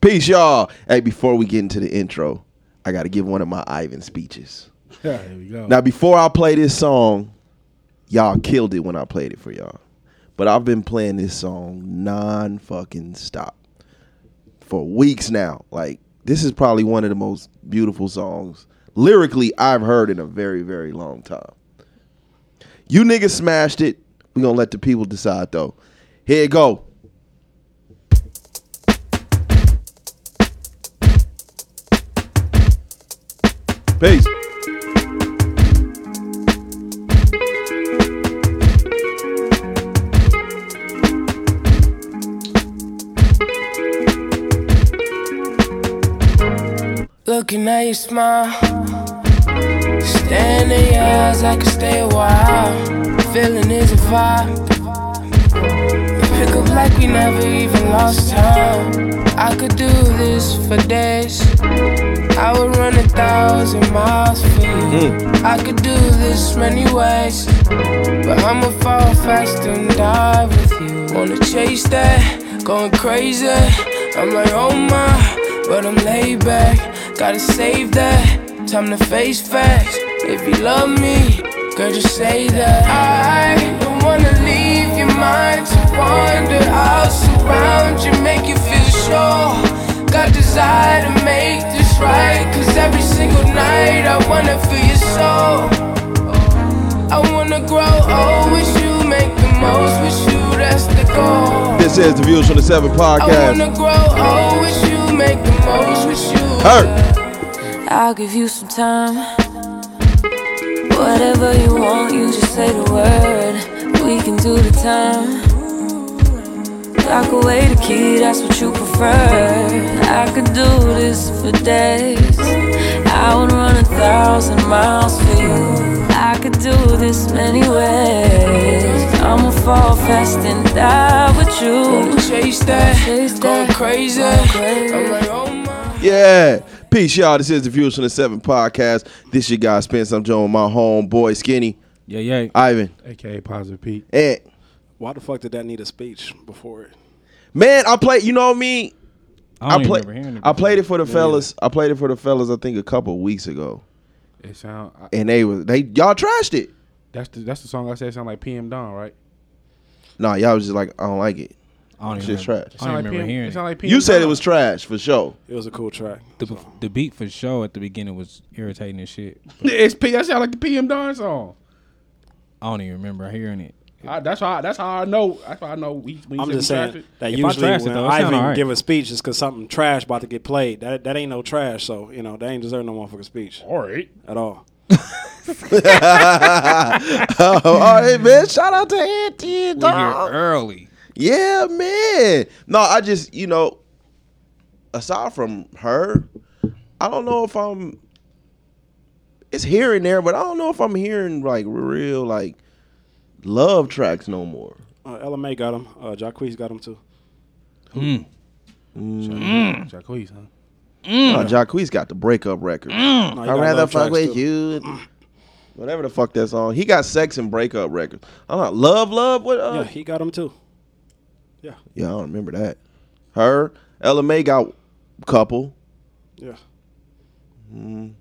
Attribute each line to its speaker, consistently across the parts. Speaker 1: Peace, y'all. Hey, before we get into the intro, I got to give one of my Ivan speeches.
Speaker 2: Yeah, here we go.
Speaker 1: Now, before I play this song, y'all killed it when I played it for y'all. But I've been playing this song non fucking stop for weeks now. Like, this is probably one of the most beautiful songs lyrically I've heard in a very, very long time. You niggas smashed it. We're going to let the people decide, though. Here it go. Peace.
Speaker 3: Looking at your smile. Staring in your eyes, I could stay a while. Feeling is a vibe. Pick up like we never even lost time. I could do this for days. I would run a thousand miles for you. I could do this many ways. But I'ma fall fast and die with you. Wanna chase that, going crazy. I'm like, oh my, but I'm laid back. Gotta save that, time to face facts. If you love me, girl, just say that. I don't wanna leave your mind to wander. I'll surround you, make you feel sure. Got desire to make this right. Cause every single night I wanna feel your soul. I wanna grow old with you, make the most with you, that's the goal.
Speaker 1: This is the Views from the Seven
Speaker 3: I
Speaker 1: podcast.
Speaker 3: wanna grow old with you, make the most with you.
Speaker 1: Hurt.
Speaker 4: I'll give you some time. Whatever you want, you just say the word. We can do the time. Lock away the key, that's what you prefer. I could do this for days. I would run a thousand miles for you. I could do this many ways. I'ma fall fast and die with you.
Speaker 3: Chase that,
Speaker 4: Chase
Speaker 3: going
Speaker 4: that,
Speaker 3: crazy.
Speaker 4: going crazy.
Speaker 3: I'm like, oh my.
Speaker 1: Yeah. Peace, y'all. This is the Views from the Seven podcast. This your guy Spence. I'm joined with my homeboy Skinny,
Speaker 5: Yeah, yeah.
Speaker 1: Ivan,
Speaker 2: AKA Positive Pete.
Speaker 1: and
Speaker 6: Why the fuck did that need a speech before it?
Speaker 1: man, I play. You know what I mean?
Speaker 5: I,
Speaker 1: I
Speaker 5: don't even
Speaker 1: play.
Speaker 5: remember hearing it.
Speaker 1: I played it for the fellas. I played it for the fellas. I think a couple weeks ago,
Speaker 2: It sound I,
Speaker 1: and they was they y'all trashed it.
Speaker 2: that's the that's the song I said sound like PM Don, right?
Speaker 1: Nah, y'all was just like, I don't like it.
Speaker 5: I don't even
Speaker 1: Shit's
Speaker 5: remember,
Speaker 1: trash.
Speaker 5: I don't
Speaker 2: Sound like
Speaker 5: even remember
Speaker 2: PM
Speaker 5: hearing
Speaker 2: it
Speaker 5: it.
Speaker 2: sound like PM
Speaker 1: You said it
Speaker 2: Don.
Speaker 1: was trash for sure.
Speaker 6: It was a cool track.
Speaker 5: the, the beat for show at the beginning was irritating as shit.
Speaker 2: it's P that sound like the PM Don song.
Speaker 5: I don't even remember hearing it.
Speaker 2: I, that's how I, that's how I know that's how I know we, we
Speaker 6: I'm
Speaker 2: said
Speaker 6: just
Speaker 2: we
Speaker 6: saying
Speaker 2: trash it.
Speaker 6: that
Speaker 5: If I
Speaker 6: usually
Speaker 5: trash it,
Speaker 6: when
Speaker 5: though, it
Speaker 6: I
Speaker 5: sound
Speaker 6: even
Speaker 5: alright.
Speaker 6: give a speech, it's because something trash about to get played. That that ain't no trash, so you know they ain't deserve no motherfucking speech
Speaker 2: All right.
Speaker 6: at all.
Speaker 1: Oh, all right, man. Shout out to Auntie.
Speaker 5: We
Speaker 1: dog.
Speaker 5: here early.
Speaker 1: Yeah, man. No, I just, you know, aside from her, I don't know if I'm it's here and there, but I don't know if I'm hearing like real like love tracks no more.
Speaker 6: Uh, LMA got him. Uh, Jacquees got him too.
Speaker 2: Jacquees, huh?
Speaker 6: Mm.
Speaker 1: No, Jacquees got the breakup record.
Speaker 6: No, you
Speaker 1: I'd
Speaker 6: Mm. got
Speaker 1: rather
Speaker 6: love
Speaker 1: fuck
Speaker 6: tracks,
Speaker 1: with
Speaker 6: too.
Speaker 1: you. Whatever the fuck that's on. He got sex and breakup records. I'm not love, love. What? Uh,
Speaker 6: Yeah,
Speaker 1: yeah,
Speaker 6: he got him too. Yeah,
Speaker 1: I don't remember that. Her, LMA got couple.
Speaker 6: yeah.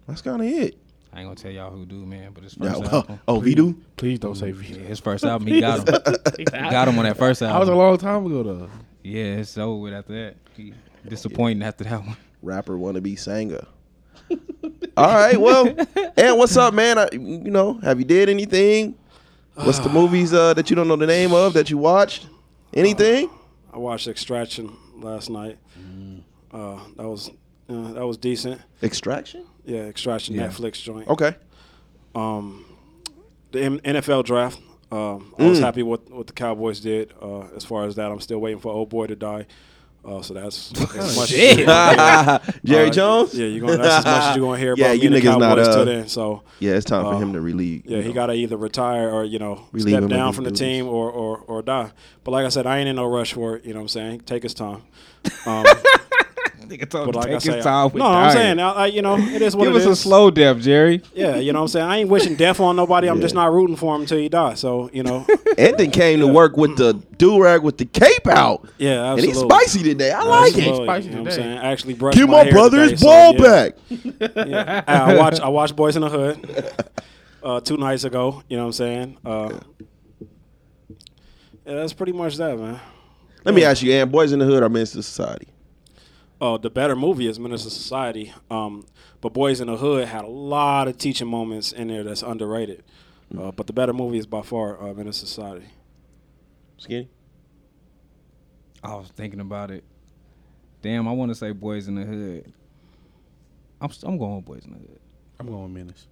Speaker 1: That's kind of it.
Speaker 5: I ain't gonna tell y'all who do, man, but his
Speaker 1: Yeah,
Speaker 5: first
Speaker 1: well,
Speaker 5: album.
Speaker 1: oh, we do.
Speaker 2: Please don't say
Speaker 5: Yeah,
Speaker 2: Vito.
Speaker 5: his first album, he got him. He got him on that first
Speaker 2: That was a
Speaker 5: album.
Speaker 2: long time ago though.
Speaker 5: Yeah, it's over with after that. He disappointing after that one.
Speaker 1: rapper wannabe singer. All right, well, and what's up, man? I, you know, have you did anything? What's the movies uh, that you don't know the name of that you watched? Anything?
Speaker 6: I watched Extraction last night. Uh, that was uh, that was decent.
Speaker 1: Extraction.
Speaker 6: Yeah, Extraction
Speaker 5: Yeah.
Speaker 6: Netflix joint.
Speaker 1: Okay.
Speaker 6: um, the M- NFL draft. Um, I
Speaker 1: Mm.
Speaker 6: was happy with what the Cowboys did uh, as far as that. I'm still waiting for old boy to die. Uh, so that's as much as you-
Speaker 1: Jerry
Speaker 6: uh,
Speaker 1: Jones.
Speaker 6: Yeah, you're gonna, that's as much as you're gonna hear
Speaker 1: Yeah,
Speaker 6: about me
Speaker 1: you
Speaker 6: and the
Speaker 1: niggas
Speaker 6: Cowboys
Speaker 1: not, uh,
Speaker 6: till then. So
Speaker 1: Yeah, it's time for
Speaker 6: Uh,
Speaker 1: him to relieve.
Speaker 6: yeah, he gotta either retire or you know
Speaker 1: We leave him
Speaker 6: step
Speaker 1: with
Speaker 6: down
Speaker 1: his
Speaker 6: from the
Speaker 1: duties.
Speaker 6: team or, or or die. But like I said, I ain't in no rush for it. You know what I'm saying? Take his time. Um,
Speaker 5: Nigga told
Speaker 6: But
Speaker 5: him
Speaker 6: like
Speaker 5: take
Speaker 6: I
Speaker 5: his
Speaker 6: say,
Speaker 5: time. we
Speaker 6: no, I'm
Speaker 5: dying.
Speaker 6: saying, I, I, you know, it is what
Speaker 5: give
Speaker 6: it
Speaker 5: us a
Speaker 6: is.
Speaker 5: slow death, Jerry.
Speaker 6: Yeah, you know what I'm saying? I ain't wishing death on nobody. I'm
Speaker 1: Yeah.
Speaker 6: just not rooting for him until he dies. So, you know,
Speaker 1: And then came to work with the do rag with the cape out.
Speaker 6: yeah,
Speaker 1: And he's
Speaker 6: absolutely.
Speaker 1: spicy today. I like
Speaker 6: Absolutely,
Speaker 1: it.
Speaker 2: Spicy
Speaker 6: you know what I'm
Speaker 2: today.
Speaker 6: saying? I actually brushed
Speaker 1: Give
Speaker 6: my,
Speaker 1: my
Speaker 6: hair
Speaker 1: brother
Speaker 6: today,
Speaker 1: his
Speaker 6: so,
Speaker 1: ball
Speaker 6: yeah.
Speaker 1: back.
Speaker 6: Yeah. I watched I watched Boys in the Hood uh, two nights ago. You know what I'm saying? Uh, yeah, that's pretty much that, man.
Speaker 1: Let me ask you, and Boys in the Hood or Minister Society?
Speaker 6: Oh, the better movie is Minister Society. Um, but Boys in the Hood had a lot of teaching moments in there that's underrated. Uh, but the better movie is by far uh, Minister Society.
Speaker 1: Skinny?
Speaker 5: I was thinking about it. Damn, I want to say Boys in the Hood. I'm s- I'm going with Boys in the Hood.
Speaker 2: I'm going minutes.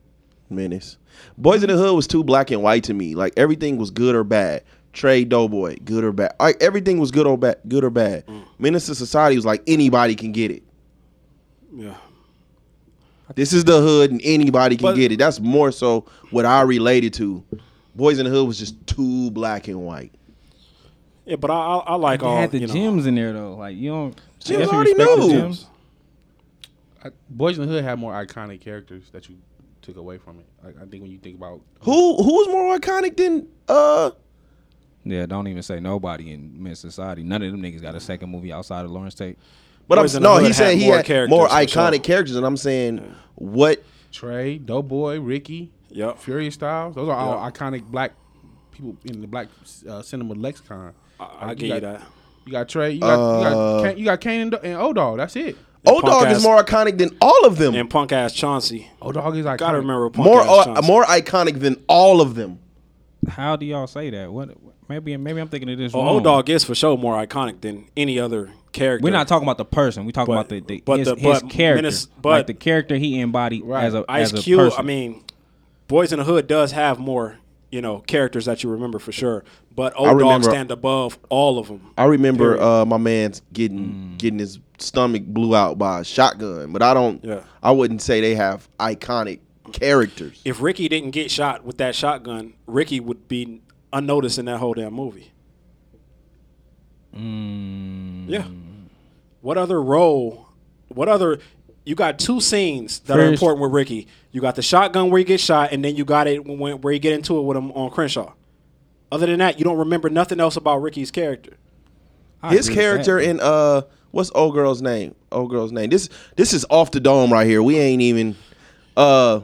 Speaker 1: Menace. Boys in the Hood was too black and white to me. Like everything was good or bad. Trey Doughboy, good or bad. Like everything was good or bad. Good or bad. Menace to Society was like anybody can get it.
Speaker 6: Yeah.
Speaker 1: This is the hood and anybody can
Speaker 6: But-
Speaker 1: get it. That's more so what I related to. Boys in the Hood was just too black and white.
Speaker 6: Yeah, but I, I, I like
Speaker 5: They
Speaker 6: all
Speaker 5: had the
Speaker 6: you know,
Speaker 5: gyms in there though. Like you don't. I
Speaker 1: Gyms
Speaker 5: guess you
Speaker 1: already
Speaker 5: respect the
Speaker 1: knew.
Speaker 5: gyms.
Speaker 2: I, Boys in the Hood had more iconic characters that you took away from it. Like I think when you think about
Speaker 1: Who who was more iconic than uh
Speaker 5: Yeah, don't even say nobody in Men's Society. None of them niggas got a second movie outside of Lawrence Tate.
Speaker 1: but
Speaker 6: Boys
Speaker 1: I'm
Speaker 6: in the
Speaker 1: no,
Speaker 6: Hood
Speaker 1: he's saying
Speaker 6: had
Speaker 1: he
Speaker 6: more
Speaker 1: had
Speaker 6: characters,
Speaker 1: more
Speaker 6: for sure.
Speaker 1: iconic characters and I'm saying what
Speaker 2: Trey, Doughboy, Ricky,
Speaker 6: Yep.
Speaker 2: Furious Styles. Those are all iconic black people in the black uh, cinema lexicon.
Speaker 6: I, I
Speaker 2: Like,
Speaker 6: give you
Speaker 2: got-
Speaker 6: that.
Speaker 2: You got Trey. You got you
Speaker 1: Uh,
Speaker 2: got, Kane, you got Kane and, Do- and O Dog. That's it.
Speaker 1: Old Dog
Speaker 6: Punk
Speaker 1: is
Speaker 6: ass-
Speaker 1: more iconic than all of them.
Speaker 6: And punk ass Chauncey.
Speaker 2: O Dog is iconic.
Speaker 6: Gotta remember punk
Speaker 1: More
Speaker 6: ass
Speaker 1: uh,
Speaker 6: Chauncey.
Speaker 1: more iconic than all of them.
Speaker 5: How do y'all say that? What? Maybe maybe I'm thinking of this.
Speaker 6: Oh,
Speaker 5: wrong.
Speaker 6: Old Dog is for sure more iconic than any other character.
Speaker 5: Hmm. We're not talking about the person. We're talking
Speaker 6: But-
Speaker 5: about the, the,
Speaker 6: but
Speaker 5: his,
Speaker 6: the-
Speaker 5: his
Speaker 6: but
Speaker 5: character,
Speaker 6: Menace-
Speaker 5: like
Speaker 6: but-
Speaker 5: the character he embodied as a
Speaker 6: Ice
Speaker 5: as a
Speaker 6: Cube.
Speaker 5: person.
Speaker 6: I mean, Boys in the Hood does have more, you know, characters that you remember for sure. But Old Dog
Speaker 1: remember-
Speaker 6: stand above all of them.
Speaker 1: I remember uh, my man's getting
Speaker 6: Mm.
Speaker 1: getting his stomach blew out by a shotgun, but I don't.
Speaker 6: Yeah.
Speaker 1: I wouldn't say they have iconic characters.
Speaker 6: If Ricky didn't get shot with that shotgun, Ricky would be unnoticed in that whole damn movie.
Speaker 5: Mm.
Speaker 6: Yeah. What other role? What other? You got two scenes that are
Speaker 5: First-
Speaker 6: important with Ricky. You got the shotgun where he gets shot, and then you got it when, where you get into it with him on Crenshaw. Other than that, you don't remember nothing else about Ricky's character.
Speaker 5: I
Speaker 1: His
Speaker 5: agree with
Speaker 1: character
Speaker 5: that.
Speaker 1: in uh, what's old girl's name? Old girl's name. This this is off the dome right here. We ain't even. Uh,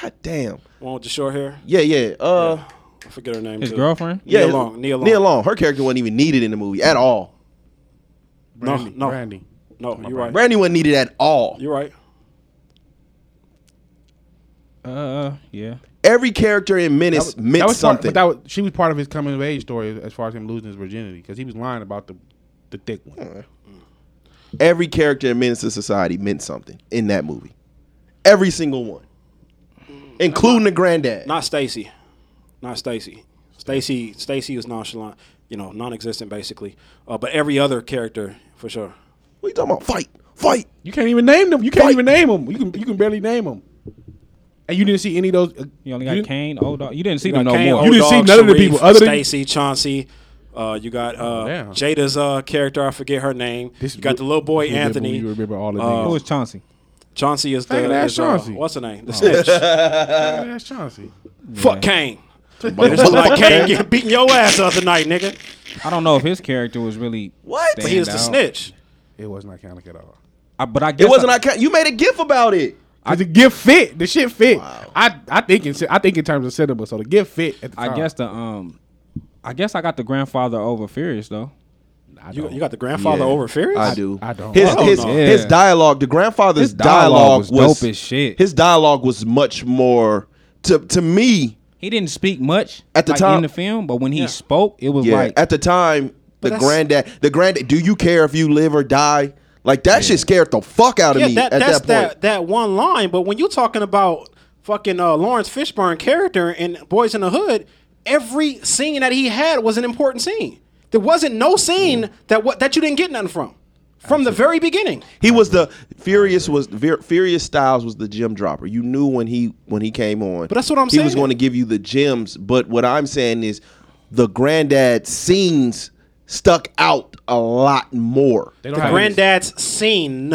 Speaker 1: God damn.
Speaker 6: One with the short hair.
Speaker 1: Yeah, yeah. Uh,
Speaker 6: I forget her name.
Speaker 5: his
Speaker 6: too.
Speaker 5: girlfriend.
Speaker 1: yeah.
Speaker 6: Nia Long, Nia Long.
Speaker 1: Her character wasn't even needed in the movie at all.
Speaker 6: No,
Speaker 2: Brandy,
Speaker 6: no,
Speaker 2: Brandy.
Speaker 6: no. You're right.
Speaker 1: Brandy wasn't needed at all.
Speaker 6: You're right.
Speaker 5: Uh, yeah.
Speaker 1: Every character in
Speaker 2: That
Speaker 1: Menace
Speaker 2: was-
Speaker 1: meant
Speaker 2: that was part-
Speaker 1: something.
Speaker 2: but that was, she was part of his coming of age story as far as him losing his virginity because he was lying about the the thick one.
Speaker 1: Hmm. every character in Menace to Society meant something in that movie. Every single one, including the granddad.
Speaker 6: Mm. Not Stacy. Not Stacy. Stacy. Stacy is nonchalant. You know, non-existent basically. Uh, but every other character for sure.
Speaker 1: What you talking about? Fight, fight.
Speaker 2: You can't even name them. You can't
Speaker 1: Fight.
Speaker 2: even name them. You can you can barely name them. And you didn't see any of those. uh,
Speaker 5: You only got
Speaker 2: didn't-
Speaker 5: Kane, old dog. You didn't see
Speaker 6: You
Speaker 5: them
Speaker 6: got
Speaker 5: no
Speaker 6: Kane,
Speaker 5: more.
Speaker 2: You
Speaker 6: Old
Speaker 2: didn't see
Speaker 6: Dog,
Speaker 2: none of the
Speaker 6: Sharif,
Speaker 2: people other than-
Speaker 6: Stacy, Chauncey. Uh, you got uh,
Speaker 2: damn.
Speaker 6: Jada's uh, character. I forget her name.
Speaker 2: This
Speaker 6: you got the little boy
Speaker 2: you remember-
Speaker 6: Anthony. Uh,
Speaker 2: you remember all the
Speaker 5: Who
Speaker 2: names.
Speaker 5: was Chauncey?
Speaker 6: Chauncey is the
Speaker 2: Faggot ass
Speaker 6: is, uh,
Speaker 2: Chauncey.
Speaker 6: what's her name? The snitch.
Speaker 1: Uh,
Speaker 2: Yeah, that's Chauncey.
Speaker 6: Fuck Kane. It's like Kane getting beating your ass the other night, nigga.
Speaker 5: I don't know if his character was really
Speaker 1: What?
Speaker 6: But he was the
Speaker 5: stand out.
Speaker 6: snitch.
Speaker 2: It was not iconic at all.
Speaker 5: I, but I guess
Speaker 1: It wasn't.
Speaker 5: I,
Speaker 1: I ca- you made a gif about it.
Speaker 2: Cause the gift fit, the shit fit. I I think in I think in terms of cinema, so the gift fit. At the
Speaker 5: I
Speaker 2: time.
Speaker 5: guess the um, I guess I got the grandfather over Furious though.
Speaker 2: I
Speaker 6: You,
Speaker 2: don't.
Speaker 6: you got the grandfather
Speaker 1: Yeah,
Speaker 6: over Furious.
Speaker 1: I do.
Speaker 2: I don't.
Speaker 1: His
Speaker 6: Hell
Speaker 1: his,
Speaker 6: no.
Speaker 1: his
Speaker 5: Yeah.
Speaker 1: dialogue. The grandfather's
Speaker 5: His dialogue
Speaker 1: dialogue,
Speaker 5: was
Speaker 1: was
Speaker 5: dope as shit.
Speaker 1: His dialogue was much more to to me
Speaker 5: He didn't speak much
Speaker 1: At the
Speaker 5: like,
Speaker 1: time-
Speaker 5: in the film, but when he spoke, it was
Speaker 1: Yeah.
Speaker 5: like
Speaker 1: at the time, the
Speaker 6: that's-
Speaker 1: granddad, the granddad. Do you care if you live or die? Like that shit scared the fuck out of
Speaker 6: Yeah,
Speaker 1: me
Speaker 6: that,
Speaker 1: at
Speaker 6: that's
Speaker 1: that
Speaker 6: that,
Speaker 1: point.
Speaker 6: that one line. But when you're talking about fucking uh, Lawrence Fishburne character in Boys in the Hood, every scene that he had was an important scene. There wasn't no scene that what that you didn't get nothing from from the very beginning.
Speaker 1: He was the Furious was Vir- Furious Styles was the gym dropper. You knew when he when he came on. But
Speaker 6: that's what I'm
Speaker 1: He was
Speaker 6: saying.
Speaker 1: going to give you the gems, but what I'm saying is the granddad scenes stuck out a lot more.
Speaker 2: They don't
Speaker 6: The
Speaker 2: have
Speaker 6: granddad's scene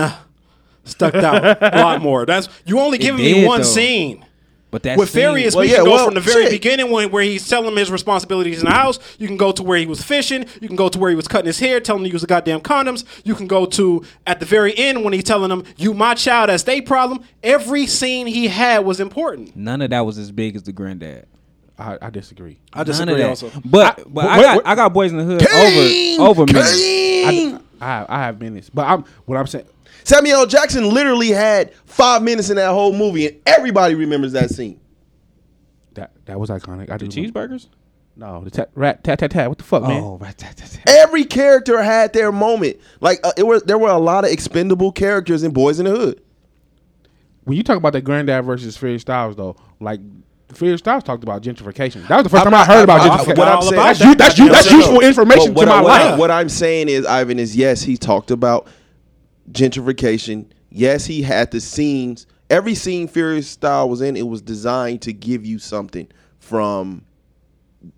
Speaker 6: stuck out a lot more. That's you only giving me
Speaker 5: did,
Speaker 6: one
Speaker 5: though.
Speaker 6: scene.
Speaker 5: But that's
Speaker 6: With Farius,
Speaker 1: Mm. Well,
Speaker 6: we
Speaker 1: yeah,
Speaker 6: can go
Speaker 1: well,
Speaker 6: from the very
Speaker 1: shit.
Speaker 6: beginning when, where he's telling him his responsibilities in the house. You can go to where he was fishing. You can go to where he was cutting his hair, telling him to use the goddamn condoms. You can go to at the very end when he's telling him, "You my child, that's they problem." Every scene he had was important.
Speaker 5: none of that was as big as the granddad.
Speaker 2: I, I disagree.
Speaker 6: I
Speaker 5: None
Speaker 6: disagree.
Speaker 5: of that.
Speaker 6: Also,
Speaker 5: But but I
Speaker 2: wait,
Speaker 5: got
Speaker 2: wait.
Speaker 5: I got boys in the hood
Speaker 1: King!
Speaker 5: over over me.
Speaker 1: King!
Speaker 2: I have, I have minutes, but I'm what I'm saying.
Speaker 1: Samuel L. Jackson literally had five minutes in that whole movie, and everybody remembers that scene.
Speaker 2: That that was iconic. I do remember-
Speaker 5: Cheeseburgers.
Speaker 2: No, the tat rat tat tat tat. What the fuck, man?
Speaker 5: Oh, right. that- that- that.
Speaker 1: Every character had their moment. Like uh, it was, there were a lot of expendable characters in Boys in the Hood.
Speaker 2: When you talk about the granddad versus Fierce Styles, though, like Fierce Styles talked about gentrification. That was the 1st time I heard about
Speaker 1: I- I-
Speaker 2: gentrification.
Speaker 1: what I'm
Speaker 6: All
Speaker 1: saying-
Speaker 6: about
Speaker 2: that's you, that's, you,
Speaker 6: that. No,
Speaker 2: that's
Speaker 6: no, no.
Speaker 2: useful information
Speaker 1: But what
Speaker 2: to my
Speaker 1: I- what I-
Speaker 2: life.
Speaker 1: what I'm saying is, Ivan, is yes, he talked about gentrification. Yes, he had the scenes. Every scene Furious Style was in, it was designed to give you something from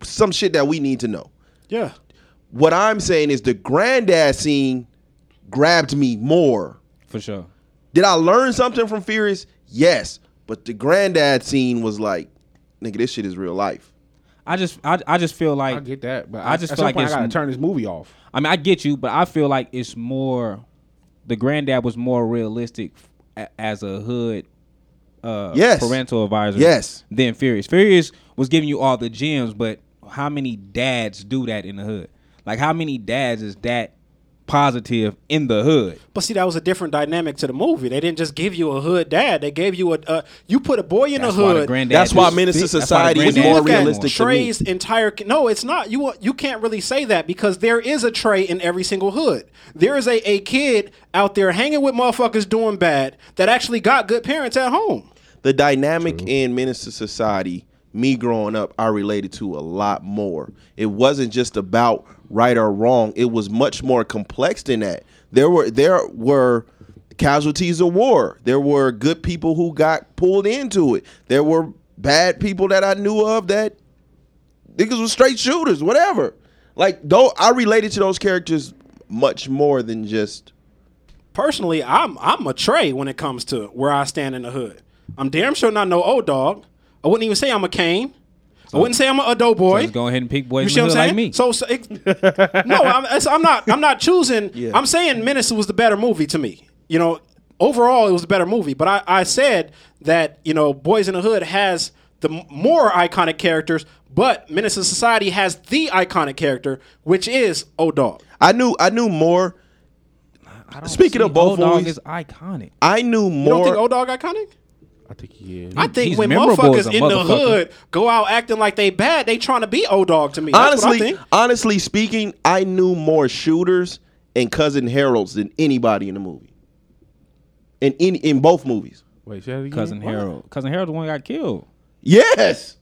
Speaker 1: some shit that we need to know.
Speaker 6: yeah,
Speaker 1: What I'm saying is the granddad scene grabbed me more.
Speaker 5: For sure.
Speaker 1: Did I learn something from Furious? Yes. But the granddad scene was like, nigga, this shit is real life.
Speaker 5: I just I, I just feel like
Speaker 2: I get that, but
Speaker 5: I
Speaker 2: I just
Speaker 5: just
Speaker 2: at
Speaker 5: feel
Speaker 2: some
Speaker 5: like
Speaker 2: point I
Speaker 5: it's-
Speaker 2: gotta turn this movie off.
Speaker 5: I mean, I get you, but I feel like it's more. The granddad was more realistic f- a- as a hood, uh,
Speaker 1: Yes.
Speaker 5: parental advisor.
Speaker 1: Yes.
Speaker 5: Than Furious. Furious was giving you all the gems, but how many dads do that in the hood? Like, how many dads is that positive in the hood?
Speaker 6: But see, that was a different dynamic to the movie. They didn't just give you a hood dad. They gave you a uh, you put a boy in
Speaker 5: That's
Speaker 6: the
Speaker 5: why
Speaker 6: hood.
Speaker 5: the granddad.
Speaker 1: That's why
Speaker 5: just
Speaker 1: Menace to
Speaker 5: fit- that's why
Speaker 1: Society
Speaker 5: the
Speaker 1: is
Speaker 6: If you
Speaker 5: granddad
Speaker 1: more
Speaker 6: look at
Speaker 1: realistic to me.
Speaker 6: Trey's entire no, it's not. You you can't really say that because there is a Trey in every single hood. There is a a kid out there hanging with motherfuckers doing bad that actually got good parents at home.
Speaker 1: The dynamic in Menace to Society, me growing up, I related to a lot more. It wasn't just about right or wrong. It was much more complex than that. There were there were casualties of war. There were good people who got pulled into it. There were bad people that I knew of that niggas was straight shooters, whatever. Like though I related to those characters much more than just
Speaker 6: Personally, I'm I'm a Trey when it comes to where I stand in the hood. I'm damn sure not no old dog. I wouldn't even say I'm a Kane. I wouldn't say I'm a dough boy.
Speaker 5: Just go ahead and pick boys
Speaker 6: You
Speaker 5: in
Speaker 6: see
Speaker 5: the
Speaker 6: what I'm
Speaker 5: hood
Speaker 6: saying?
Speaker 5: like me.
Speaker 6: So, so it, no, I'm, it's- I'm not. I'm not choosing.
Speaker 1: Yeah.
Speaker 6: I'm saying Menace was the better movie to me. You know, overall it was a better movie. But I, I said that you know, Boys in the Hood has the m- more iconic characters, but Menace to Society has the iconic character, which is O'Dog.
Speaker 1: I knew I knew more
Speaker 5: I don't
Speaker 1: Speaking
Speaker 5: see
Speaker 1: of both
Speaker 5: Old Dog
Speaker 1: movies-
Speaker 5: is iconic.
Speaker 1: I knew
Speaker 6: You
Speaker 1: more
Speaker 6: don't think O'Dog iconic?
Speaker 2: I think he is.
Speaker 6: I think
Speaker 5: he's
Speaker 6: when
Speaker 5: memorable as
Speaker 6: motherfuckers
Speaker 5: a
Speaker 6: in the
Speaker 5: motherfucker.
Speaker 6: hood go out acting like they bad, they trying to be O'Dog to me. That's what I
Speaker 1: honestly,
Speaker 6: think.
Speaker 1: honestly speaking, I knew more shooters and cousin Harold's than anybody in the movie. In in, in both movies.
Speaker 2: Wait, say that again?
Speaker 5: Cousin
Speaker 2: What?
Speaker 5: Harold. Cousin Harold, the one got killed.
Speaker 1: Yes.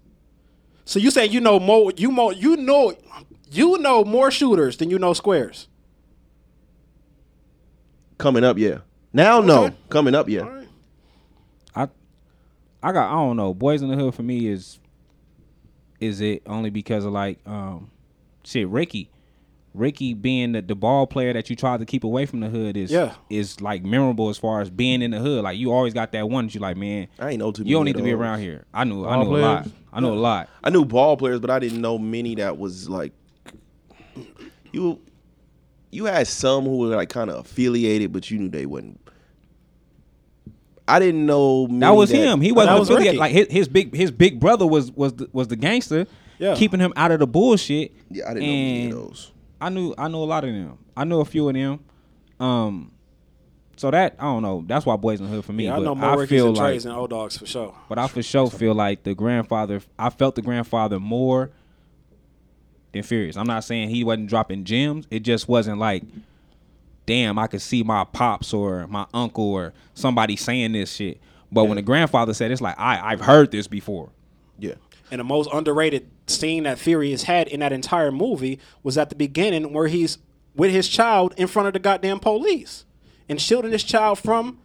Speaker 6: So you saying you know more? You more? You know? You know more shooters than you know squares.
Speaker 1: Coming up, yeah. Now no.
Speaker 6: Okay.
Speaker 1: Coming up, yeah.
Speaker 6: All right.
Speaker 5: I I got I don't know. Boys in the Hood for me is is it only because of like um shit Ricky. Ricky being the, the ball player that you tried to keep away from the hood is
Speaker 6: Yeah.
Speaker 5: is like memorable as far as being in the hood. Like you always got that one that you like, man,
Speaker 1: I ain't know too
Speaker 5: you don't
Speaker 1: many
Speaker 5: need
Speaker 1: of
Speaker 5: to be
Speaker 1: those.
Speaker 5: around here. I knew I
Speaker 2: Ball
Speaker 5: knew a lot.
Speaker 2: players?
Speaker 5: I knew a lot.
Speaker 1: I knew ball players, but I didn't know many that was like you you had some who were like kind of affiliated, but you knew they wasn't. I didn't know
Speaker 5: That
Speaker 1: many
Speaker 5: was him. He
Speaker 6: That
Speaker 5: wasn't
Speaker 6: was Ricky.
Speaker 5: affiliated. Like his, his big his big brother was was the, was the gangster,
Speaker 6: Yeah.
Speaker 5: keeping him out of the bullshit.
Speaker 1: Yeah, I didn't know any
Speaker 5: And-
Speaker 1: of those.
Speaker 5: I knew I knew a lot of them. I knew a few of them. Um, so that I don't know. That's why Boys in the Hood for me.
Speaker 6: Yeah, I
Speaker 5: but
Speaker 6: know more
Speaker 5: I
Speaker 6: Rickies
Speaker 5: feel
Speaker 6: and
Speaker 5: like,
Speaker 6: Treys and old dogs for sure.
Speaker 5: but I for sure feel like the grandfather. I felt the grandfather more than Furious. I'm not saying he wasn't dropping gems. It just wasn't like, damn, I could see my pops or my uncle or somebody saying this shit. But when the grandfather said, it's like I I've heard this before.
Speaker 1: Yeah.
Speaker 6: And the most underrated scene that Furious had in that entire movie was at the beginning where he's with his child in front of the goddamn police and shielding his child from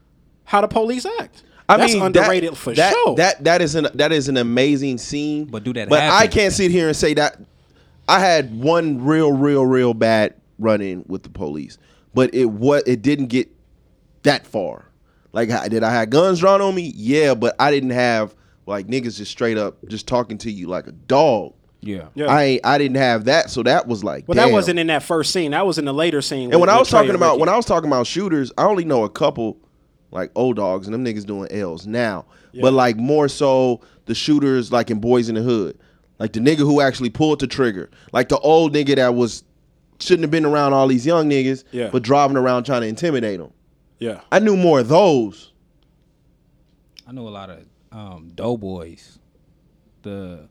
Speaker 6: how the police act.
Speaker 1: I
Speaker 6: That's
Speaker 1: mean,
Speaker 6: underrated
Speaker 1: that,
Speaker 6: for
Speaker 1: that,
Speaker 6: sure.
Speaker 1: That that is an that is an amazing scene.
Speaker 5: But do that
Speaker 1: But I
Speaker 5: happen?
Speaker 1: can't sit here and say that I had one real, real, real bad run in with the police, but it what it didn't get that far. Like, I- did I have guns drawn on me? Yeah, but I didn't have like niggas just straight up just talking to you like a dog.
Speaker 5: Yeah.
Speaker 6: Yeah.
Speaker 1: I ain't, I didn't have that, so that was like.
Speaker 6: Well,
Speaker 1: damn.
Speaker 6: that wasn't in that first scene. That was in the later scene.
Speaker 1: And when I was talking about when I was talking about shooters, I only know a couple like old dogs and them niggas doing L's now. But like more so the shooters like in Boys in the Hood. Like the nigga who actually pulled the trigger. Like the old nigga that was shouldn't have been around all these young niggas
Speaker 6: Yeah.
Speaker 1: but driving around trying to intimidate them.
Speaker 6: yeah,
Speaker 1: I knew more of those.
Speaker 5: I know a lot of um, doughboys, the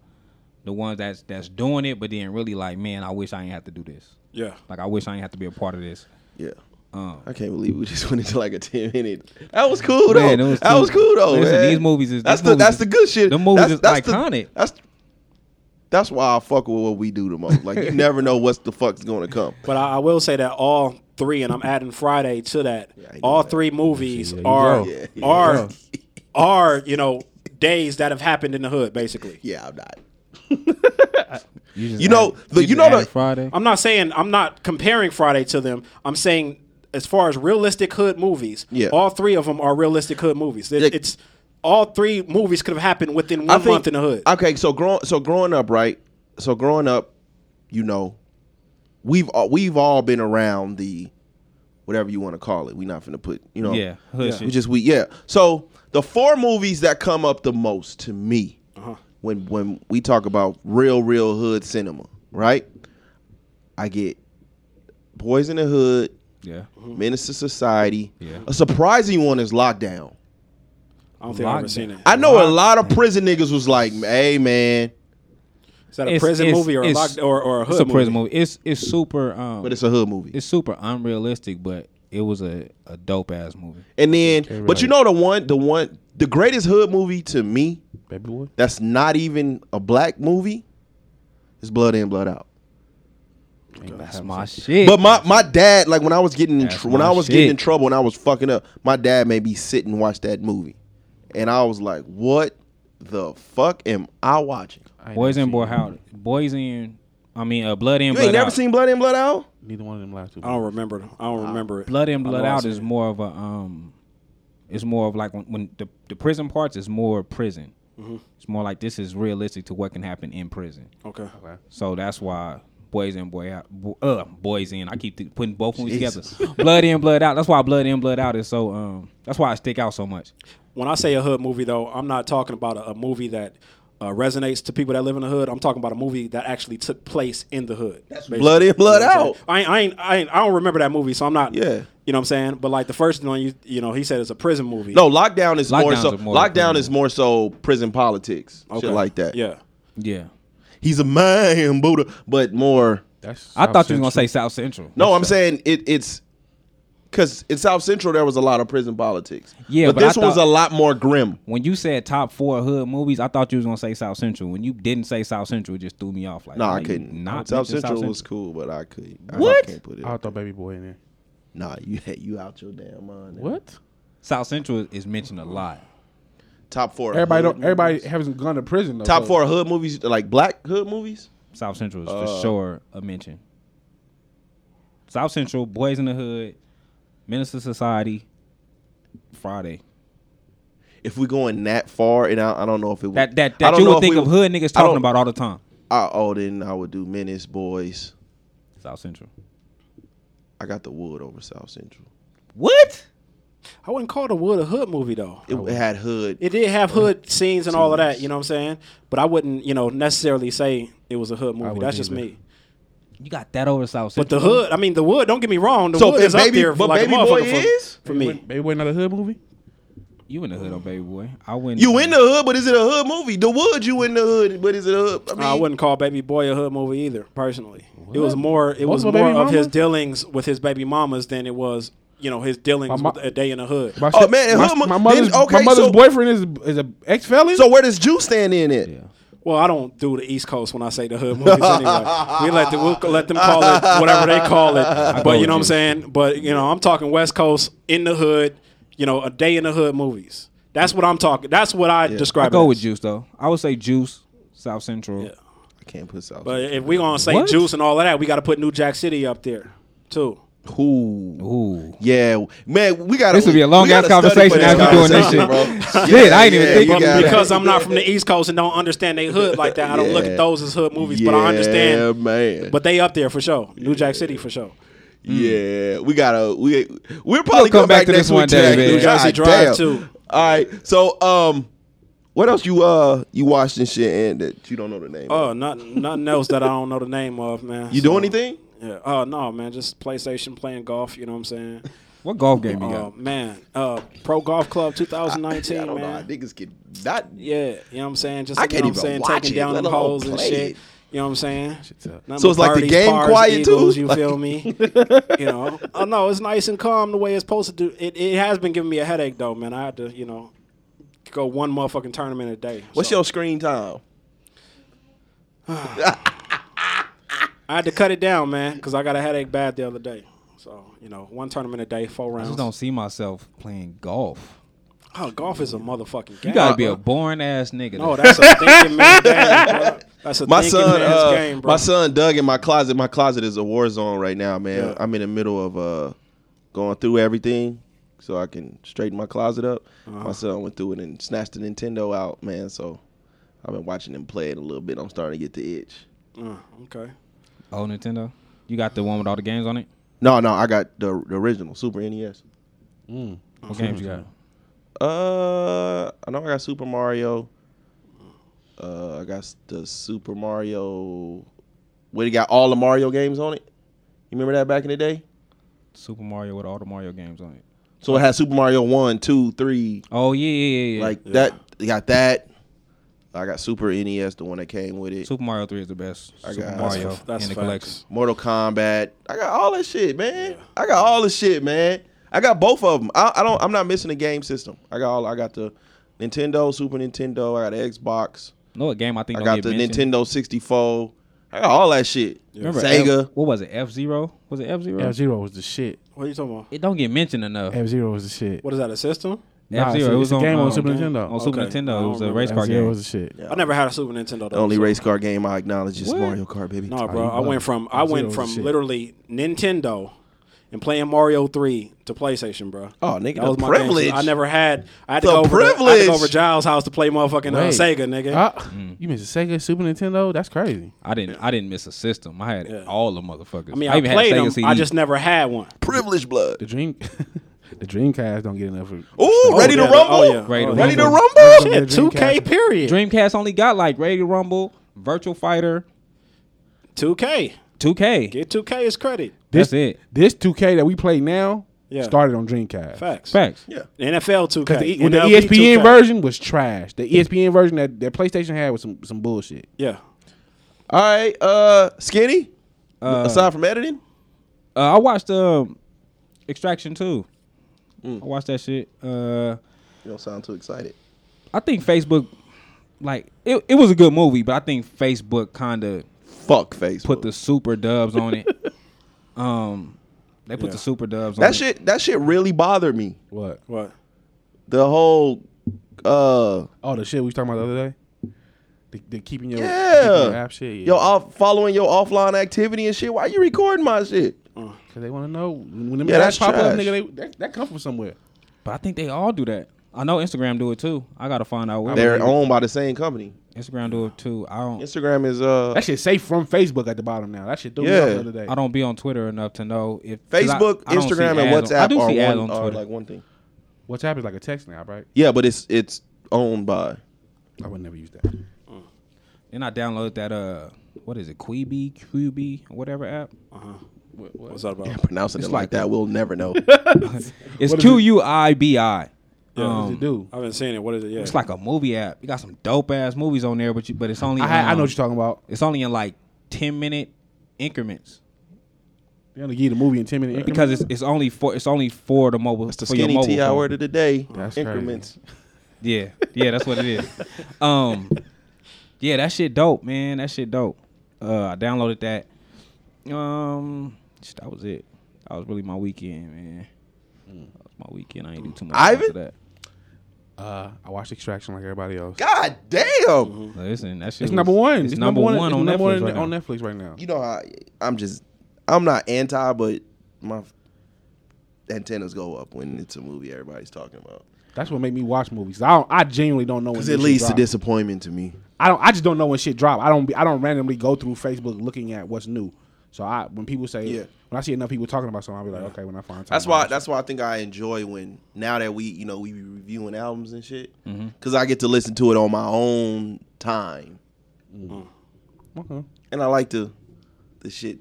Speaker 5: the ones that's that's doing it, but then really like, man, I wish I ain't have to do this.
Speaker 6: yeah,
Speaker 5: Like, I wish I ain't have to be a part of this.
Speaker 1: Yeah.
Speaker 5: Um,
Speaker 1: I can't believe we just went into like a ten minute. That was cool though.
Speaker 5: Man, it was
Speaker 1: that
Speaker 5: cool.
Speaker 1: was cool though.
Speaker 5: Listen,
Speaker 1: man.
Speaker 5: these movies is-
Speaker 1: that's
Speaker 5: these
Speaker 1: the that's
Speaker 5: movies
Speaker 1: the
Speaker 5: is-
Speaker 1: good shit.
Speaker 5: them movies
Speaker 1: that's,
Speaker 5: is
Speaker 1: that's
Speaker 5: iconic.
Speaker 1: The, that's that's why I fuck with what we do the most. Like you never know what's the fuck's gonna come.
Speaker 6: But I, I will say that all three, and I'm adding Friday to that.
Speaker 1: I know
Speaker 6: all
Speaker 1: that.
Speaker 6: three movies are
Speaker 1: Yeah, yeah,
Speaker 6: are are you know days that have happened in the hood. Basically,
Speaker 1: Yeah, I'm not.
Speaker 5: just
Speaker 1: You know
Speaker 5: add-
Speaker 1: the you
Speaker 5: just
Speaker 1: know
Speaker 5: add
Speaker 1: the
Speaker 5: it Friday.
Speaker 6: I'm not saying I'm not comparing Friday to them. I'm saying as far as realistic hood movies,
Speaker 1: Yeah.
Speaker 6: all three of them are realistic hood movies. It-
Speaker 1: Yeah.
Speaker 6: It's all three movies could have happened within
Speaker 1: I
Speaker 6: one
Speaker 1: think-
Speaker 6: month in the hood.
Speaker 1: Okay, so growing so growing up, right? So growing up, you know, we've all, we've all been around the whatever you want to call it. We're not finna put you know.
Speaker 5: Yeah, hood shit.
Speaker 1: We just we yeah. So the four movies that come up the most to me
Speaker 6: Uh-huh.
Speaker 1: when when we talk about real real hood cinema, right? I get Boys in the Hood,
Speaker 5: yeah.
Speaker 1: Menace to Society.
Speaker 5: Yeah.
Speaker 1: A surprising one is Lockdown.
Speaker 6: I don't think I've ever
Speaker 5: Lockdown.
Speaker 6: seen it.
Speaker 1: I know a lot of prison niggas was like, "Hey man,"
Speaker 6: Is that a
Speaker 5: It's-
Speaker 6: prison
Speaker 5: it's-
Speaker 6: movie or a,
Speaker 5: it's-
Speaker 6: lock, or, or a hood
Speaker 5: It's a prison
Speaker 6: movie?
Speaker 5: movie. It's it's super. Um,
Speaker 1: but it's a hood movie.
Speaker 5: it's super unrealistic, but it was a, a dope ass movie.
Speaker 1: And then, but you know the one, the one, the greatest hood movie to me
Speaker 2: Baby boy.
Speaker 1: that's not even a black movie is Blood In Blood Out.
Speaker 5: That's my shit.
Speaker 1: But my my dad, like when I was getting in
Speaker 5: That's
Speaker 1: tr- when
Speaker 5: my
Speaker 1: I was getting in
Speaker 5: shit.
Speaker 1: trouble and I was fucking up, my dad made me sit and watch that movie, and I was like, "What the fuck am I watching?"
Speaker 2: I ain't
Speaker 5: boys
Speaker 2: never
Speaker 5: in
Speaker 2: seen
Speaker 5: boy out. Boys in. I mean, uh, blood in.
Speaker 1: You
Speaker 5: blood
Speaker 1: ain't never
Speaker 5: out.
Speaker 1: seen Blood In Blood Out?
Speaker 2: Neither one of them last two.
Speaker 6: I
Speaker 5: Oh.
Speaker 6: don't remember. it. I don't remember it.
Speaker 5: Blood in, blood
Speaker 6: I
Speaker 5: out
Speaker 6: lost
Speaker 5: is
Speaker 6: it.
Speaker 5: more of a um, it's more of like when, when the the prison parts is more prison.
Speaker 1: Mm-hmm.
Speaker 5: It's more like this is realistic to what can happen in prison.
Speaker 6: okay.
Speaker 5: So that's why boys in boy out, Bo- uh, boys in. I keep th- putting both of them together. blood in, blood out. That's why blood in, blood out is so um. That's why I stick out so much.
Speaker 6: When I say a hood movie, though, I'm not talking about a, a movie that uh, resonates to people that live in the hood. I'm talking about a movie that actually took place in the hood. basically.
Speaker 1: Blood in, blood
Speaker 6: You know what I'm
Speaker 1: out.
Speaker 6: saying? I ain't, I ain't, I ain't, I don't remember that movie, so I'm not.
Speaker 1: Yeah.
Speaker 6: You know what I'm saying? But like the first one, you, you know, he said it's a prison movie.
Speaker 1: No, Lockdown is more
Speaker 5: Lockdown's
Speaker 1: so.
Speaker 5: a more-
Speaker 1: lockdown is more so prison politics, shit like that.
Speaker 6: Yeah.
Speaker 5: Yeah.
Speaker 1: he's a man, Buddha, but more.
Speaker 2: That's
Speaker 5: I
Speaker 2: South
Speaker 5: thought you were gonna
Speaker 2: Central.
Speaker 5: say South Central.
Speaker 1: No, I'm saying it, it's because in South Central there was a lot of prison politics.
Speaker 5: Yeah,
Speaker 1: but,
Speaker 5: but
Speaker 1: this
Speaker 5: I
Speaker 1: was
Speaker 5: thought-
Speaker 1: a lot more grim.
Speaker 5: When you said top four hood movies, I thought you was gonna say South Central. When you didn't say South Central, it just threw me off. Like,
Speaker 1: No,
Speaker 5: how
Speaker 1: I
Speaker 5: you
Speaker 1: couldn't.
Speaker 5: Not
Speaker 1: South
Speaker 5: mention
Speaker 1: Central, was cool, but I could. I
Speaker 5: What? Uh,
Speaker 1: can't put it.
Speaker 2: I thought baby boy in there.
Speaker 1: nah, you you out your damn mind. now.
Speaker 2: What?
Speaker 5: South Central is mentioned a lot.
Speaker 1: Top four.
Speaker 2: Everybody
Speaker 1: hood
Speaker 2: don't. Everybody
Speaker 1: movies?
Speaker 2: hasn't gone to prison though.
Speaker 1: Top
Speaker 2: so-
Speaker 1: four hood movies, like black hood movies.
Speaker 5: South Central is for
Speaker 1: Uh.
Speaker 5: sure a mention. South Central, Boys in the Hood, Minister Society, Friday.
Speaker 1: If we going that far, and I, I don't know if it would,
Speaker 5: That that
Speaker 1: I
Speaker 5: that
Speaker 1: don't
Speaker 5: you
Speaker 1: know
Speaker 5: would
Speaker 1: if
Speaker 5: think
Speaker 1: we
Speaker 5: of hood niggas
Speaker 1: I don't-
Speaker 5: talking about all the time.
Speaker 1: I, oh, then I would do Menace Boys.
Speaker 5: South Central.
Speaker 1: I got the wood over South Central.
Speaker 5: What?
Speaker 6: I wouldn't call the Wood a hood movie though.
Speaker 1: It, it had hood.
Speaker 6: It did have hood scenes and all of that, you know what I'm saying? But I wouldn't, you know, necessarily say it was a hood movie.
Speaker 2: wouldn't
Speaker 6: That's just
Speaker 2: either.
Speaker 6: me.
Speaker 5: You got that over South
Speaker 6: But the
Speaker 5: Central.
Speaker 6: hood, I mean, the wood. Don't get me wrong, the
Speaker 1: So,
Speaker 6: wood
Speaker 1: if
Speaker 6: is up
Speaker 1: Baby-
Speaker 6: there for
Speaker 1: but
Speaker 6: like
Speaker 1: Baby
Speaker 6: a
Speaker 1: Boy
Speaker 6: motherfucker for-
Speaker 1: is?
Speaker 6: for
Speaker 2: Baby
Speaker 6: me.
Speaker 2: Boy- baby boy not a hood movie.
Speaker 5: You in the hood on baby boy. I wouldn't
Speaker 1: You in the hood, but is it a hood movie? The wood, you in the hood, but is it a hood? I mean,
Speaker 6: I wouldn't call Baby Boy a hood movie either, personally. It was more it was
Speaker 2: Multiple
Speaker 6: more
Speaker 2: baby
Speaker 6: of his
Speaker 2: mamas?
Speaker 6: dealings with his baby mamas than it was, you know, his dealings
Speaker 2: My mo-
Speaker 6: with a day in the hood.
Speaker 2: My
Speaker 1: Oh,
Speaker 2: shit-
Speaker 1: man,
Speaker 2: my,
Speaker 1: hood mo-
Speaker 2: my mother's,
Speaker 1: then- okay,
Speaker 2: my mother's
Speaker 1: so-
Speaker 2: boyfriend is is a ex felon.
Speaker 1: So where does Juice stand in it?
Speaker 6: Well, I don't do the East Coast when I say the hood movies anyway. We let the we'll let them call it whatever they call it. But you know what I'm saying? But you know, I'm talking West Coast in the hood, you know, a day in the hood movies. That's what I'm talking. That's what I
Speaker 5: I
Speaker 6: describe.
Speaker 5: go
Speaker 6: it
Speaker 5: with
Speaker 6: as.
Speaker 5: Juice though. I would say Juice, South Central.
Speaker 6: Yeah.
Speaker 1: I can't put South.
Speaker 6: But if we gonna say
Speaker 5: What?
Speaker 6: juice and all of that, we got to put New Jack City up there too.
Speaker 1: Who?
Speaker 5: Ooh.
Speaker 1: Yeah, man, we got
Speaker 5: This would be a long ass conversation
Speaker 6: as we doing this
Speaker 5: shit. Shit, I ain't even
Speaker 6: But
Speaker 5: thinking Yeah,
Speaker 1: about
Speaker 5: gotta-
Speaker 6: because I'm not from the East Coast and don't understand they hood like that, I don't look
Speaker 1: Yeah.
Speaker 6: at those as hood movies. But I understand.
Speaker 1: man.
Speaker 6: But they up there for sure. New Jack City for sure.
Speaker 1: Yeah, we gotta we we're probably
Speaker 5: Mm. come
Speaker 1: going
Speaker 5: back
Speaker 1: back,
Speaker 5: to
Speaker 1: next
Speaker 5: this one
Speaker 1: week
Speaker 5: day,
Speaker 1: to that
Speaker 5: man.
Speaker 1: New
Speaker 5: New
Speaker 6: Jersey
Speaker 1: God
Speaker 6: Drive,
Speaker 1: damn.
Speaker 6: too.
Speaker 1: All right, so um, what else you uh you watched and shit and that you don't know the name? of?
Speaker 6: Oh, nothing, nothing else that I don't know the name of, man.
Speaker 1: you
Speaker 6: So,
Speaker 1: do anything?
Speaker 6: Yeah. Oh no, man. Just PlayStation playing golf. You know what I'm saying?
Speaker 5: What golf game you
Speaker 6: Oh
Speaker 1: Um,
Speaker 5: got?
Speaker 6: man, uh, Pro Golf Club 2019,
Speaker 1: I don't know. how
Speaker 6: man.
Speaker 1: Niggas get not.
Speaker 6: Yeah, you know what I'm saying. Just
Speaker 1: I
Speaker 6: like,
Speaker 1: can't
Speaker 6: you
Speaker 1: even
Speaker 6: know what I'm saying,
Speaker 1: watch
Speaker 6: taking
Speaker 1: it,
Speaker 6: down
Speaker 1: let
Speaker 6: them
Speaker 1: alone
Speaker 6: holes and
Speaker 1: play
Speaker 6: shit.
Speaker 1: it.
Speaker 6: You know what I'm saying. Nothing
Speaker 1: So
Speaker 6: but
Speaker 1: it's like the
Speaker 6: birdies,
Speaker 1: game
Speaker 6: pars,
Speaker 1: quiet, too?
Speaker 6: eagles, You
Speaker 1: Like-
Speaker 6: feel me? you know. Oh no, it's nice and calm the way it's supposed to do. It, it has been giving me a headache though, man. I had to, you know, go one motherfucking tournament a day.
Speaker 1: What's
Speaker 6: So,
Speaker 1: your screen time?
Speaker 6: I had to cut it down, man, because I got a headache bad the other day. So you know, one tournament a day, four
Speaker 5: I
Speaker 6: rounds.
Speaker 5: just don't see myself playing golf.
Speaker 6: oh, golf is a motherfucking game.
Speaker 5: You gotta be a boring ass nigga.
Speaker 6: No,
Speaker 5: to-
Speaker 6: that's a thinking man game, bro. That's a
Speaker 1: My
Speaker 6: thinking
Speaker 1: son,
Speaker 6: man's
Speaker 1: uh,
Speaker 6: game, bro.
Speaker 1: my son Doug in my closet. My closet is a war zone right now, man.
Speaker 6: Yeah.
Speaker 1: I'm in the middle of uh going through everything so I can straighten my closet up.
Speaker 6: Uh-huh.
Speaker 1: My son went through it and snatched the Nintendo out, man. So I've been watching him play it a little bit. I'm starting to get the itch.
Speaker 6: Uh, okay.
Speaker 5: Oh, Nintendo. You got the one with all the games on it.
Speaker 1: No, no, I got the, the original Super E NES.
Speaker 5: What
Speaker 1: Mm-hmm.
Speaker 5: games you got?
Speaker 1: Uh, I know I got Super Mario. Uh, I got s- the Super Mario. Where they got all the Mario games on it. You remember that back in the day?
Speaker 5: Super Mario with all the Mario games on it.
Speaker 1: So it had Super Mario one, two, three,
Speaker 5: Oh yeah, yeah, yeah. yeah.
Speaker 1: like that. I got that. I got Super NES, the one that came with it.
Speaker 5: Super Mario Three is the best.
Speaker 1: I
Speaker 5: Super
Speaker 1: got-
Speaker 5: Mario
Speaker 6: That's- that's
Speaker 5: in the
Speaker 6: facts.
Speaker 5: collection.
Speaker 1: Mortal Kombat. I got all that shit, man. I got all this shit, man. I got both of them. I, I don't. I'm not missing a game system. I got all. I got the Nintendo, Super Nintendo. I got the Xbox.
Speaker 5: No, a game I think
Speaker 1: I
Speaker 5: don't
Speaker 1: got
Speaker 5: get
Speaker 1: the
Speaker 5: mentioned.
Speaker 1: Nintendo 64. I got all that shit.
Speaker 5: Remember
Speaker 1: Sega.
Speaker 5: F- what was it? F Zero? Was it F Zero?
Speaker 7: F Zero was the shit.
Speaker 6: What are you talking about?
Speaker 5: It don't get mentioned enough.
Speaker 7: F Zero was the shit.
Speaker 6: What is that, a system?
Speaker 7: Nah,
Speaker 5: F-Zero,
Speaker 7: it's-
Speaker 5: it
Speaker 7: it's
Speaker 5: was
Speaker 7: a
Speaker 5: on,
Speaker 7: game on
Speaker 5: uh,
Speaker 7: Super Nintendo.
Speaker 5: On Super
Speaker 6: Okay.
Speaker 5: Nintendo,
Speaker 6: I
Speaker 5: it was
Speaker 6: don't
Speaker 5: a race
Speaker 7: F
Speaker 5: car
Speaker 7: Zero
Speaker 5: game.
Speaker 7: was the shit.
Speaker 6: I never had a Super Nintendo.
Speaker 1: The
Speaker 6: Though,
Speaker 1: only
Speaker 6: so-
Speaker 1: race car game I acknowledge is
Speaker 5: What?
Speaker 1: Mario Kart, baby.
Speaker 6: No, bro.
Speaker 7: you
Speaker 6: I went
Speaker 7: bugging.
Speaker 6: from I
Speaker 7: F-Zero
Speaker 6: went
Speaker 7: was
Speaker 6: from
Speaker 7: the shit.
Speaker 6: literally Nintendo and playing Mario three to PlayStation, bro.
Speaker 1: Oh, nigga,
Speaker 6: That
Speaker 1: the
Speaker 6: was my game.
Speaker 1: privilege.
Speaker 6: I never had. I had to
Speaker 1: The
Speaker 6: go over. to- I had to go
Speaker 1: privilege.
Speaker 6: over Giles' house to play motherfucking uh,
Speaker 7: Wait.
Speaker 6: Sega, nigga.
Speaker 7: Ah,
Speaker 1: Mm.
Speaker 7: You missed a Sega Super Nintendo? That's crazy.
Speaker 5: I didn't. I didn't miss a system. I had
Speaker 6: Yeah.
Speaker 5: all the motherfuckers.
Speaker 6: I mean, I,
Speaker 5: even
Speaker 6: played
Speaker 5: had Sega
Speaker 6: them.
Speaker 5: CD.
Speaker 6: I just never had one.
Speaker 1: Privilege blood.
Speaker 7: The Dream, the Dreamcast don't get enough. Ooh,
Speaker 1: Ooh, ready
Speaker 6: yeah,
Speaker 1: to rumble.
Speaker 6: oh, yeah.
Speaker 5: Ready to
Speaker 1: Ready to
Speaker 5: Rumble.
Speaker 1: rumble.
Speaker 6: Shit, two K
Speaker 7: Dreamcast.
Speaker 6: period.
Speaker 5: Dreamcast only got like Radio Rumble, Virtual Fighter,
Speaker 6: Two K.
Speaker 5: 2K.
Speaker 6: Get two K as credit.
Speaker 7: This,
Speaker 5: That's it.
Speaker 7: This 2K that we play now
Speaker 6: Yeah.
Speaker 7: started on Dreamcast.
Speaker 6: Facts.
Speaker 5: Facts.
Speaker 1: Yeah.
Speaker 6: NFL two K.
Speaker 7: The, E- when the ESPN version was trash. The E ESPN version that, that PlayStation had was some, some bullshit.
Speaker 6: Yeah.
Speaker 1: All right, uh, skinny.
Speaker 5: Uh,
Speaker 1: Aside from editing,
Speaker 5: Uh, I watched um, Extraction too.
Speaker 1: Mm.
Speaker 5: I watched that shit. Uh,
Speaker 1: you don't sound too excited.
Speaker 5: I think Facebook, like it, it was a good movie, but I think Facebook kind of
Speaker 1: Fuck face.
Speaker 5: put the super dubs on it. um, they put
Speaker 6: Yeah.
Speaker 5: the super dubs on
Speaker 1: that
Speaker 5: it.
Speaker 1: shit. That shit really bothered me.
Speaker 7: What?
Speaker 6: What?
Speaker 1: The whole. Uh,
Speaker 7: Oh, the shit we was talking about the other day. The, the keeping your keeping your
Speaker 1: yeah.
Speaker 7: app shit. Yeah.
Speaker 1: Yo, off, following your offline activity and shit. Why you recording my shit?
Speaker 7: Cause they want to know when them
Speaker 1: Yeah, that's
Speaker 7: ads pop up,
Speaker 1: trash.
Speaker 7: nigga. They, that that come from somewhere.
Speaker 5: But I think they all do that. I know Instagram do it too. I gotta find out where
Speaker 1: They're owned by the same company.
Speaker 5: Instagram do it too. I don't.
Speaker 1: Instagram is uh.
Speaker 7: That shit safe from Facebook at the bottom now. That shit threw
Speaker 1: Yeah.
Speaker 7: me off the other day.
Speaker 5: I don't be on Twitter enough to know if 'cause I-
Speaker 1: Facebook,
Speaker 5: I don't see
Speaker 1: Instagram, and
Speaker 5: ads on-
Speaker 1: WhatsApp
Speaker 5: I do
Speaker 1: are,
Speaker 5: see ads
Speaker 1: one,
Speaker 5: on
Speaker 1: are
Speaker 5: Twitter.
Speaker 1: like one thing.
Speaker 7: What's happened is like a text now, right?
Speaker 1: Yeah, but it's it's owned by.
Speaker 7: I would never use that.
Speaker 5: Then I downloaded that uh, what is it, Queeby, Queeby, whatever app.
Speaker 6: What's that about?
Speaker 1: Pronouncing it like,
Speaker 5: like
Speaker 1: that, we'll never know.
Speaker 5: It's Q U I B I.
Speaker 7: what does it do?
Speaker 6: I haven't seen it. What is it? Yeah.
Speaker 5: It's like a movie app. You got some dope ass movies on there, but you, but it's only
Speaker 7: I, had- I
Speaker 5: um,
Speaker 7: know what you're talking about.
Speaker 5: It's only in like ten minute increments
Speaker 7: They only give you the movie in ten minutes
Speaker 5: because it's it's only for it's only for the mobile.
Speaker 1: It's the
Speaker 5: for your
Speaker 1: skinny
Speaker 5: mobile
Speaker 1: tea hour
Speaker 5: phone.
Speaker 1: of the day.
Speaker 7: That's crazy.
Speaker 1: increments.
Speaker 5: Yeah, yeah, that's what it is. Um, yeah, that shit dope, man. That shit dope. Uh, I downloaded that. Um, shit, that was it. That was really my weekend, man. That was my weekend. I ain't do too much
Speaker 1: Ivan?
Speaker 5: after that.
Speaker 2: Uh, I watched Extraction like everybody else.
Speaker 1: God damn.
Speaker 5: Listen, that
Speaker 2: It's
Speaker 5: shit was-
Speaker 2: number one.
Speaker 5: It's, number, one
Speaker 2: it's
Speaker 5: on
Speaker 2: number
Speaker 5: Netflix.
Speaker 2: one
Speaker 5: right now.
Speaker 2: on Netflix right now.
Speaker 1: You know, I, I'm just, I'm not anti, but my f- antennas go up when it's a movie everybody's talking about.
Speaker 2: That's what made me watch movies. I don't, I genuinely don't know when
Speaker 1: Because
Speaker 2: this
Speaker 1: it
Speaker 2: shit
Speaker 1: leads to
Speaker 2: drop.
Speaker 1: disappointment to me.
Speaker 2: I don't. I just don't know when shit drop. I don't. Be, I don't randomly go through Facebook looking at what's new. So I when people say
Speaker 1: Yeah.
Speaker 2: when I see enough people talking about something, I'll be like, okay, when I find time.
Speaker 1: That's why.
Speaker 2: I'll-
Speaker 1: That's why I think I enjoy when now that we, you know, we be reviewing albums and shit, because I get to listen to it on my own time,
Speaker 2: Okay.
Speaker 1: and I like the, the shit.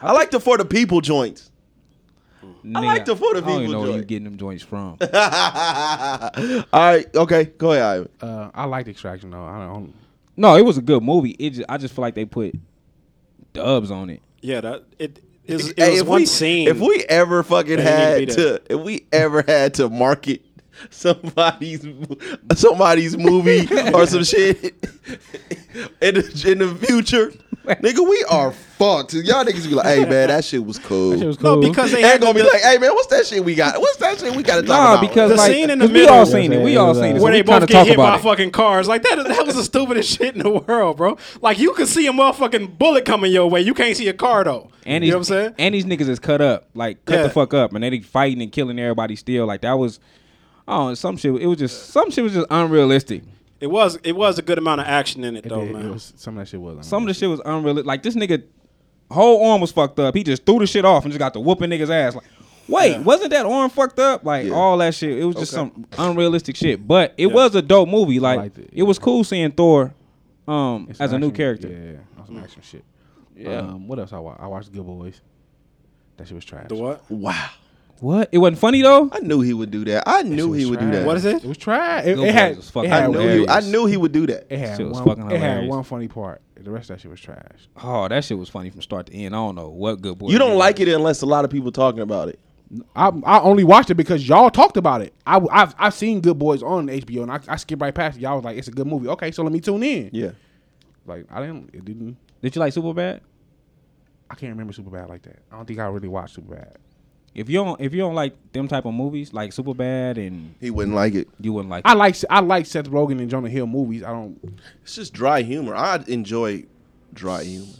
Speaker 1: I like the for the people joints.
Speaker 5: Nigga,
Speaker 1: like the photo
Speaker 5: I don't even
Speaker 1: people
Speaker 5: know where you
Speaker 1: joint.
Speaker 5: getting them joints from.
Speaker 1: All right. Okay. Go ahead. Ivan.
Speaker 2: Uh, I liked Extraction though. I don't.
Speaker 5: no, it was a good movie. It just, I just feel like they put dubs on it.
Speaker 6: Yeah, that it is. It
Speaker 1: Hey,
Speaker 6: was
Speaker 1: if
Speaker 6: one
Speaker 1: we,
Speaker 6: scene.
Speaker 1: If we ever fucking
Speaker 6: Yeah, you
Speaker 1: had
Speaker 6: need to be there.
Speaker 1: to, if we ever had to market somebody's somebody's movie or some shit in the, in the future, nigga, we are fucked. Y'all niggas be like, hey man, that shit was cool.
Speaker 2: It was
Speaker 6: no,
Speaker 2: cool.
Speaker 6: because they
Speaker 1: and
Speaker 6: had
Speaker 1: gonna be
Speaker 6: the-
Speaker 1: like, hey man, what's that shit we got? What's that shit we got to talk
Speaker 5: Nah,
Speaker 1: about?
Speaker 5: because
Speaker 6: The
Speaker 5: like
Speaker 6: scene in the
Speaker 5: 'cause we
Speaker 6: middle.
Speaker 5: all seen it. We all seen it. So
Speaker 6: where
Speaker 5: we
Speaker 6: they both
Speaker 5: kinda
Speaker 6: get
Speaker 5: talk
Speaker 6: hit by
Speaker 5: about it.
Speaker 6: fucking cars. Like that, that was the stupidest shit in the world, bro. Like you could see a motherfucking bullet coming your way. You can't see a car though.
Speaker 5: And
Speaker 6: you
Speaker 5: these,
Speaker 6: know what I'm saying?
Speaker 5: And these niggas is cut up, like cut
Speaker 6: Yeah.
Speaker 5: the fuck up, and they fighting and killing everybody still. Like that was, oh, some shit. It was just some shit was just unrealistic.
Speaker 6: it was it was a good amount of action in it, though,
Speaker 2: It, it
Speaker 6: man.
Speaker 2: was, some of that shit was.
Speaker 5: Some of the shit was unrealistic. Like this nigga, whole arm was fucked up. He just threw the shit off and just got to whooping niggas ass. Like, wait, wasn't that arm fucked up? Like
Speaker 1: Yeah.
Speaker 5: all that shit. It was just some unrealistic shit. But it was a dope movie. Like
Speaker 2: liked it,
Speaker 5: it,
Speaker 2: yeah.
Speaker 5: was cool seeing Thor, um,
Speaker 2: It's
Speaker 5: as a
Speaker 2: some
Speaker 5: new
Speaker 2: action-
Speaker 5: character. Mm.
Speaker 2: Yeah, yeah, yeah. On some action shit. Yeah. Um, what else I watched? I watched Good Boys. That shit was trash.
Speaker 6: the what?
Speaker 1: wow,
Speaker 5: What? It wasn't funny though.
Speaker 1: I knew he would do that. I knew he would do that.
Speaker 6: What is it?
Speaker 2: It was trash. It,
Speaker 5: Good
Speaker 2: it had.
Speaker 5: Boys was fucking
Speaker 2: it
Speaker 1: I
Speaker 2: had
Speaker 1: knew
Speaker 2: one-
Speaker 1: he, I
Speaker 5: Hilarious.
Speaker 1: knew he would do that.
Speaker 2: It had,
Speaker 5: Shit was
Speaker 2: one,
Speaker 5: fucking
Speaker 2: it had
Speaker 5: hilarious.
Speaker 2: one funny part. The rest of that shit was trash.
Speaker 5: Oh, that shit was funny from start to end. I don't know what good boy.
Speaker 1: You don't like it unless a lot of people talking about it.
Speaker 2: I, I only watched it because y'all talked about it. I, I've, I've seen Good Boys on HBO, and I, I skipped right past it. Y'all was like, it's a good movie. Okay, so let me tune in.
Speaker 1: Yeah.
Speaker 2: Like, I didn't, it didn't,
Speaker 5: Did you like Superbad?
Speaker 2: I can't remember Superbad like that. I don't think I really watched Superbad.
Speaker 5: If you don't, if you don't like them type of movies, like Superbad, and
Speaker 1: He wouldn't like it.
Speaker 5: you wouldn't like.
Speaker 2: I like, I like Seth Rogen and Jonah Hill movies. I don't,
Speaker 1: It's just dry humor. I enjoy dry humor.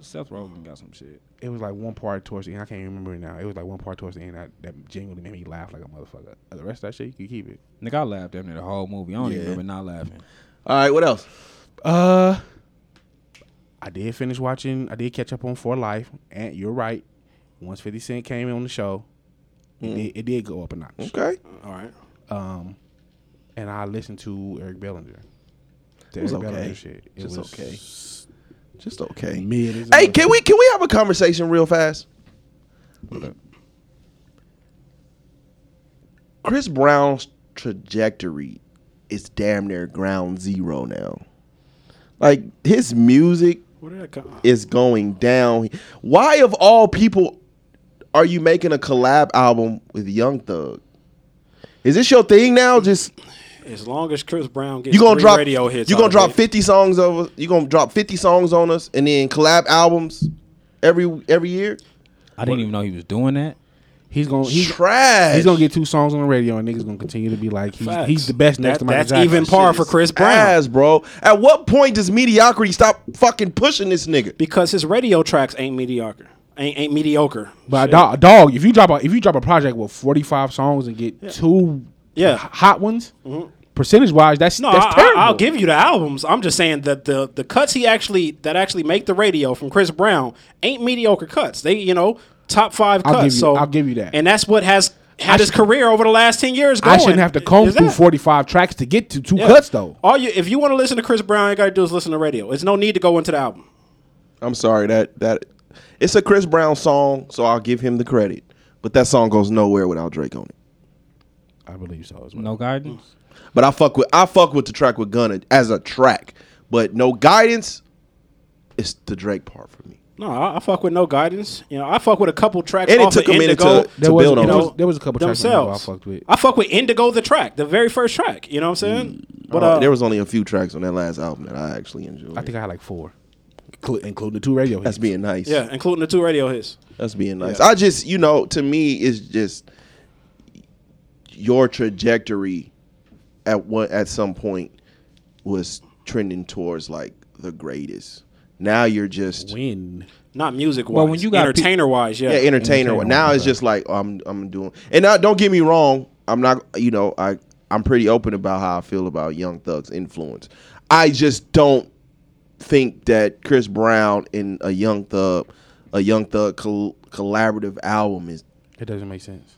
Speaker 5: Seth Rogen got some shit.
Speaker 2: it was like one part towards the end. I can't remember it now. It was like one part towards the end that, that genuinely made me laugh like a motherfucker. The rest of that shit, you can keep it.
Speaker 5: Nigga, I laughed after the whole movie. I don't even
Speaker 1: Yeah.
Speaker 5: remember not laughing.
Speaker 1: All right, what else?
Speaker 2: Uh, I did finish watching. I did catch up on For Life, and you're right. Once Fifty Cent came on the show, it,
Speaker 6: Mm.
Speaker 2: did, it did go up a notch.
Speaker 1: Okay.
Speaker 6: All right.
Speaker 2: Um, and I listened to Eric Bellinger. The
Speaker 1: was
Speaker 2: Eric
Speaker 1: okay.
Speaker 2: Bellinger shit. It
Speaker 1: Just
Speaker 2: was
Speaker 1: okay. Just okay.
Speaker 2: Mid. as a
Speaker 1: Hey,
Speaker 2: motherfucker.
Speaker 1: can we can we have a conversation real fast? Chris Brown's trajectory is damn near ground zero now. Like his music
Speaker 6: Where did that come?
Speaker 1: is going down. Why of all people are you making a collab album with Young Thug? Is this your thing now? Just
Speaker 6: As long as Chris Brown gets
Speaker 1: you gonna
Speaker 6: three
Speaker 1: drop
Speaker 6: radio hits,
Speaker 1: you
Speaker 6: out
Speaker 1: gonna
Speaker 6: of
Speaker 1: drop
Speaker 6: it.
Speaker 1: fifty songs over you gonna drop fifty songs on us and then collab albums every every year?
Speaker 5: I didn't even know he was doing that.
Speaker 2: He's gonna he's,
Speaker 1: Trash.
Speaker 2: he's gonna get two songs on the radio, and niggas gonna continue to be like he's,
Speaker 6: Facts.
Speaker 2: he's the best
Speaker 6: That-
Speaker 2: next to Michael
Speaker 6: That's
Speaker 2: Jackson.
Speaker 6: even par for Chris Brown
Speaker 1: ass, bro. At what point does mediocrity stop fucking pushing this nigga?
Speaker 6: because his radio tracks ain't mediocre. Ain't ain't mediocre.
Speaker 2: But
Speaker 6: Shit.
Speaker 2: dog, dog, if you drop a if you drop a project with forty five songs and get two
Speaker 6: Yeah. Mm-hmm.
Speaker 2: h- hot ones, percentage wise, that's
Speaker 6: No,
Speaker 2: that's
Speaker 6: I,
Speaker 2: terrible.
Speaker 6: I, will give you the albums. I'm just saying that the the cuts he actually that actually make the radio from Chris Brown ain't mediocre cuts. They you know top five
Speaker 2: I'll
Speaker 6: cuts.
Speaker 2: give you-
Speaker 6: so
Speaker 2: I'll give you that.
Speaker 6: And that's what has had his career over the last ten years. Going,
Speaker 2: I shouldn't have to comb
Speaker 6: is
Speaker 2: through
Speaker 6: that.
Speaker 2: forty five tracks to get to two
Speaker 6: Yeah.
Speaker 2: cuts though.
Speaker 6: All you if you want to listen to Chris Brown, all you gotta do is listen to radio. There's no need to go into the album.
Speaker 1: I'm sorry that that it's a Chris Brown song, so I'll give him the credit. But that song goes nowhere without Drake on it.
Speaker 2: I believe so as well.
Speaker 5: No guidance.
Speaker 1: But I fuck with I fuck with the track with Gunna as a track, but no guidance. It's the Drake part for me.
Speaker 6: No, I, I fuck with no guidance. You know, I fuck with a couple tracks.
Speaker 1: And it
Speaker 6: off
Speaker 1: took
Speaker 6: of
Speaker 1: a minute
Speaker 6: Indigo.
Speaker 1: to,
Speaker 2: There
Speaker 1: to
Speaker 2: was-
Speaker 1: build on.
Speaker 2: you
Speaker 6: you
Speaker 2: know,
Speaker 1: it.
Speaker 6: know,
Speaker 2: there was a couple tracks on there
Speaker 6: themselves.
Speaker 2: I fucked with.
Speaker 6: I fuck with Indigo, the track, the very first track. You know what I'm
Speaker 2: Mm.
Speaker 6: saying?
Speaker 2: Oh,
Speaker 6: But
Speaker 1: Uh,
Speaker 6: uh,
Speaker 1: there was only a few tracks on that last album that I actually enjoyed.
Speaker 2: I think I had like four, inclu- including the two radio.
Speaker 1: that's
Speaker 2: hits.
Speaker 1: being nice.
Speaker 6: yeah, including the two radio hits.
Speaker 1: that's being nice. I just you know to me it's just your trajectory at what at some point was trending towards like the greatest. Now you're just
Speaker 2: Win.
Speaker 6: Not music wise.
Speaker 5: Well, when you got pe-
Speaker 6: entertainer wise, yeah.
Speaker 1: yeah, entertainer.
Speaker 5: Entertainer,
Speaker 1: Now it's just like oh, I'm I'm doing. And now, don't get me wrong, I'm not. You know, I I'm pretty open about how I feel about Young Thug's influence. I just don't think that Chris Brown and a Young Thug, a Young Thug col- collaborative album is.
Speaker 2: It doesn't make sense.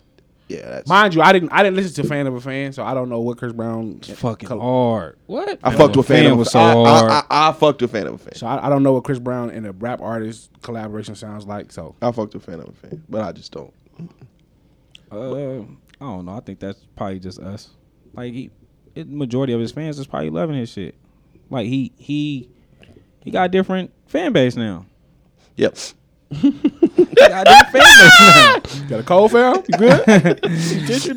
Speaker 1: Yeah, that's,
Speaker 7: Mind you, I didn't I didn't listen to Fan of a Fan, so I don't know what Chris Brown.
Speaker 5: fucking hard. What?
Speaker 1: I fucked with fan, of a
Speaker 5: was so
Speaker 1: I,
Speaker 5: hard.
Speaker 1: I, I, I fucked with fan of a fan.
Speaker 7: So I, I don't know what Chris Brown and a rap artist collaboration sounds like. So
Speaker 1: I fucked with fan of a fan, but I just don't.
Speaker 5: Uh, I don't know. I think that's probably just us. Like he, it, majority of his fans is probably loving his shit. Like he he he got a different fan base now.
Speaker 1: Yep.
Speaker 5: He got a different fan base now.
Speaker 7: got a cold fam? You good?
Speaker 5: He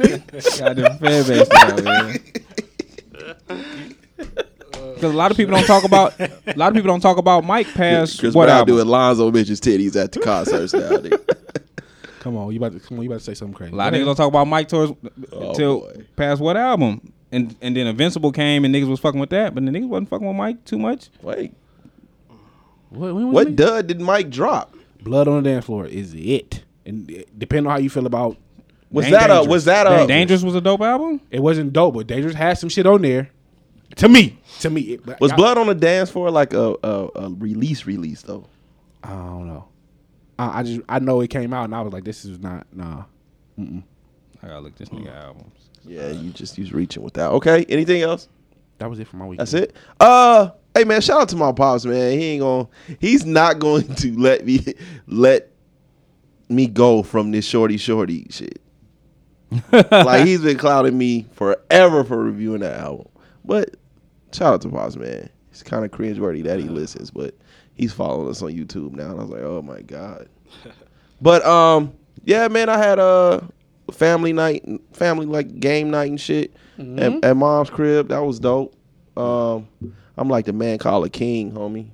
Speaker 5: got a different fan base now. Man. Because a lot of people don't talk about a lot of people don't talk about Mike past
Speaker 1: Chris
Speaker 5: what
Speaker 1: Brown
Speaker 5: album?
Speaker 1: doing Lonzo bitches titties at the concerts now. nigga.
Speaker 7: come on, you about to come on, you about to say something crazy.
Speaker 5: A lot of niggas don't talk about Mike towards
Speaker 1: Oh,
Speaker 5: till
Speaker 1: boy.
Speaker 5: past what album, and and then Invincible came and niggas was fucking with that, but the niggas wasn't fucking with Mike too much.
Speaker 1: Wait,
Speaker 7: what, what, what
Speaker 1: what dud did Mike drop?
Speaker 7: blood on the dance floor is it? And it- depending on how you feel about
Speaker 1: Was
Speaker 5: Dang
Speaker 1: that a?
Speaker 5: Dangerous.
Speaker 1: Was that a?
Speaker 5: Dang Dangerous was a dope album.
Speaker 7: it, wasn't dope, but Dangerous had some shit on there. To me, to me, it, but
Speaker 1: Was
Speaker 7: I-
Speaker 1: Blood on the Dance Floor like a, a, a release release though?
Speaker 7: I don't know. I, I just I know it came out and I was like, this is not nah.
Speaker 5: I gotta look this nigga
Speaker 1: Hmm.
Speaker 5: albums.
Speaker 1: Yeah, you just you was reaching with that. Okay, anything else?
Speaker 7: That was it for my week.
Speaker 1: That's it. Uh, hey man, shout out to my pops, man. He ain't gonna, he's not going to let me let me go from this shorty shorty shit. like he's been clouding me forever for reviewing that album. But shout out to pops, man. It's kind of cringeworthy that he listens, but he's following us on YouTube now, and I was like, oh my god. But um, yeah, man, I had a family night, family like game night and shit at, at mom's crib. That was dope. Um, I'm like the man called a king, homie.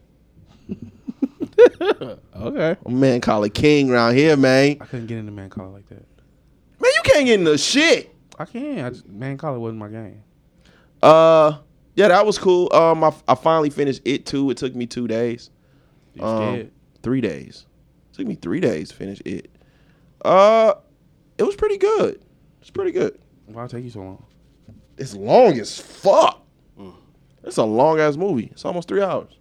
Speaker 7: Okay.
Speaker 1: A man called a king around here, man.
Speaker 7: I couldn't get into man collar like that.
Speaker 1: Man, you can't get in the shit.
Speaker 7: I can. I just, man collar wasn't my game.
Speaker 1: Uh, yeah, that was cool. Um, I, I finally finished it too. It took me two days.
Speaker 7: You
Speaker 1: Um,
Speaker 7: scared?
Speaker 1: three days. took me three days to finish it. Uh, it was pretty good. It's pretty good.
Speaker 7: Why take you so long?
Speaker 1: It's long as fuck. It's a long ass movie. It's almost three hours.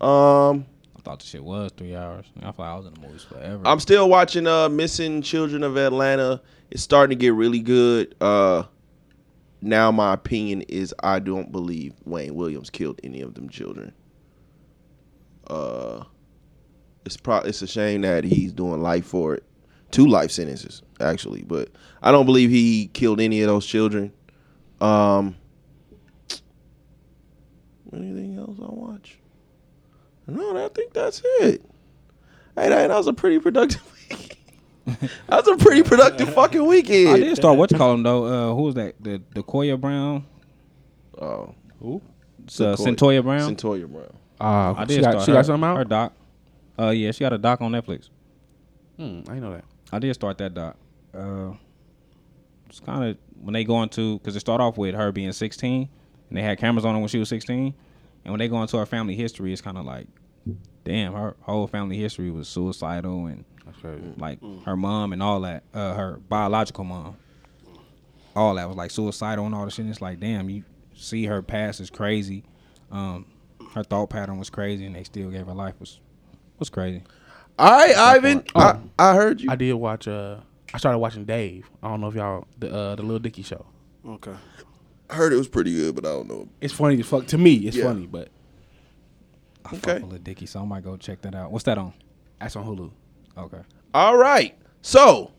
Speaker 1: Um,
Speaker 5: I thought the shit was three hours. I thought I was in the movies forever.
Speaker 1: I'm still watching uh Missing Children of Atlanta. It's starting to get really good. Uh now my opinion is I don't believe Wayne Williams killed any of them children. Uh it's pro it's a shame that he's doing life for it. Two life sentences, actually, but I don't believe he killed any of those children. Um anything else I watch? No, I think that's it. Hey, that, that was a pretty productive week. that was a pretty productive fucking weekend.
Speaker 5: I did start what you call him though. Uh, who was that? The the Koya Brown,
Speaker 1: Oh,
Speaker 5: uh,
Speaker 1: Sequoia-
Speaker 5: Centoya Brown.
Speaker 1: Centoya Brown.
Speaker 7: Uh,
Speaker 5: I did
Speaker 7: she got,
Speaker 5: start
Speaker 7: she
Speaker 5: her-
Speaker 7: got something
Speaker 5: Her
Speaker 7: out?
Speaker 5: doc. Uh, yeah, she got a doc on Netflix.
Speaker 7: Hmm, I know that.
Speaker 5: I did start that doc. Uh, it's kind of when they go into because it start off with her being 16, and they had cameras on her when she was 16, and when they go into her family history, it's kind of like, damn, her whole family history was suicidal and like her mom and all that, uh, her biological mom, all that was like suicidal and all the shit. And it's like, damn, you see her past is crazy. Um, her thought pattern was crazy, and they still gave her life was was crazy.
Speaker 1: All right, Ivan. I, I heard you.
Speaker 7: I did watch. Uh, I started watching Dave. I don't know if y'all the uh, the Little Dicky show.
Speaker 6: Okay.
Speaker 1: I heard it was pretty good, but I don't know.
Speaker 7: It's funny as fuck to me. It's
Speaker 1: Yeah.
Speaker 7: funny, but
Speaker 5: I fuck
Speaker 1: Okay.
Speaker 5: with Lil Dicky, so I might go check that out. What's that on?
Speaker 7: that's on Hulu.
Speaker 5: Okay.
Speaker 1: All right. So,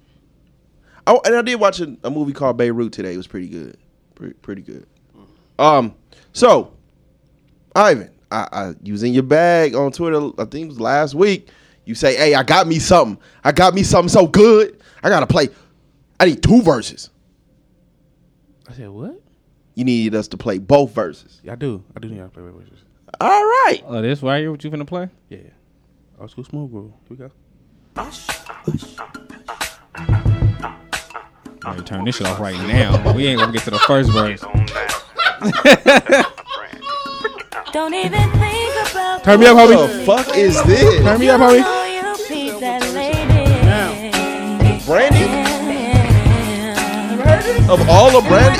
Speaker 1: I, and I did watch a, a movie called Beirut today. It was pretty good. Pretty, pretty good. Um. So, Ivan, I, I you was in your bag on Twitter. I think it was last week. You say, "Hey, I got me something. I got me something so good. I gotta play. I need two verses.
Speaker 7: I said what?
Speaker 1: You needed us to play both verses.
Speaker 7: Yeah, I do. I do need y'all to play with Wizards.
Speaker 1: All right.
Speaker 5: Oh, this right here, what you finna play?
Speaker 7: Yeah. Old school smooth groove. Here we go.
Speaker 5: I can turn this shit off right now. We ain't gonna get to the first verse.
Speaker 4: Don't even think about
Speaker 2: Turn me up,
Speaker 1: What
Speaker 2: homie.
Speaker 1: the fuck is this?
Speaker 2: Turn me up, homie.
Speaker 1: Brandy? Of all of Brandy?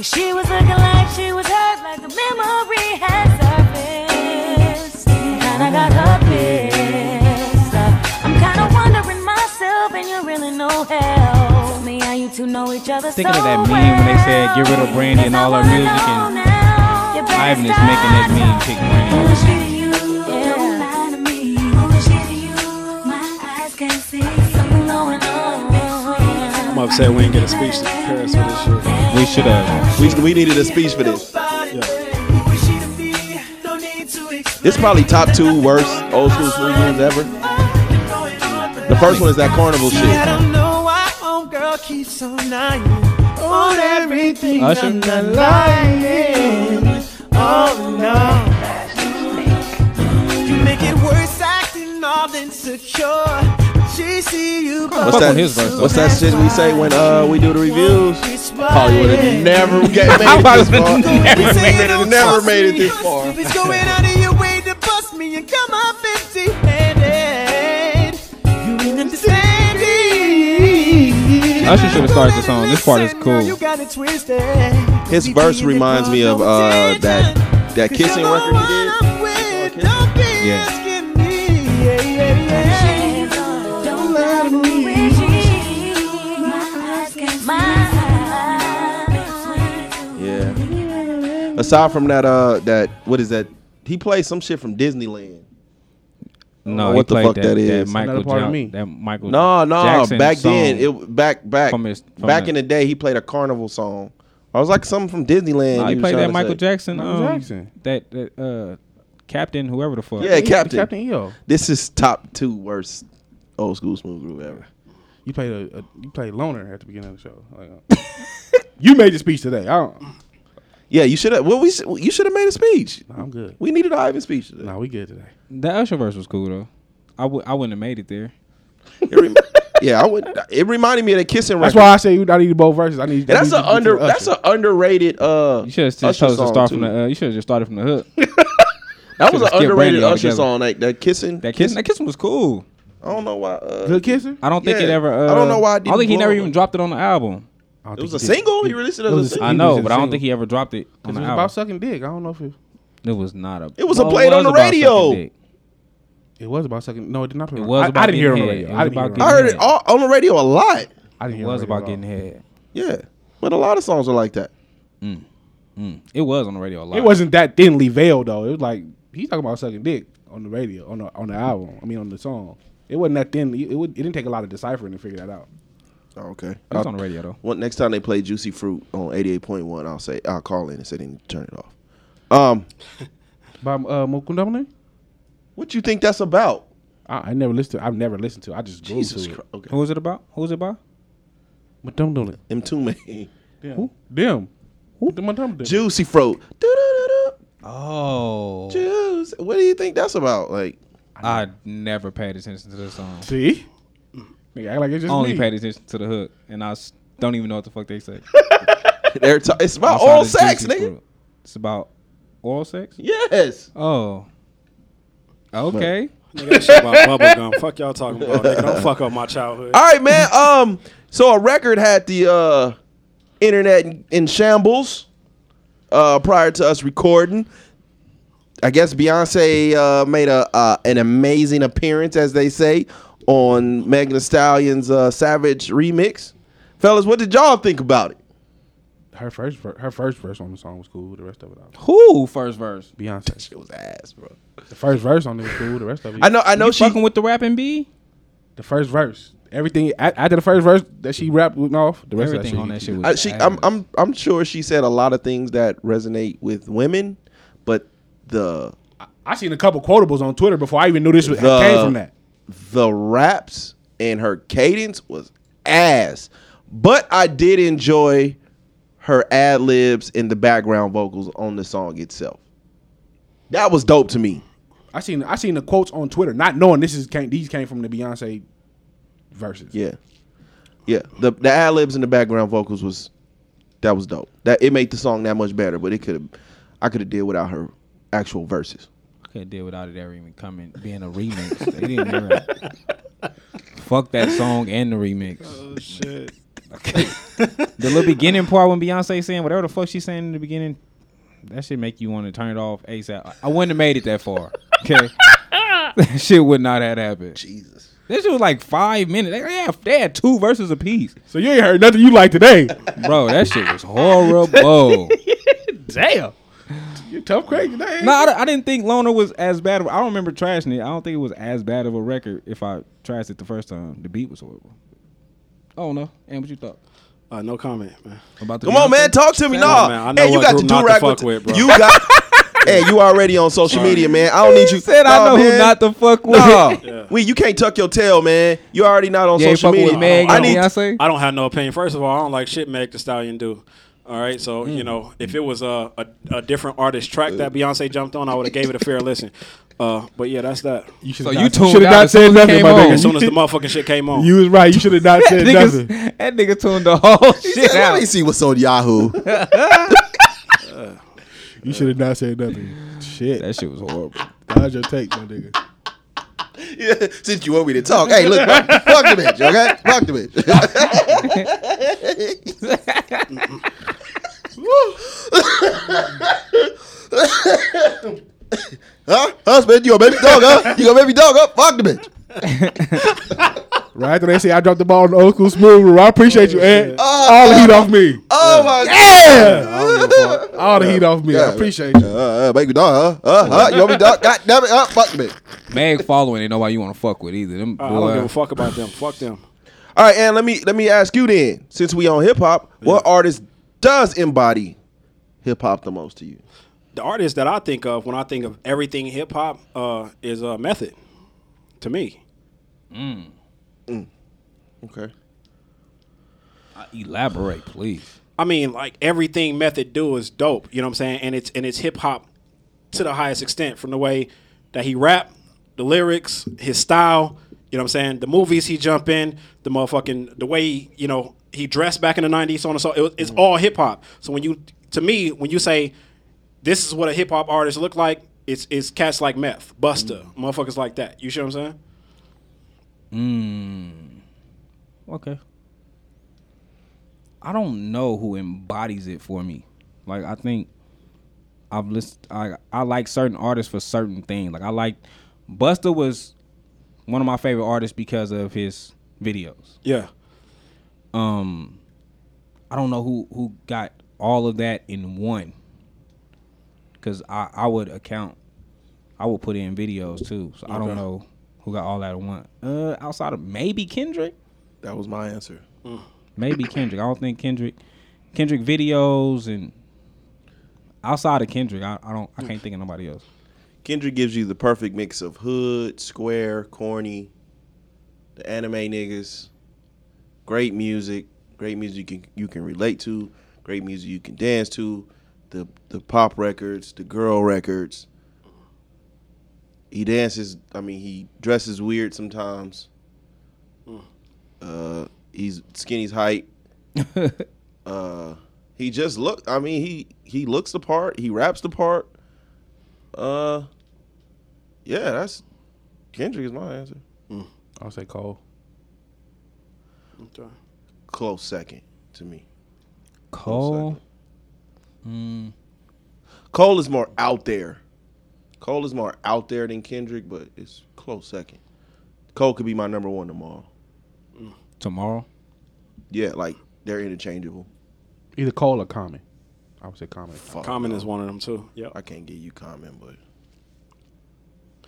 Speaker 4: She was looking like she was hurt, like a memory had surfaced. And I got her pissed. I'm kinda wondering myself, and you're really no help. Tell me how you two know each other
Speaker 5: Thinking
Speaker 4: so
Speaker 5: of that meme
Speaker 4: well.
Speaker 5: when they said, "Get rid of Brandy and all her music," and Ivan is making that meme kick Brandy.
Speaker 4: I'm
Speaker 6: upset we didn't get a speech to prepare us for this shit.
Speaker 5: We should have.
Speaker 1: We, we needed a speech for this. This is probably top two worst old school swing tunes ever. The first one is that carnival shit.
Speaker 8: don't know why homegirl keeps on lying on everything.
Speaker 5: Usher.
Speaker 8: lying. Oh no. You make it worse acting all insecure. She see you
Speaker 1: What's
Speaker 5: Fuck
Speaker 1: that?
Speaker 5: on his verse, though.
Speaker 1: what's that shit we say when uh we do the reviews? Probably would have never get made
Speaker 5: I
Speaker 1: it
Speaker 5: was
Speaker 1: this
Speaker 5: gonna-
Speaker 1: far.
Speaker 5: never
Speaker 8: You say
Speaker 5: made
Speaker 8: you
Speaker 5: it
Speaker 8: don't
Speaker 1: never
Speaker 8: trust
Speaker 1: made it
Speaker 8: me.
Speaker 1: this far.
Speaker 8: If it's going out of your way to bust me and come off empty-handed, you ain't understanding.
Speaker 5: Usher should have started the song. This part is
Speaker 8: Listen, girl,
Speaker 5: cool.
Speaker 8: you got it twisted.
Speaker 1: His
Speaker 8: We
Speaker 1: verse
Speaker 8: treated it
Speaker 1: reminds me
Speaker 8: for
Speaker 1: of
Speaker 8: no
Speaker 1: uh
Speaker 8: attention.
Speaker 1: that that kissing record he did.
Speaker 5: Yeah.
Speaker 1: Yeah. Aside from that, uh, that what is that? He plays some shit from Disneyland.
Speaker 5: No,
Speaker 1: What
Speaker 5: he
Speaker 1: the
Speaker 5: played
Speaker 1: fuck
Speaker 5: that,
Speaker 1: that is?
Speaker 5: that
Speaker 1: It's
Speaker 5: Michael
Speaker 2: another part of
Speaker 5: Jack-
Speaker 2: me.
Speaker 5: That Michael.
Speaker 1: No, no.
Speaker 5: Jackson
Speaker 1: back
Speaker 5: song.
Speaker 1: then, it back back
Speaker 5: From his- from
Speaker 1: back
Speaker 5: the-
Speaker 1: in the day, he played a carnival song. I was like something from Disneyland.
Speaker 5: Nah,
Speaker 1: he was
Speaker 5: he Oh, played
Speaker 1: trying
Speaker 5: that
Speaker 1: to
Speaker 5: Michael
Speaker 1: say.
Speaker 5: Jackson.
Speaker 2: Michael
Speaker 5: um,
Speaker 2: Jackson.
Speaker 5: That that, uh, Captain, whoever the fuck.
Speaker 1: Yeah, Captain.
Speaker 2: Captain E EO.
Speaker 1: This is top two worst old school smooth groove ever.
Speaker 2: You played a, a you played loner at the beginning of the show. Like, uh, you made the speech today. I don't,
Speaker 1: Yeah, you should have. Well, we s- you should have made a speech.
Speaker 2: nah, I'm good.
Speaker 1: We needed an Ivan speech today.
Speaker 2: Nah, we good today.
Speaker 5: The Usher verse was cool though. I would I wouldn't have made it there.
Speaker 1: It rem- yeah, I would. It reminded me of that kissing
Speaker 2: That's
Speaker 1: record.
Speaker 2: why I say you not need both verses. I need.
Speaker 1: And that's
Speaker 2: I
Speaker 1: an
Speaker 2: need you to
Speaker 1: under.
Speaker 2: Usher.
Speaker 1: That's an underrated. Uh,
Speaker 5: You should have
Speaker 1: Usher
Speaker 5: just chose to
Speaker 1: song,
Speaker 5: start
Speaker 1: too.
Speaker 5: from the. Uh, you should have just started from the hook.
Speaker 1: That was an
Speaker 5: Should've skipped
Speaker 1: underrated
Speaker 5: Brandy
Speaker 1: Usher
Speaker 5: altogether.
Speaker 1: song. Like that kissing.
Speaker 5: that kiss that kiss was cool.
Speaker 1: I don't know why. Uh,
Speaker 2: good kisser.
Speaker 5: I don't think
Speaker 1: Yeah.
Speaker 5: it ever. Uh,
Speaker 1: I don't know why it
Speaker 5: I
Speaker 1: didn't
Speaker 5: don't think he
Speaker 1: blow
Speaker 5: never
Speaker 1: up.
Speaker 5: even dropped it on the album.
Speaker 2: I don't
Speaker 1: It
Speaker 2: think
Speaker 1: was a
Speaker 2: he did.
Speaker 1: single. He released it as
Speaker 2: It
Speaker 1: a
Speaker 2: was a
Speaker 1: single.
Speaker 5: I
Speaker 2: He
Speaker 5: know,
Speaker 2: was
Speaker 5: but I don't
Speaker 2: single.
Speaker 5: think he ever dropped it
Speaker 2: It
Speaker 5: on
Speaker 2: was
Speaker 5: the
Speaker 2: about
Speaker 5: album.
Speaker 2: sucking dick. I don't know if it,
Speaker 5: It was not a.
Speaker 1: It was a
Speaker 5: well,
Speaker 1: played
Speaker 5: was
Speaker 1: on the
Speaker 5: about sucking
Speaker 1: radio.
Speaker 5: dick.
Speaker 2: it was about sucking. No, it did not. play
Speaker 5: It
Speaker 2: on-
Speaker 5: was
Speaker 2: I,
Speaker 5: about
Speaker 2: I didn't hear it on the
Speaker 5: getting
Speaker 2: radio.
Speaker 5: head.
Speaker 2: I
Speaker 5: It
Speaker 2: didn't
Speaker 5: was
Speaker 2: hear
Speaker 5: about
Speaker 2: it.
Speaker 1: I
Speaker 2: on
Speaker 1: heard
Speaker 5: Yeah.
Speaker 1: it all, on the radio a lot.
Speaker 2: I didn't
Speaker 5: It
Speaker 2: hear
Speaker 5: was about
Speaker 2: getting
Speaker 5: getting head.
Speaker 1: Yeah, but a lot of songs are like that.
Speaker 5: It was on the radio a lot.
Speaker 2: It wasn't that thinly veiled though. It was like he's talking about sucking dick on the radio on the on the album. I mean on the song. It wasn't that thin. It, would, it didn't take a lot of deciphering to figure that out.
Speaker 1: Oh, okay.
Speaker 5: It was
Speaker 1: I'll-
Speaker 5: on the radio though.
Speaker 1: well, next time they play Juicy Fruit on eighty-eight point one, I'll say I'll call in and say they need to turn it off. Um,
Speaker 2: By uh, Mokundamane?
Speaker 1: what you think that's about?
Speaker 2: I, I never listened. To, I've never listened to. it. I just go
Speaker 1: Jesus
Speaker 2: to it.
Speaker 1: Christ. Okay.
Speaker 5: Who was it about? Who was it by?
Speaker 2: But don't do it.
Speaker 1: Them too many.
Speaker 2: Who? Them. Who? Them on top of them.
Speaker 1: Juicy Fruit. Do-do-do-do.
Speaker 5: Oh,
Speaker 1: Juice. What do you think that's about? Like,
Speaker 5: I never paid attention to this song.
Speaker 2: See? Nigga, act like it's just
Speaker 5: Only
Speaker 2: me.
Speaker 5: paid attention to the hook, and I s- don't even know what the fuck they say.
Speaker 1: they're ta- it's about
Speaker 5: Outside
Speaker 1: all
Speaker 5: of Juicy
Speaker 1: sex, nigga.
Speaker 5: Fruit. It's about oral sex.
Speaker 1: Yes.
Speaker 5: Oh, okay.
Speaker 6: That shit about bubblegum. Fuck y'all talking about. Nigga. Don't fuck up my childhood.
Speaker 1: All right, man. Um, so a record had the uh, internet in, in shambles uh, prior to us recording. I guess Beyonce uh, made a uh, an amazing appearance, as they say, on Megan Thee Stallion's uh, Savage remix. Fellas, what did y'all think about it?
Speaker 2: Her first, ver- her first verse on the song was cool. The rest of it, I was
Speaker 5: Who first verse?
Speaker 2: Beyonce.
Speaker 1: It was ass, bro.
Speaker 2: The first verse on it was cool. The rest of it,
Speaker 1: I know. I know
Speaker 5: you
Speaker 1: she.
Speaker 5: fucking with the rapping bee.
Speaker 2: The first verse, everything a- after the first verse that she rapped with off. The rest
Speaker 5: Everything
Speaker 2: of
Speaker 5: on that shit was.
Speaker 1: I, Uh, she, I'm,
Speaker 5: ass.
Speaker 1: I'm, I'm sure she said a lot of things that resonate with women, but the
Speaker 2: I seen a couple quotables on Twitter before I even knew this was,
Speaker 1: The-
Speaker 2: came from that.
Speaker 1: the raps and her cadence was ass. But I did enjoy her ad libs and the background vocals on the song itself. That was dope to me.
Speaker 7: I seen I seen the quotes on Twitter, not knowing this is came, these came from the Beyonce verses.
Speaker 1: Yeah, yeah. The the ad libs and the background vocals was that was dope. That it made the song that much better. But it could have I could have did without her actual verses.
Speaker 5: I couldn't deal without it ever even coming being a remix. They didn't even- Fuck that song and the remix. Oh shit. the little beginning part when Beyonce saying whatever the fuck she's saying in the beginning, that should make you want to turn it off ASAP. I- I wouldn't have made it that far. Okay. that shit would not have happened. Jesus. This shit was like five minutes. They had, they had two verses apiece.
Speaker 7: So you ain't heard nothing you like today.
Speaker 5: Bro, that shit was horrible.
Speaker 7: Damn. You tough Craig today.
Speaker 5: No, I, I didn't think Loner was as bad. Of, I don't remember trashing it. I don't think it was as bad of a record. If I trashed it the first time, the beat was horrible. I don't know. Oh, And what you thought
Speaker 6: Uh, no comment, man.
Speaker 5: about the
Speaker 1: Come on, man, talk to me, nah.
Speaker 6: man, I
Speaker 1: Hey,
Speaker 6: know
Speaker 1: you
Speaker 6: what
Speaker 1: got
Speaker 6: group
Speaker 1: the
Speaker 6: not
Speaker 1: do
Speaker 6: to
Speaker 1: rag
Speaker 6: fuck with, bro.
Speaker 1: You got. hey, you already on social media, man. I don't need you.
Speaker 5: Said I
Speaker 1: Nah,
Speaker 5: know
Speaker 1: man.
Speaker 5: who not to fuck with.
Speaker 1: Nah, we you can't tuck your tail, man. You already not on
Speaker 5: You ain't
Speaker 1: social media.
Speaker 5: fucking with Meg
Speaker 1: I
Speaker 5: and
Speaker 1: need.
Speaker 5: Beyonce.
Speaker 6: I don't have no opinion. First of all, I don't like shit Meg the Stallion do. All right, so
Speaker 5: Hmm.
Speaker 6: you know, if it was a, a, a different artist track that Beyonce jumped on, I would have gave it a fair listen. Uh, but yeah, that's that.
Speaker 5: So you tuned
Speaker 7: shoulda
Speaker 5: out
Speaker 7: not
Speaker 5: as soon
Speaker 7: said
Speaker 5: as it
Speaker 7: nothing,
Speaker 5: came
Speaker 7: my nigga.
Speaker 5: on.
Speaker 6: As soon as the motherfucking shit came on,
Speaker 7: You was right. You should have not
Speaker 5: That
Speaker 7: said
Speaker 5: nigga,
Speaker 7: nothing.
Speaker 5: that nigga tuned the whole shit
Speaker 1: Let
Speaker 5: out.
Speaker 1: me see what's on Yahoo.
Speaker 7: You should have not said nothing. Shit.
Speaker 5: That shit was horrible.
Speaker 7: Dodge your take, my nigga.
Speaker 1: Yeah, Since you want me to talk, hey, look, fuck fuck the bitch, okay? Fuck the bitch. huh? Husband, you a baby dog, huh? You a baby dog, huh? Fuck the bitch.
Speaker 7: Right after they say I dropped the ball on the old school smooth room, I appreciate you, Ed. All the heat off me.
Speaker 1: Oh my god.
Speaker 7: All the heat off me.
Speaker 1: Yeah.
Speaker 7: I appreciate you.
Speaker 1: Uh, uh, baby dog, huh? Uh, huh? You want me dog? God damn it, huh? Fuck the bitch.
Speaker 5: Meg following ain't nobody you want to fuck with either. Them
Speaker 6: I don't
Speaker 5: boy-
Speaker 6: give a fuck about them. Fuck them.
Speaker 1: All right, and let me let me ask you then, since we on hip hop, what artist does embody hip hop the most to you?
Speaker 6: The artist that I think of when I think of everything hip hop uh, is uh, Method. To me,
Speaker 1: Okay.
Speaker 5: Elaborate, please.
Speaker 6: I mean, like everything Method do is dope. You know what I'm saying? And it's and it's hip hop to the highest extent from the way that he rap, the lyrics, his style. You know what I'm saying? The movies he jump in, the motherfucking the way he, you know he dressed back in the '90s, so on and so. It, was- it's all hip hop. So when you to me when you say this is what a hip hop artist look like, it's it's cats like Meth, Busta, motherfuckers like that. You see what I'm saying?
Speaker 5: Okay. I don't know who embodies it for me. Like I think I've listened. I I like certain artists for certain things. Like I like Busta was one of my favorite artists because of his videos.
Speaker 6: Yeah.
Speaker 5: Um, I don't know who who got all of that in one. Cause I I would account, I would put in videos too. So I don't know who got all that in one. Uh, outside of maybe Kendrick.
Speaker 1: That was my answer.
Speaker 5: Maybe Kendrick. I don't think Kendrick. Kendrick videos and outside of Kendrick, I, I don't. I can't think of nobody else.
Speaker 1: Kendrick gives you the perfect mix of hood, square, corny, the anime niggas, great music, great music you can, you can relate to, great music you can dance to, the the pop records, the girl records. He dances. I mean, he dresses weird sometimes. Uh, he's skinny's height. uh, he just look. I mean, he he looks the part. He raps the part. Uh, yeah, that's Kendrick is my answer.
Speaker 7: I'll say Cole.
Speaker 6: Okay.
Speaker 1: Close second to me. Oh.
Speaker 5: Cole.
Speaker 6: Hmm.
Speaker 1: Cole is more out there. Cole is more out there than Kendrick, but it's close second. Cole could be my number one tomorrow.
Speaker 5: Tomorrow.
Speaker 1: Yeah, like they're interchangeable.
Speaker 7: Either Cole or Common. I would say Common.
Speaker 1: Fuck,
Speaker 6: Common is one of them too. Yeah.
Speaker 1: I can't get you comment, but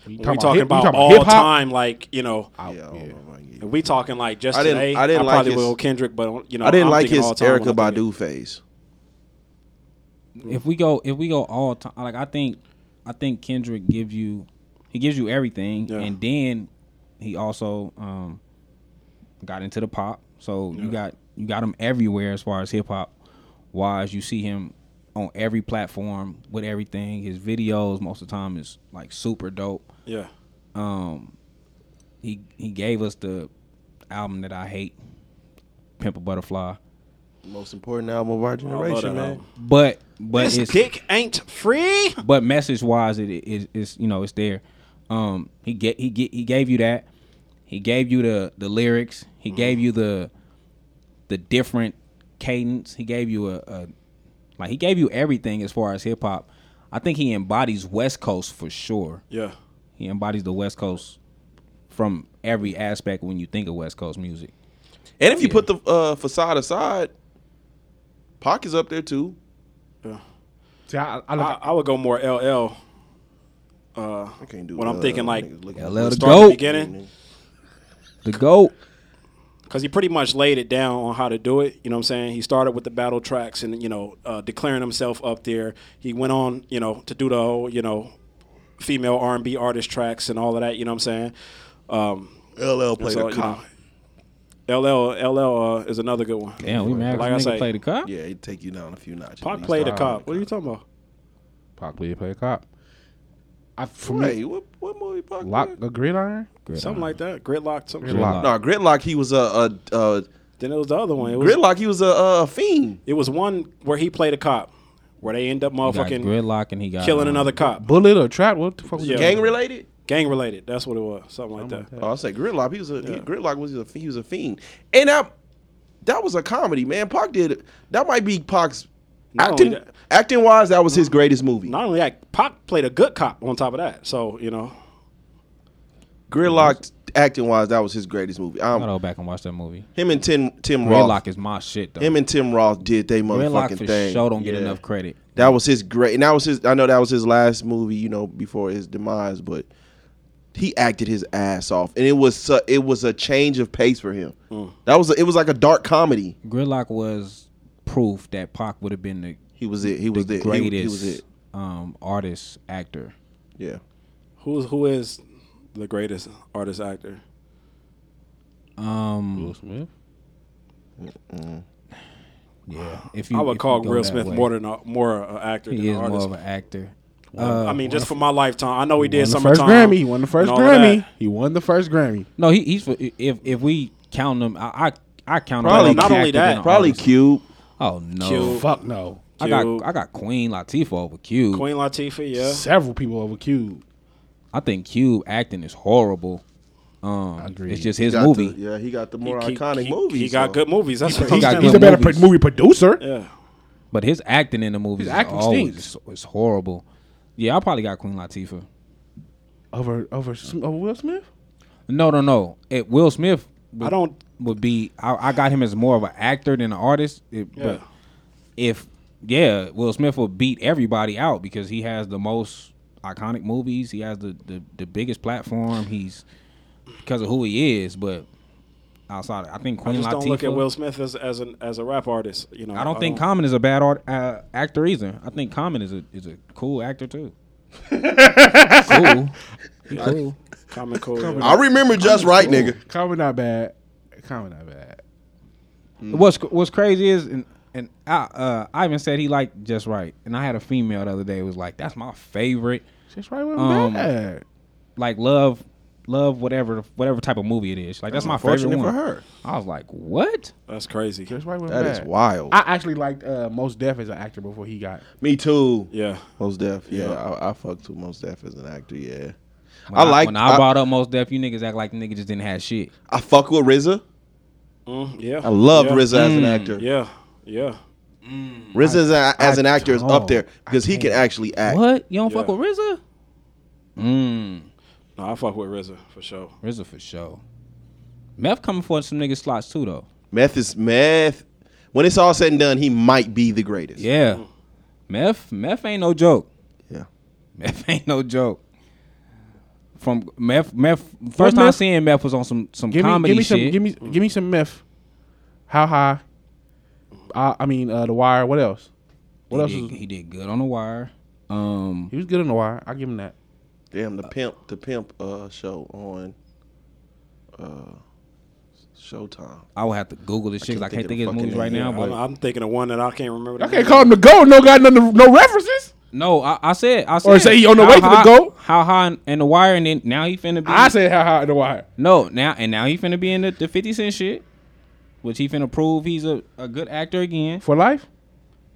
Speaker 7: We
Speaker 6: we talking
Speaker 7: hip- we
Speaker 6: about, all
Speaker 7: hip-hop?
Speaker 6: time, like you know,
Speaker 1: Oh, yeah, I don't know if I can get you.
Speaker 6: if we talking like just
Speaker 1: I didn't-
Speaker 6: today.
Speaker 1: I
Speaker 6: I
Speaker 1: didn't like
Speaker 6: probably
Speaker 1: his-
Speaker 6: will Kendrick, but you know,
Speaker 1: I didn't
Speaker 6: I'm
Speaker 1: like
Speaker 6: thinking
Speaker 1: his
Speaker 6: all time
Speaker 1: Erica
Speaker 6: when I think
Speaker 1: Badu phase.
Speaker 5: If we go, if we go all time, like I think, I think Kendrick gives you, he gives you everything,
Speaker 6: Yeah.
Speaker 5: and then he also um got into the pop. So you got you got him everywhere as far as hip hop. wise. You see him on every platform with everything. His videos most of the time is like super dope.
Speaker 6: Yeah.
Speaker 5: He he gave us the album that I hate, Pimple Butterfly.
Speaker 1: Most important album of
Speaker 6: Oh,
Speaker 1: our
Speaker 6: that
Speaker 1: generation, man.
Speaker 6: album.
Speaker 5: But but
Speaker 6: This
Speaker 5: it's
Speaker 6: dick ain't free.
Speaker 5: but message wise, it is is you know it's there. Um, he get he get he gave you that. He gave you the the lyrics. He gave you the the different cadence. He gave you a, a like he gave you everything as far as hip hop. I think he embodies West Coast for sure.
Speaker 6: Yeah.
Speaker 5: He embodies the West Coast from every aspect when you think of West Coast music.
Speaker 1: And if you put the uh, facade aside, Pac is up there too.
Speaker 7: See, I, I look,
Speaker 6: I, I would go more LL. Uh,
Speaker 1: I can't do
Speaker 6: When I'm
Speaker 1: uh,
Speaker 6: thinking, like,
Speaker 1: niggas looking
Speaker 5: LL
Speaker 1: for-
Speaker 5: the
Speaker 6: start at the
Speaker 5: goat,
Speaker 6: beginning
Speaker 5: the goat.
Speaker 6: because he pretty much laid it down on how to do it. You know what I'm saying? He started with the battle tracks and you know uh, declaring himself up there. He went on, you know, to do the whole, you know, female R&B artist tracks and all of that. You know what I'm saying? Um,
Speaker 1: LL played
Speaker 6: so,
Speaker 1: a
Speaker 6: you
Speaker 1: cop.
Speaker 6: know, LL LL uh, is another good one.
Speaker 5: Damn, we mad.
Speaker 6: Like I
Speaker 5: Like
Speaker 6: say,
Speaker 5: I play the cop.
Speaker 1: Yeah, he'd take you down a few notches.
Speaker 6: Pac
Speaker 1: He'd
Speaker 6: played a
Speaker 1: start-
Speaker 6: cop. What are you talking about?
Speaker 7: Pac played play a cop. I for me,
Speaker 1: Wait, what, what movie Pac
Speaker 7: lock
Speaker 1: played?
Speaker 7: a gridiron.
Speaker 6: Something like that. Gridlock. Something.
Speaker 5: Gridlock.
Speaker 1: No, Gridlock, he was a, a, a
Speaker 6: Then it was the other one. It was,
Speaker 1: Gridlock, he was a, a fiend.
Speaker 6: It was one where he played a cop, where they end up
Speaker 5: He got
Speaker 6: motherfucking
Speaker 5: gridlock and he got
Speaker 6: killing
Speaker 5: um,
Speaker 6: another cop.
Speaker 7: Bullet or trap? What the fuck? Was
Speaker 6: Yeah.
Speaker 7: that?
Speaker 1: Gang related?
Speaker 6: Gang related. That's what it was. Something like that.
Speaker 1: Oh, I say Gridlock. He was a he, Gridlock was a he was a fiend, and that that was a comedy, man. Pac did that might be Pac's
Speaker 6: Not only
Speaker 1: acting
Speaker 6: that-
Speaker 1: acting wise. That was his greatest movie.
Speaker 6: Not only that, Pac played a good cop on top of that. So you know,
Speaker 1: Gridlock acting wise, that was his greatest movie.
Speaker 5: I gotta
Speaker 1: Um,
Speaker 5: go back and watch that movie.
Speaker 1: him and Tim Tim Roth,
Speaker 5: Gridlock is my shit though.
Speaker 1: him and Tim Roth did they
Speaker 5: Gridlock
Speaker 1: motherfucking
Speaker 5: for
Speaker 1: thing.
Speaker 5: sure don't get
Speaker 1: Yeah.
Speaker 5: enough credit.
Speaker 1: That was his great, and that was his. I know that was his last movie, you know, before his demise. But he acted his ass off, and it was su- it was a change of pace for him.
Speaker 5: Mm.
Speaker 1: That was a, it was like a dark comedy.
Speaker 5: Gridlock was proof that Pac would have been the,
Speaker 1: He was it. He was
Speaker 5: the
Speaker 1: it. He,
Speaker 5: greatest
Speaker 1: he was it.
Speaker 5: Um, artist actor.
Speaker 1: Yeah.
Speaker 6: who's who is the greatest artist actor?
Speaker 5: Um,
Speaker 7: Will Smith.
Speaker 5: yeah, if you,
Speaker 6: I would
Speaker 5: if
Speaker 6: call
Speaker 5: you go
Speaker 6: Will
Speaker 5: that
Speaker 6: Smith
Speaker 5: way.
Speaker 6: more than a, more an actor
Speaker 5: he
Speaker 6: than
Speaker 5: is
Speaker 6: an artist.
Speaker 5: more of uh, an actor.
Speaker 6: I mean, just for my lifetime, I know he did
Speaker 7: Won the
Speaker 6: some
Speaker 7: first Grammy. He won the first Grammy. He won the first Grammy.
Speaker 5: No, he, he's for- if if we count him, I I, I count
Speaker 1: Probably
Speaker 5: him. as an
Speaker 1: not
Speaker 5: actor
Speaker 6: only
Speaker 5: than
Speaker 6: that,
Speaker 5: an
Speaker 1: Probably
Speaker 5: artist.
Speaker 1: Cube.
Speaker 5: Oh no,
Speaker 6: Cube.
Speaker 5: Fuck.
Speaker 7: Fuck no.
Speaker 5: I got
Speaker 6: Cube.
Speaker 5: I got Queen Latifah over Cube.
Speaker 6: Queen Latifah, yeah.
Speaker 7: Several people over Cube.
Speaker 5: I think Cube acting is horrible. Um,
Speaker 7: agree.
Speaker 5: it's just his
Speaker 1: got
Speaker 5: movie.
Speaker 1: the- yeah, he got the more
Speaker 6: He-
Speaker 1: iconic
Speaker 6: he,
Speaker 1: movies.
Speaker 6: He got
Speaker 1: so.
Speaker 6: good movies. That's what
Speaker 5: He
Speaker 6: he
Speaker 5: got
Speaker 6: got.
Speaker 5: good
Speaker 7: He's a better
Speaker 5: movies.
Speaker 7: pro- movie producer.
Speaker 6: Yeah.
Speaker 5: But his acting in the movies
Speaker 7: His
Speaker 5: is
Speaker 7: acting
Speaker 5: always
Speaker 7: stinks.
Speaker 5: it's, it's horrible. Yeah, I probably got Queen Latifah.
Speaker 7: Over over Sm- over Will Smith.
Speaker 5: No, no, no. It Will Smith. Would,
Speaker 6: I don't.
Speaker 5: would be. I, I got him as more of an actor than an artist. It-
Speaker 6: Yeah.
Speaker 5: But if yeah, Will Smith will beat everybody out because he has the most iconic movies. He has the the, the biggest platform. He's because of who he is. But outside, I think
Speaker 6: I
Speaker 5: Queen
Speaker 6: just
Speaker 5: Latifah.
Speaker 6: don't look at Will Smith as as an as a rap artist. You know. Um,
Speaker 5: I don't think Common is a bad art, uh, actor either. I think Common is a is a cool actor too. cool. He cool.
Speaker 6: Common Cole.
Speaker 1: I remember just right, nigga.
Speaker 7: Comment not bad. Comment not bad.
Speaker 5: What's what's crazy is and and I, uh, Ivan said he liked just right, and I had a female the other day who was like, "That's my favorite."
Speaker 7: Just right with
Speaker 5: Um,
Speaker 7: bad.
Speaker 5: Like love, love whatever whatever type of movie it is. Like that's my favorite
Speaker 1: Fortunate
Speaker 5: one.
Speaker 1: for her.
Speaker 5: I was like, "What?"
Speaker 6: That's crazy.
Speaker 7: Just right with
Speaker 1: That
Speaker 7: bad.
Speaker 1: is wild.
Speaker 7: I actually liked uh, Most Def as an actor before he got.
Speaker 1: Me too.
Speaker 6: Yeah.
Speaker 1: Most Def. Yeah,
Speaker 6: Yeah.
Speaker 1: I, I fucked with Most Def as an actor. Yeah.
Speaker 5: When
Speaker 1: I like-
Speaker 5: when I,
Speaker 1: I-
Speaker 5: brought up most deaf. You niggas act like the nigga just didn't have shit.
Speaker 1: I fuck with RZA.
Speaker 6: Mm, yeah.
Speaker 1: I loved
Speaker 6: yeah.
Speaker 1: RZA as
Speaker 5: Mm.
Speaker 1: an actor.
Speaker 6: Yeah. Yeah.
Speaker 1: RZA as, a, as an actor is
Speaker 5: don't.
Speaker 1: up there because he can actually act.
Speaker 5: What? You don't fuck
Speaker 6: Yeah.
Speaker 5: with RZA? Mmm.
Speaker 6: No, I fuck with RZA for sure.
Speaker 5: RZA for sure. Meth coming for some niggas slots too though.
Speaker 1: Meth is meth. When it's all said and done, he might be the greatest.
Speaker 5: Yeah. Meth, meth ain't no joke.
Speaker 1: Yeah.
Speaker 5: Meth ain't no joke. From meth, meth. First time
Speaker 7: Meth?
Speaker 5: seeing meth was on some some
Speaker 7: Give me,
Speaker 5: comedy
Speaker 7: give me some,
Speaker 5: shit.
Speaker 7: give me, give me some meth. How high? Uh, I mean, uh, The Wire. What else? What else?
Speaker 5: he, did,
Speaker 7: was,
Speaker 5: he did good on the wire. Um,
Speaker 7: he was good on The Wire. I give him that.
Speaker 1: Damn the pimp the pimp uh show on uh Showtime.
Speaker 5: I would have to Google this shit. 'cause I
Speaker 1: can't
Speaker 5: can't
Speaker 1: think
Speaker 5: think
Speaker 1: of
Speaker 5: of
Speaker 1: the
Speaker 5: his movies
Speaker 1: fucking
Speaker 5: right
Speaker 1: name.
Speaker 5: now.
Speaker 1: Yeah,
Speaker 5: But
Speaker 6: I'm, I'm thinking of one that I can't remember. the
Speaker 7: I can't
Speaker 6: name.
Speaker 7: call him the GOAT. No got none, no references.
Speaker 5: no, I, I said I said
Speaker 7: Or say he on the
Speaker 5: how
Speaker 7: way to the
Speaker 5: high-
Speaker 7: GOAT?
Speaker 5: How high in, in the wire, and then now he finna be.
Speaker 7: I said how high in the wire.
Speaker 5: no now, and now he finna be in the, the Fifty Cent shit, which he finna prove he's a, a good actor again.
Speaker 7: For life?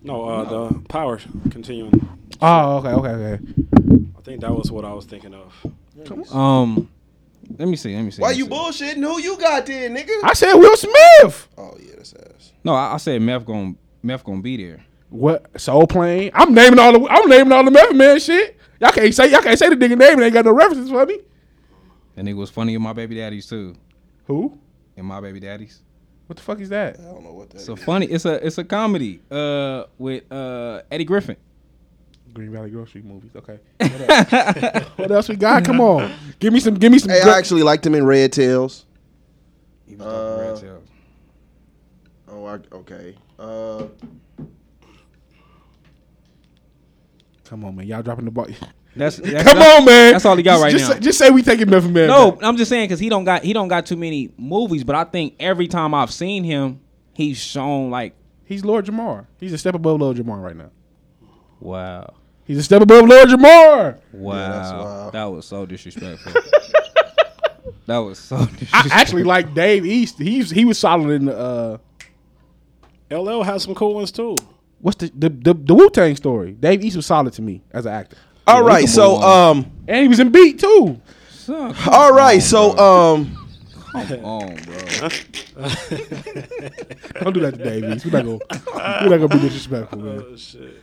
Speaker 6: No, uh, the power continuing.
Speaker 7: Oh, okay, okay, okay.
Speaker 6: I think that was what I was thinking of.
Speaker 5: Um, let me see. Let me see.
Speaker 1: Why
Speaker 5: let
Speaker 1: you
Speaker 5: me see.
Speaker 1: bullshitting? Who you got there, nigga?
Speaker 7: I said Will Smith.
Speaker 1: oh yeah, that's ass.
Speaker 5: No, I, I said Meth gonna Meth gonna be there.
Speaker 7: What Soul Plane? I'm naming all the I'm naming all the Method Man shit. Y'all can't say y'all can't say the nigga name and ain't got no references for me.
Speaker 5: And it was funny in my baby daddies too.
Speaker 7: Who?
Speaker 5: In my baby daddies.
Speaker 7: What the fuck is that?
Speaker 1: I don't know what that
Speaker 5: It's a funny. It's a it's a comedy. Uh, with uh Eddie Griffin.
Speaker 7: Green Valley Grocery movies. Okay. What else, What else we got? Come on. Give me some give me some
Speaker 1: Hey,
Speaker 7: good-
Speaker 1: I actually liked him in Red Tails.
Speaker 5: He was talking
Speaker 1: Uh,
Speaker 5: red
Speaker 1: Oh, I,
Speaker 5: tail.
Speaker 1: okay. Uh,
Speaker 7: Come on, man. Y'all dropping the ball.
Speaker 5: That's, that's
Speaker 7: Come
Speaker 5: that's-
Speaker 7: on, man.
Speaker 5: That's all he got
Speaker 7: Just-
Speaker 5: right
Speaker 7: just
Speaker 5: now.
Speaker 7: Say, just say we taking Method Man.
Speaker 5: no,
Speaker 7: back.
Speaker 5: I'm just saying because he don't got he don't got too many movies, but I think every time I've seen him, he's shown like
Speaker 7: He's Lord Jamar. He's a step above Lord Jamar right now.
Speaker 5: wow,
Speaker 7: He's a step above Lord Jamar.
Speaker 5: wow,
Speaker 1: that's wild.
Speaker 5: that was so disrespectful. that was so disrespectful.
Speaker 7: I actually like Dave East. He's he was solid in the uh
Speaker 6: LL has some cool ones too.
Speaker 7: what's the the, the, the Wu Tang story. Dave East was solid to me as an actor.
Speaker 1: all
Speaker 5: we
Speaker 1: right,
Speaker 5: can
Speaker 1: so
Speaker 5: move on.
Speaker 1: um,
Speaker 7: And he was in beat too.
Speaker 5: Son, come
Speaker 1: all right,
Speaker 5: on,
Speaker 1: so
Speaker 5: bro.
Speaker 1: um,
Speaker 5: Come on, bro.
Speaker 7: Don't do that to Dave East. We're not gonna we're not gonna be disrespectful,
Speaker 6: Oh,
Speaker 7: man.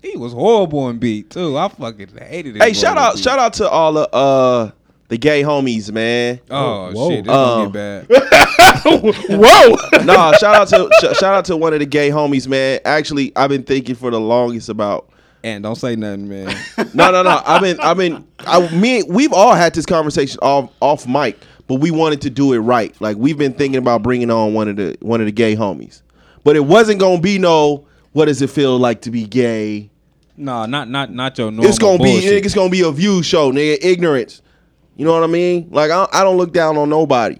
Speaker 5: He was horrible in beat too. I fucking hated it.
Speaker 1: hey, shout out, shout out to all the uh the gay homies, man.
Speaker 5: Oh
Speaker 7: Whoa.
Speaker 5: shit, this gonna
Speaker 1: Um,
Speaker 5: get bad.
Speaker 7: Whoa.
Speaker 1: nah, shout out to sh- shout out to one of the gay homies, man. Actually, I've been thinking for the longest about.
Speaker 5: And don't say nothing, man.
Speaker 1: No, no, no. I've been, I've been, I, me, we've all had this conversation off off mic, but we wanted to do it right. Like we've been thinking about bringing on one of the one of the gay homies, but it wasn't gonna be no. What does it feel like to be gay?
Speaker 5: no, not not not your normal.
Speaker 1: It's gonna be
Speaker 5: bullshit.
Speaker 1: it's gonna be a view show, nigga. Ignorance. You know what I mean? Like I, I don't look down on nobody.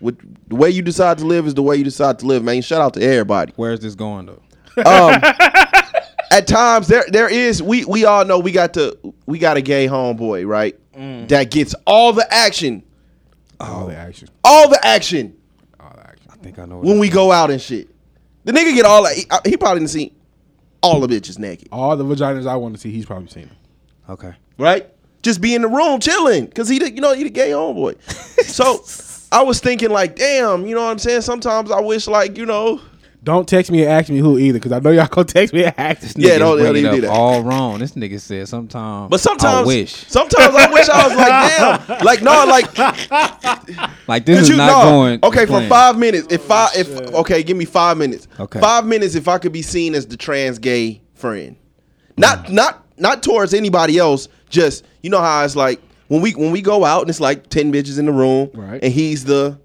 Speaker 1: With the way you decide to live is the way you decide to live, man. Shout out to everybody. Um,
Speaker 5: Where's this going though?
Speaker 1: At times there there is we we all know we got the we got a gay homeboy, right? That gets all the action.
Speaker 7: All the action.
Speaker 1: All the action
Speaker 5: I think I know.
Speaker 1: when we go out and shit. The nigga get all he, he probably didn't see all the bitches naked,
Speaker 7: All the vaginas I want to see, he's probably seen. them.
Speaker 5: Okay.
Speaker 1: right? Just be in the room chilling cuz he the- you know he the gay homeboy. so I was thinking like, damn, you know what I'm saying? Sometimes I wish like, you know,
Speaker 7: Don't text me and ask me who either, because I know y'all gonna text me and ask this.
Speaker 1: Yeah,
Speaker 5: Niggas
Speaker 1: don't-
Speaker 5: bring
Speaker 1: don't
Speaker 5: it
Speaker 1: even
Speaker 5: up
Speaker 1: do that.
Speaker 5: All wrong. This nigga said sometimes.
Speaker 1: but sometimes
Speaker 5: I wish.
Speaker 1: sometimes I wish I was like, damn. Like no, like
Speaker 5: Like this
Speaker 1: Did
Speaker 5: is
Speaker 1: you
Speaker 5: not
Speaker 1: no.
Speaker 5: going.
Speaker 1: Okay,
Speaker 5: to
Speaker 1: for
Speaker 5: plan.
Speaker 1: five minutes. If five, if okay, give me five minutes.
Speaker 5: Okay.
Speaker 1: five minutes. If I could be seen as the trans gay friend,
Speaker 5: Mm.
Speaker 1: not not not towards anybody else. Just you know how it's like when we when we go out and it's like ten bitches in the room,
Speaker 7: Right.
Speaker 1: And he's the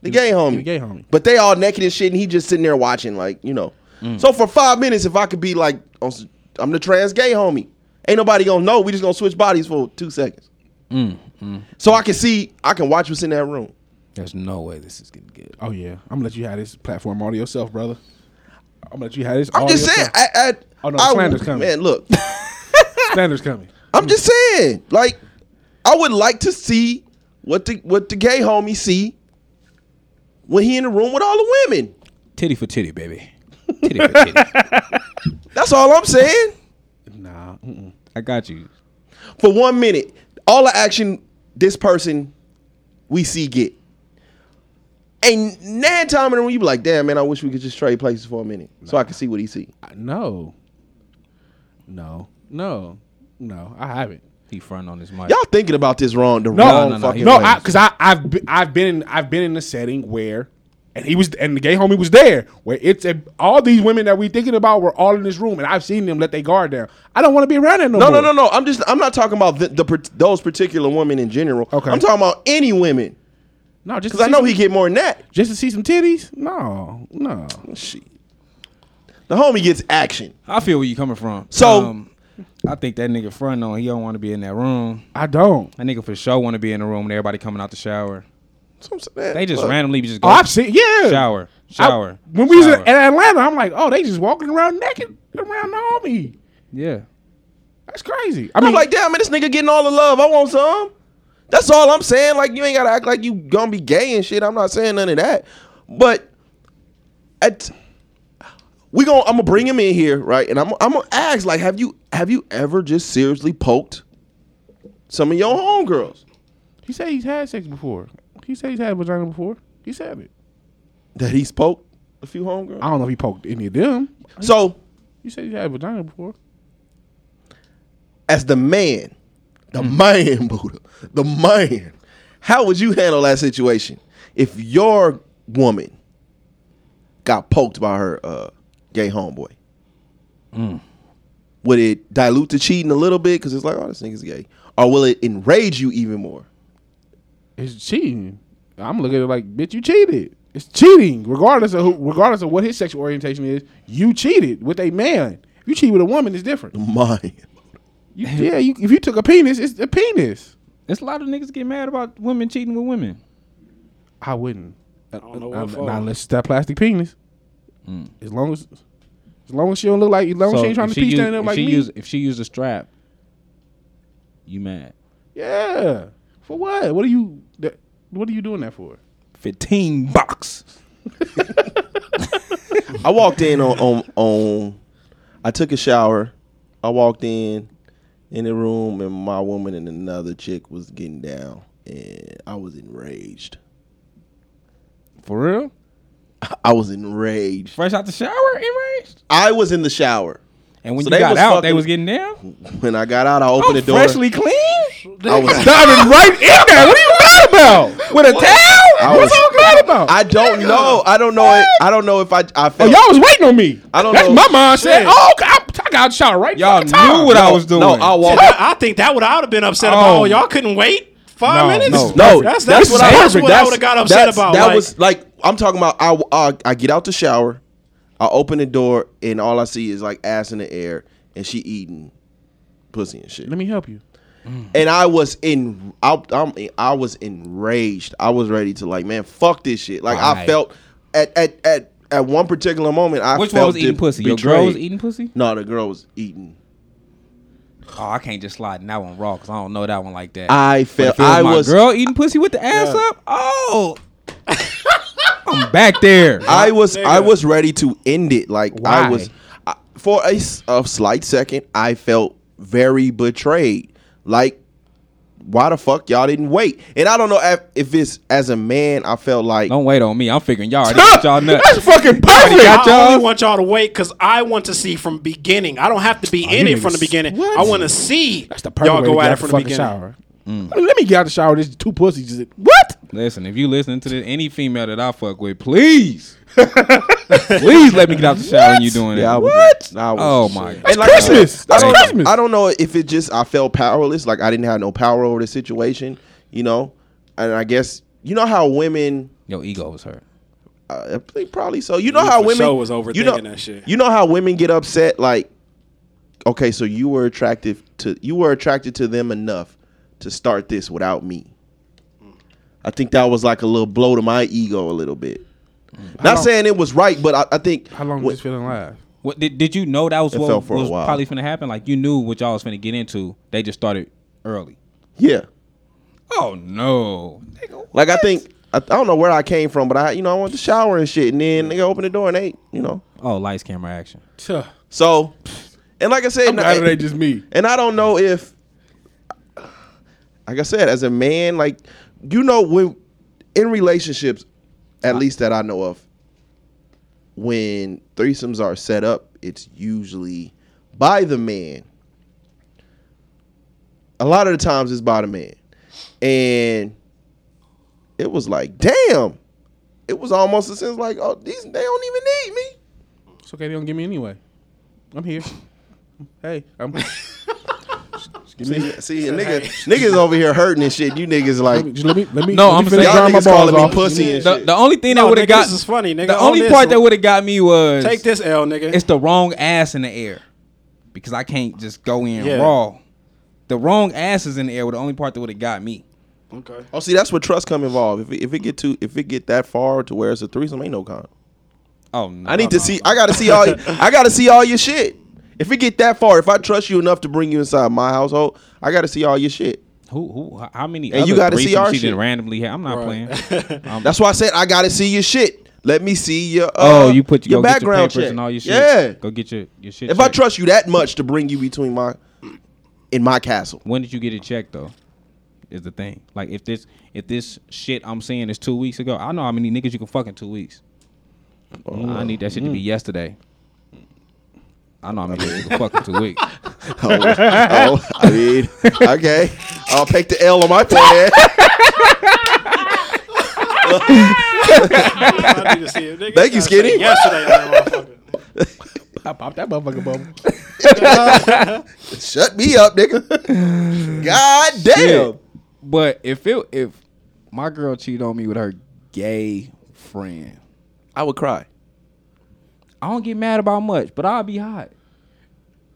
Speaker 1: the gay homie,
Speaker 7: the gay homie.
Speaker 1: But they all naked and shit, and he just sitting there watching, like you know.
Speaker 5: Mm.
Speaker 1: So for five minutes, if I could be like, on s- I'm the trans gay homie. Ain't nobody gonna know. We just gonna switch bodies for two seconds.
Speaker 5: Mm,
Speaker 1: So I can see, I can watch what's in that room.
Speaker 5: There's no way this is gonna get.
Speaker 7: Oh yeah, I'm gonna let you have this platform all to yourself, brother. I'm gonna let you have this.
Speaker 1: I'm
Speaker 7: all
Speaker 1: just
Speaker 7: yourself.
Speaker 1: saying. I, I,
Speaker 7: Oh, no,
Speaker 1: I would-
Speaker 7: slander's coming.
Speaker 1: Man, look,
Speaker 7: Slander's coming.
Speaker 1: I'm just saying. Like, I would like to see what the what the gay homie see when he in the room with all the women.
Speaker 5: Titty for titty, baby. Titty for titty.
Speaker 1: That's all I'm saying.
Speaker 7: Nah. Mm-mm.
Speaker 5: I got you.
Speaker 1: For one minute, all the action this person we see get. And nine time in the room, you be like, damn man, I wish we could just trade places for a minute so I could see what he see.
Speaker 7: I- No. No. No. No. I haven't.
Speaker 5: He front on his mic.
Speaker 1: Y'all thinking about this wrong? The
Speaker 7: No,
Speaker 1: wrong
Speaker 5: no, no,
Speaker 1: fucking
Speaker 5: he-
Speaker 7: No,
Speaker 1: way.
Speaker 7: Oh, I because I I've be, I've been in I've been in a setting where, and he was and the gay homie was there where it's a, all these women that we thinking about were all in this room and I've seen them let their guard down. I don't want to be around that no,
Speaker 1: No,
Speaker 7: more.
Speaker 1: no, no, no. I'm just. I'm not talking about the, the par- those particular women in general.
Speaker 7: Okay.
Speaker 1: I'm talking about any women
Speaker 7: no. Just
Speaker 1: because I
Speaker 7: to
Speaker 1: know
Speaker 7: see
Speaker 1: he
Speaker 7: some-
Speaker 1: get more than that.
Speaker 7: just to see some titties. No, no.
Speaker 1: Shit. The homie gets action.
Speaker 5: I feel where you coming from. Um,
Speaker 1: So-
Speaker 5: I think that nigga front on. He don't want to be in that room.
Speaker 7: I don't.
Speaker 5: That nigga for sure want to be in the room. And everybody coming out the shower.
Speaker 1: So I'm saying,
Speaker 5: They just
Speaker 1: look,
Speaker 5: randomly just go
Speaker 7: Oh, I've seen. Yeah.
Speaker 5: shower,
Speaker 7: I-
Speaker 5: shower.
Speaker 7: when we was in
Speaker 5: shower.
Speaker 7: in Atlanta, I'm like, oh, they just walking around naked around Naomi.
Speaker 5: yeah,
Speaker 7: That's crazy. I
Speaker 1: I'm
Speaker 7: mean,
Speaker 1: like, damn, man, this nigga getting all the love. I want some. That's all I'm saying. Like, you ain't gotta act like you gonna be gay and shit. I'm not saying none of that. But at we gonna I'm gonna bring him in here, right? And I'm I'm gonna ask, like, have you have you ever just seriously poked some of your homegirls?
Speaker 7: he said he's had sex before. He said he's had vagina before. He said it.
Speaker 1: That he's poked a few homegirls.
Speaker 7: I don't know if he poked any of them.
Speaker 1: So
Speaker 7: You said he had vagina before.
Speaker 1: as the man, the man, Buddha, the man, how would you handle that situation if your woman got poked by her uh, gay homeboy? Would it dilute the cheating a little bit because it's like, oh, this nigga's gay? Or will it enrage you even more?
Speaker 7: It's cheating. I'm looking at it like, bitch, you cheated. It's cheating, regardless of who, regardless of what his sexual orientation is. You cheated with a man. If you cheat with a woman, it's different.
Speaker 1: Mine.
Speaker 7: You- yeah, you, if you took a penis, it's a penis.
Speaker 5: it's a lot of niggas get mad about women cheating with women.
Speaker 7: I wouldn't. I
Speaker 6: don't know what for.
Speaker 7: not unless it's that plastic penis. As long as, as long as she don't look like, as long as Mm. she ain't trying
Speaker 5: if
Speaker 7: to pee
Speaker 5: use-
Speaker 7: standing up
Speaker 5: if
Speaker 7: like
Speaker 5: she
Speaker 7: me.
Speaker 5: Use, if she used a strap, you mad?
Speaker 7: yeah. For what? What are you? That, what are you doing that for?
Speaker 5: Fifteen bucks.
Speaker 1: I walked in on, on on I took a shower. I walked in in the room and my woman and another chick was getting down and I was enraged.
Speaker 7: For real?
Speaker 1: I was enraged.
Speaker 5: Fresh out the shower, enraged.
Speaker 1: I was in the shower.
Speaker 5: And when
Speaker 1: So
Speaker 5: you
Speaker 1: they
Speaker 5: got
Speaker 1: was
Speaker 5: out, they
Speaker 1: fucking-
Speaker 5: was getting down.
Speaker 1: When I got out, I opened
Speaker 5: I'm
Speaker 1: the door.
Speaker 5: freshly clean
Speaker 1: I was.
Speaker 7: Diving right in there. What are you mad about?
Speaker 5: with a towel.
Speaker 1: I
Speaker 7: What's
Speaker 1: was-
Speaker 7: all mad about?
Speaker 1: I don't know. I don't know. It, I don't know if I. I
Speaker 7: Oh,
Speaker 1: felt.
Speaker 7: y'all was waiting on me.
Speaker 1: I don't
Speaker 7: That's
Speaker 1: know.
Speaker 7: my mindset.
Speaker 6: Shit.
Speaker 7: Oh, okay, I, I got out shot right.
Speaker 5: Y'all
Speaker 7: fucking time.
Speaker 5: knew what I was doing.
Speaker 1: no, I walked.
Speaker 6: I, I think Oh, that would I would have been upset
Speaker 5: Oh.
Speaker 6: about. Y'all couldn't wait five
Speaker 5: No,
Speaker 6: minutes.
Speaker 5: no.
Speaker 1: No,
Speaker 6: that's that's, what, I, that's what I would have got upset
Speaker 1: that's-
Speaker 6: about.
Speaker 1: That
Speaker 6: like,
Speaker 1: was like I'm talking about. I, I I get out the shower, I open the door, and all I see is like ass in the air, and she eating pussy and shit.
Speaker 7: Let me help you.
Speaker 1: and I was in, I, I'm, I was enraged. I was ready to like, man, fuck this shit. Like I
Speaker 5: Right.
Speaker 1: felt at at at at one particular moment, I
Speaker 5: Which
Speaker 1: felt
Speaker 5: one was eating
Speaker 1: de-
Speaker 5: pussy? Your
Speaker 1: betrayed.
Speaker 5: girl was eating pussy.
Speaker 1: No, the girl was eating.
Speaker 5: Oh, I can't just slide in that one raw because I don't know that one like that.
Speaker 1: I
Speaker 5: Ah, But
Speaker 1: felt
Speaker 5: if it was
Speaker 1: I
Speaker 5: my
Speaker 1: was
Speaker 5: girl eating pussy with the ass up. Oh, I'm back there.
Speaker 1: I was I was ready to end it. Like
Speaker 5: Why?
Speaker 1: I was I, for a, s- a slight second, I felt very betrayed. Like why the fuck y'all didn't wait? And I don't know if, if it's as a man, I felt like
Speaker 5: don't wait on me. I'm figuring y'all already got y'all
Speaker 7: That's
Speaker 5: nuts.
Speaker 7: fucking
Speaker 5: already
Speaker 7: perfect.
Speaker 5: got
Speaker 6: I
Speaker 5: y'all.
Speaker 6: only want y'all to wait because I want to see from beginning. I don't have to be in
Speaker 7: you
Speaker 6: it from the
Speaker 7: niggas-
Speaker 6: beginning.
Speaker 7: What?
Speaker 6: I want to see
Speaker 7: That's the perfect
Speaker 6: y'all
Speaker 7: way to
Speaker 6: go
Speaker 7: get
Speaker 6: at
Speaker 7: out
Speaker 6: it
Speaker 7: the
Speaker 6: from the
Speaker 7: fucking
Speaker 6: beginning. Mm.
Speaker 7: shower. Let me get out the shower. There's two pussies. Just, what?
Speaker 5: Listen, if you listen to this, any female that I fuck with, please, please let me get out the shower when you doing
Speaker 1: Yeah, I
Speaker 5: that.
Speaker 1: was-
Speaker 5: What?
Speaker 1: I was-
Speaker 5: oh my
Speaker 1: And
Speaker 5: god.
Speaker 1: like I said,
Speaker 7: Christmas.
Speaker 1: I
Speaker 7: That's
Speaker 1: don't,
Speaker 7: Christmas.
Speaker 1: I don't know if it just I felt powerless, like I didn't have no power over the situation, you know. And I guess you know how women,
Speaker 5: Your ego was hurt.
Speaker 1: uh, I think probably so. You know how
Speaker 6: for
Speaker 1: women
Speaker 6: sure was
Speaker 1: you know,
Speaker 6: overthinking that shit.
Speaker 1: You know how women get upset, like, okay, so you were attractive to you were attracted to them enough to start this without me. I think that was like a little blow to my ego a little bit. Not saying it was right, but I, I think
Speaker 7: Mm. How long
Speaker 1: what-
Speaker 7: was this feeling last?
Speaker 5: What did, did you know that was what
Speaker 1: felt for a
Speaker 5: was
Speaker 1: while.
Speaker 5: probably finna happen? Like you knew what y'all was finna get into. They just started early.
Speaker 1: yeah.
Speaker 5: Oh no.
Speaker 1: Like I think I, I don't know where I came from, but I you know I went to shower and shit, and then they opened the door and they you know
Speaker 5: Oh, lights, camera, action.
Speaker 7: Tuh.
Speaker 1: so, and like I said,
Speaker 7: I'm glad it ain't just me.
Speaker 1: and I don't know if, like I said, as a man, like you know when in relationships, at least that I know of, when threesomes are set up, it's usually by the man. A lot of the times it's by the man, and it was like, damn, it was almost a sense like, oh, these they don't even need me.
Speaker 7: It's okay. They don't get me anyway. I'm here. Hey, I'm.
Speaker 1: See, see, a nigga, niggas over here hurting and shit. You niggas like,
Speaker 7: just let me. Let me.
Speaker 5: No,
Speaker 7: let
Speaker 5: I'm
Speaker 7: me
Speaker 5: saying-
Speaker 7: finish
Speaker 5: Y'all
Speaker 7: drying my
Speaker 1: niggas calling me
Speaker 7: balls off.
Speaker 1: pussy and
Speaker 5: The,
Speaker 1: shit.
Speaker 5: the only thing
Speaker 6: No,
Speaker 5: that would
Speaker 6: Oh, nigga,
Speaker 5: have Oh, got
Speaker 6: this is funny, nigga.
Speaker 5: The
Speaker 6: Own
Speaker 5: only
Speaker 6: this
Speaker 5: part that
Speaker 6: one.
Speaker 5: would have got me was
Speaker 6: Take this L, nigga.
Speaker 5: it's the wrong ass in the air because I can't just go in
Speaker 6: Yeah.
Speaker 5: raw. The wrong asses in the air were the only part that would have got me.
Speaker 6: Okay.
Speaker 1: Oh, see, that's where trust come involved. If it, if it get to if it get that far to where it's a threesome, ain't no con.
Speaker 5: Oh no.
Speaker 1: I need to see. I gotta see all. I gotta see all your shit. If it get that far, if I trust you enough to bring you inside my household, I gotta see all your shit.
Speaker 5: Who who how many
Speaker 1: And
Speaker 5: other
Speaker 1: you gotta see
Speaker 5: threesomes
Speaker 1: our
Speaker 5: she
Speaker 1: shit.
Speaker 5: did randomly have? I'm not playing. Um,
Speaker 1: That's why I said I gotta see your shit. Let me see your. Uh,
Speaker 5: oh, you put
Speaker 1: your
Speaker 5: go get
Speaker 1: background
Speaker 5: your papers
Speaker 1: check.
Speaker 5: and all your shit.
Speaker 1: Yeah.
Speaker 5: Go get your your shit.
Speaker 1: If I
Speaker 5: checked.
Speaker 1: trust you that much to bring you between my in my castle,
Speaker 5: when did you get it checked though? Is the thing like if this if this shit I'm seeing is two weeks ago? I know how many niggas you can fuck in two weeks. I need that shit to
Speaker 1: Mm.
Speaker 5: be yesterday. I know how many niggas you can fuck in two weeks.
Speaker 1: oh, oh, I mean, okay, I'll take the L on my plan.
Speaker 6: I need to see it. Nigga,
Speaker 1: Thank you,
Speaker 6: I said
Speaker 1: Skinny.
Speaker 6: Yesterday, that motherfucker.
Speaker 7: I popped that motherfucking bubble.
Speaker 1: Shut me up, nigga. God damn.
Speaker 5: Yeah. But if it if my girl cheated on me with her gay friend,
Speaker 1: I would cry.
Speaker 5: I don't get mad about much, but I'll be hot.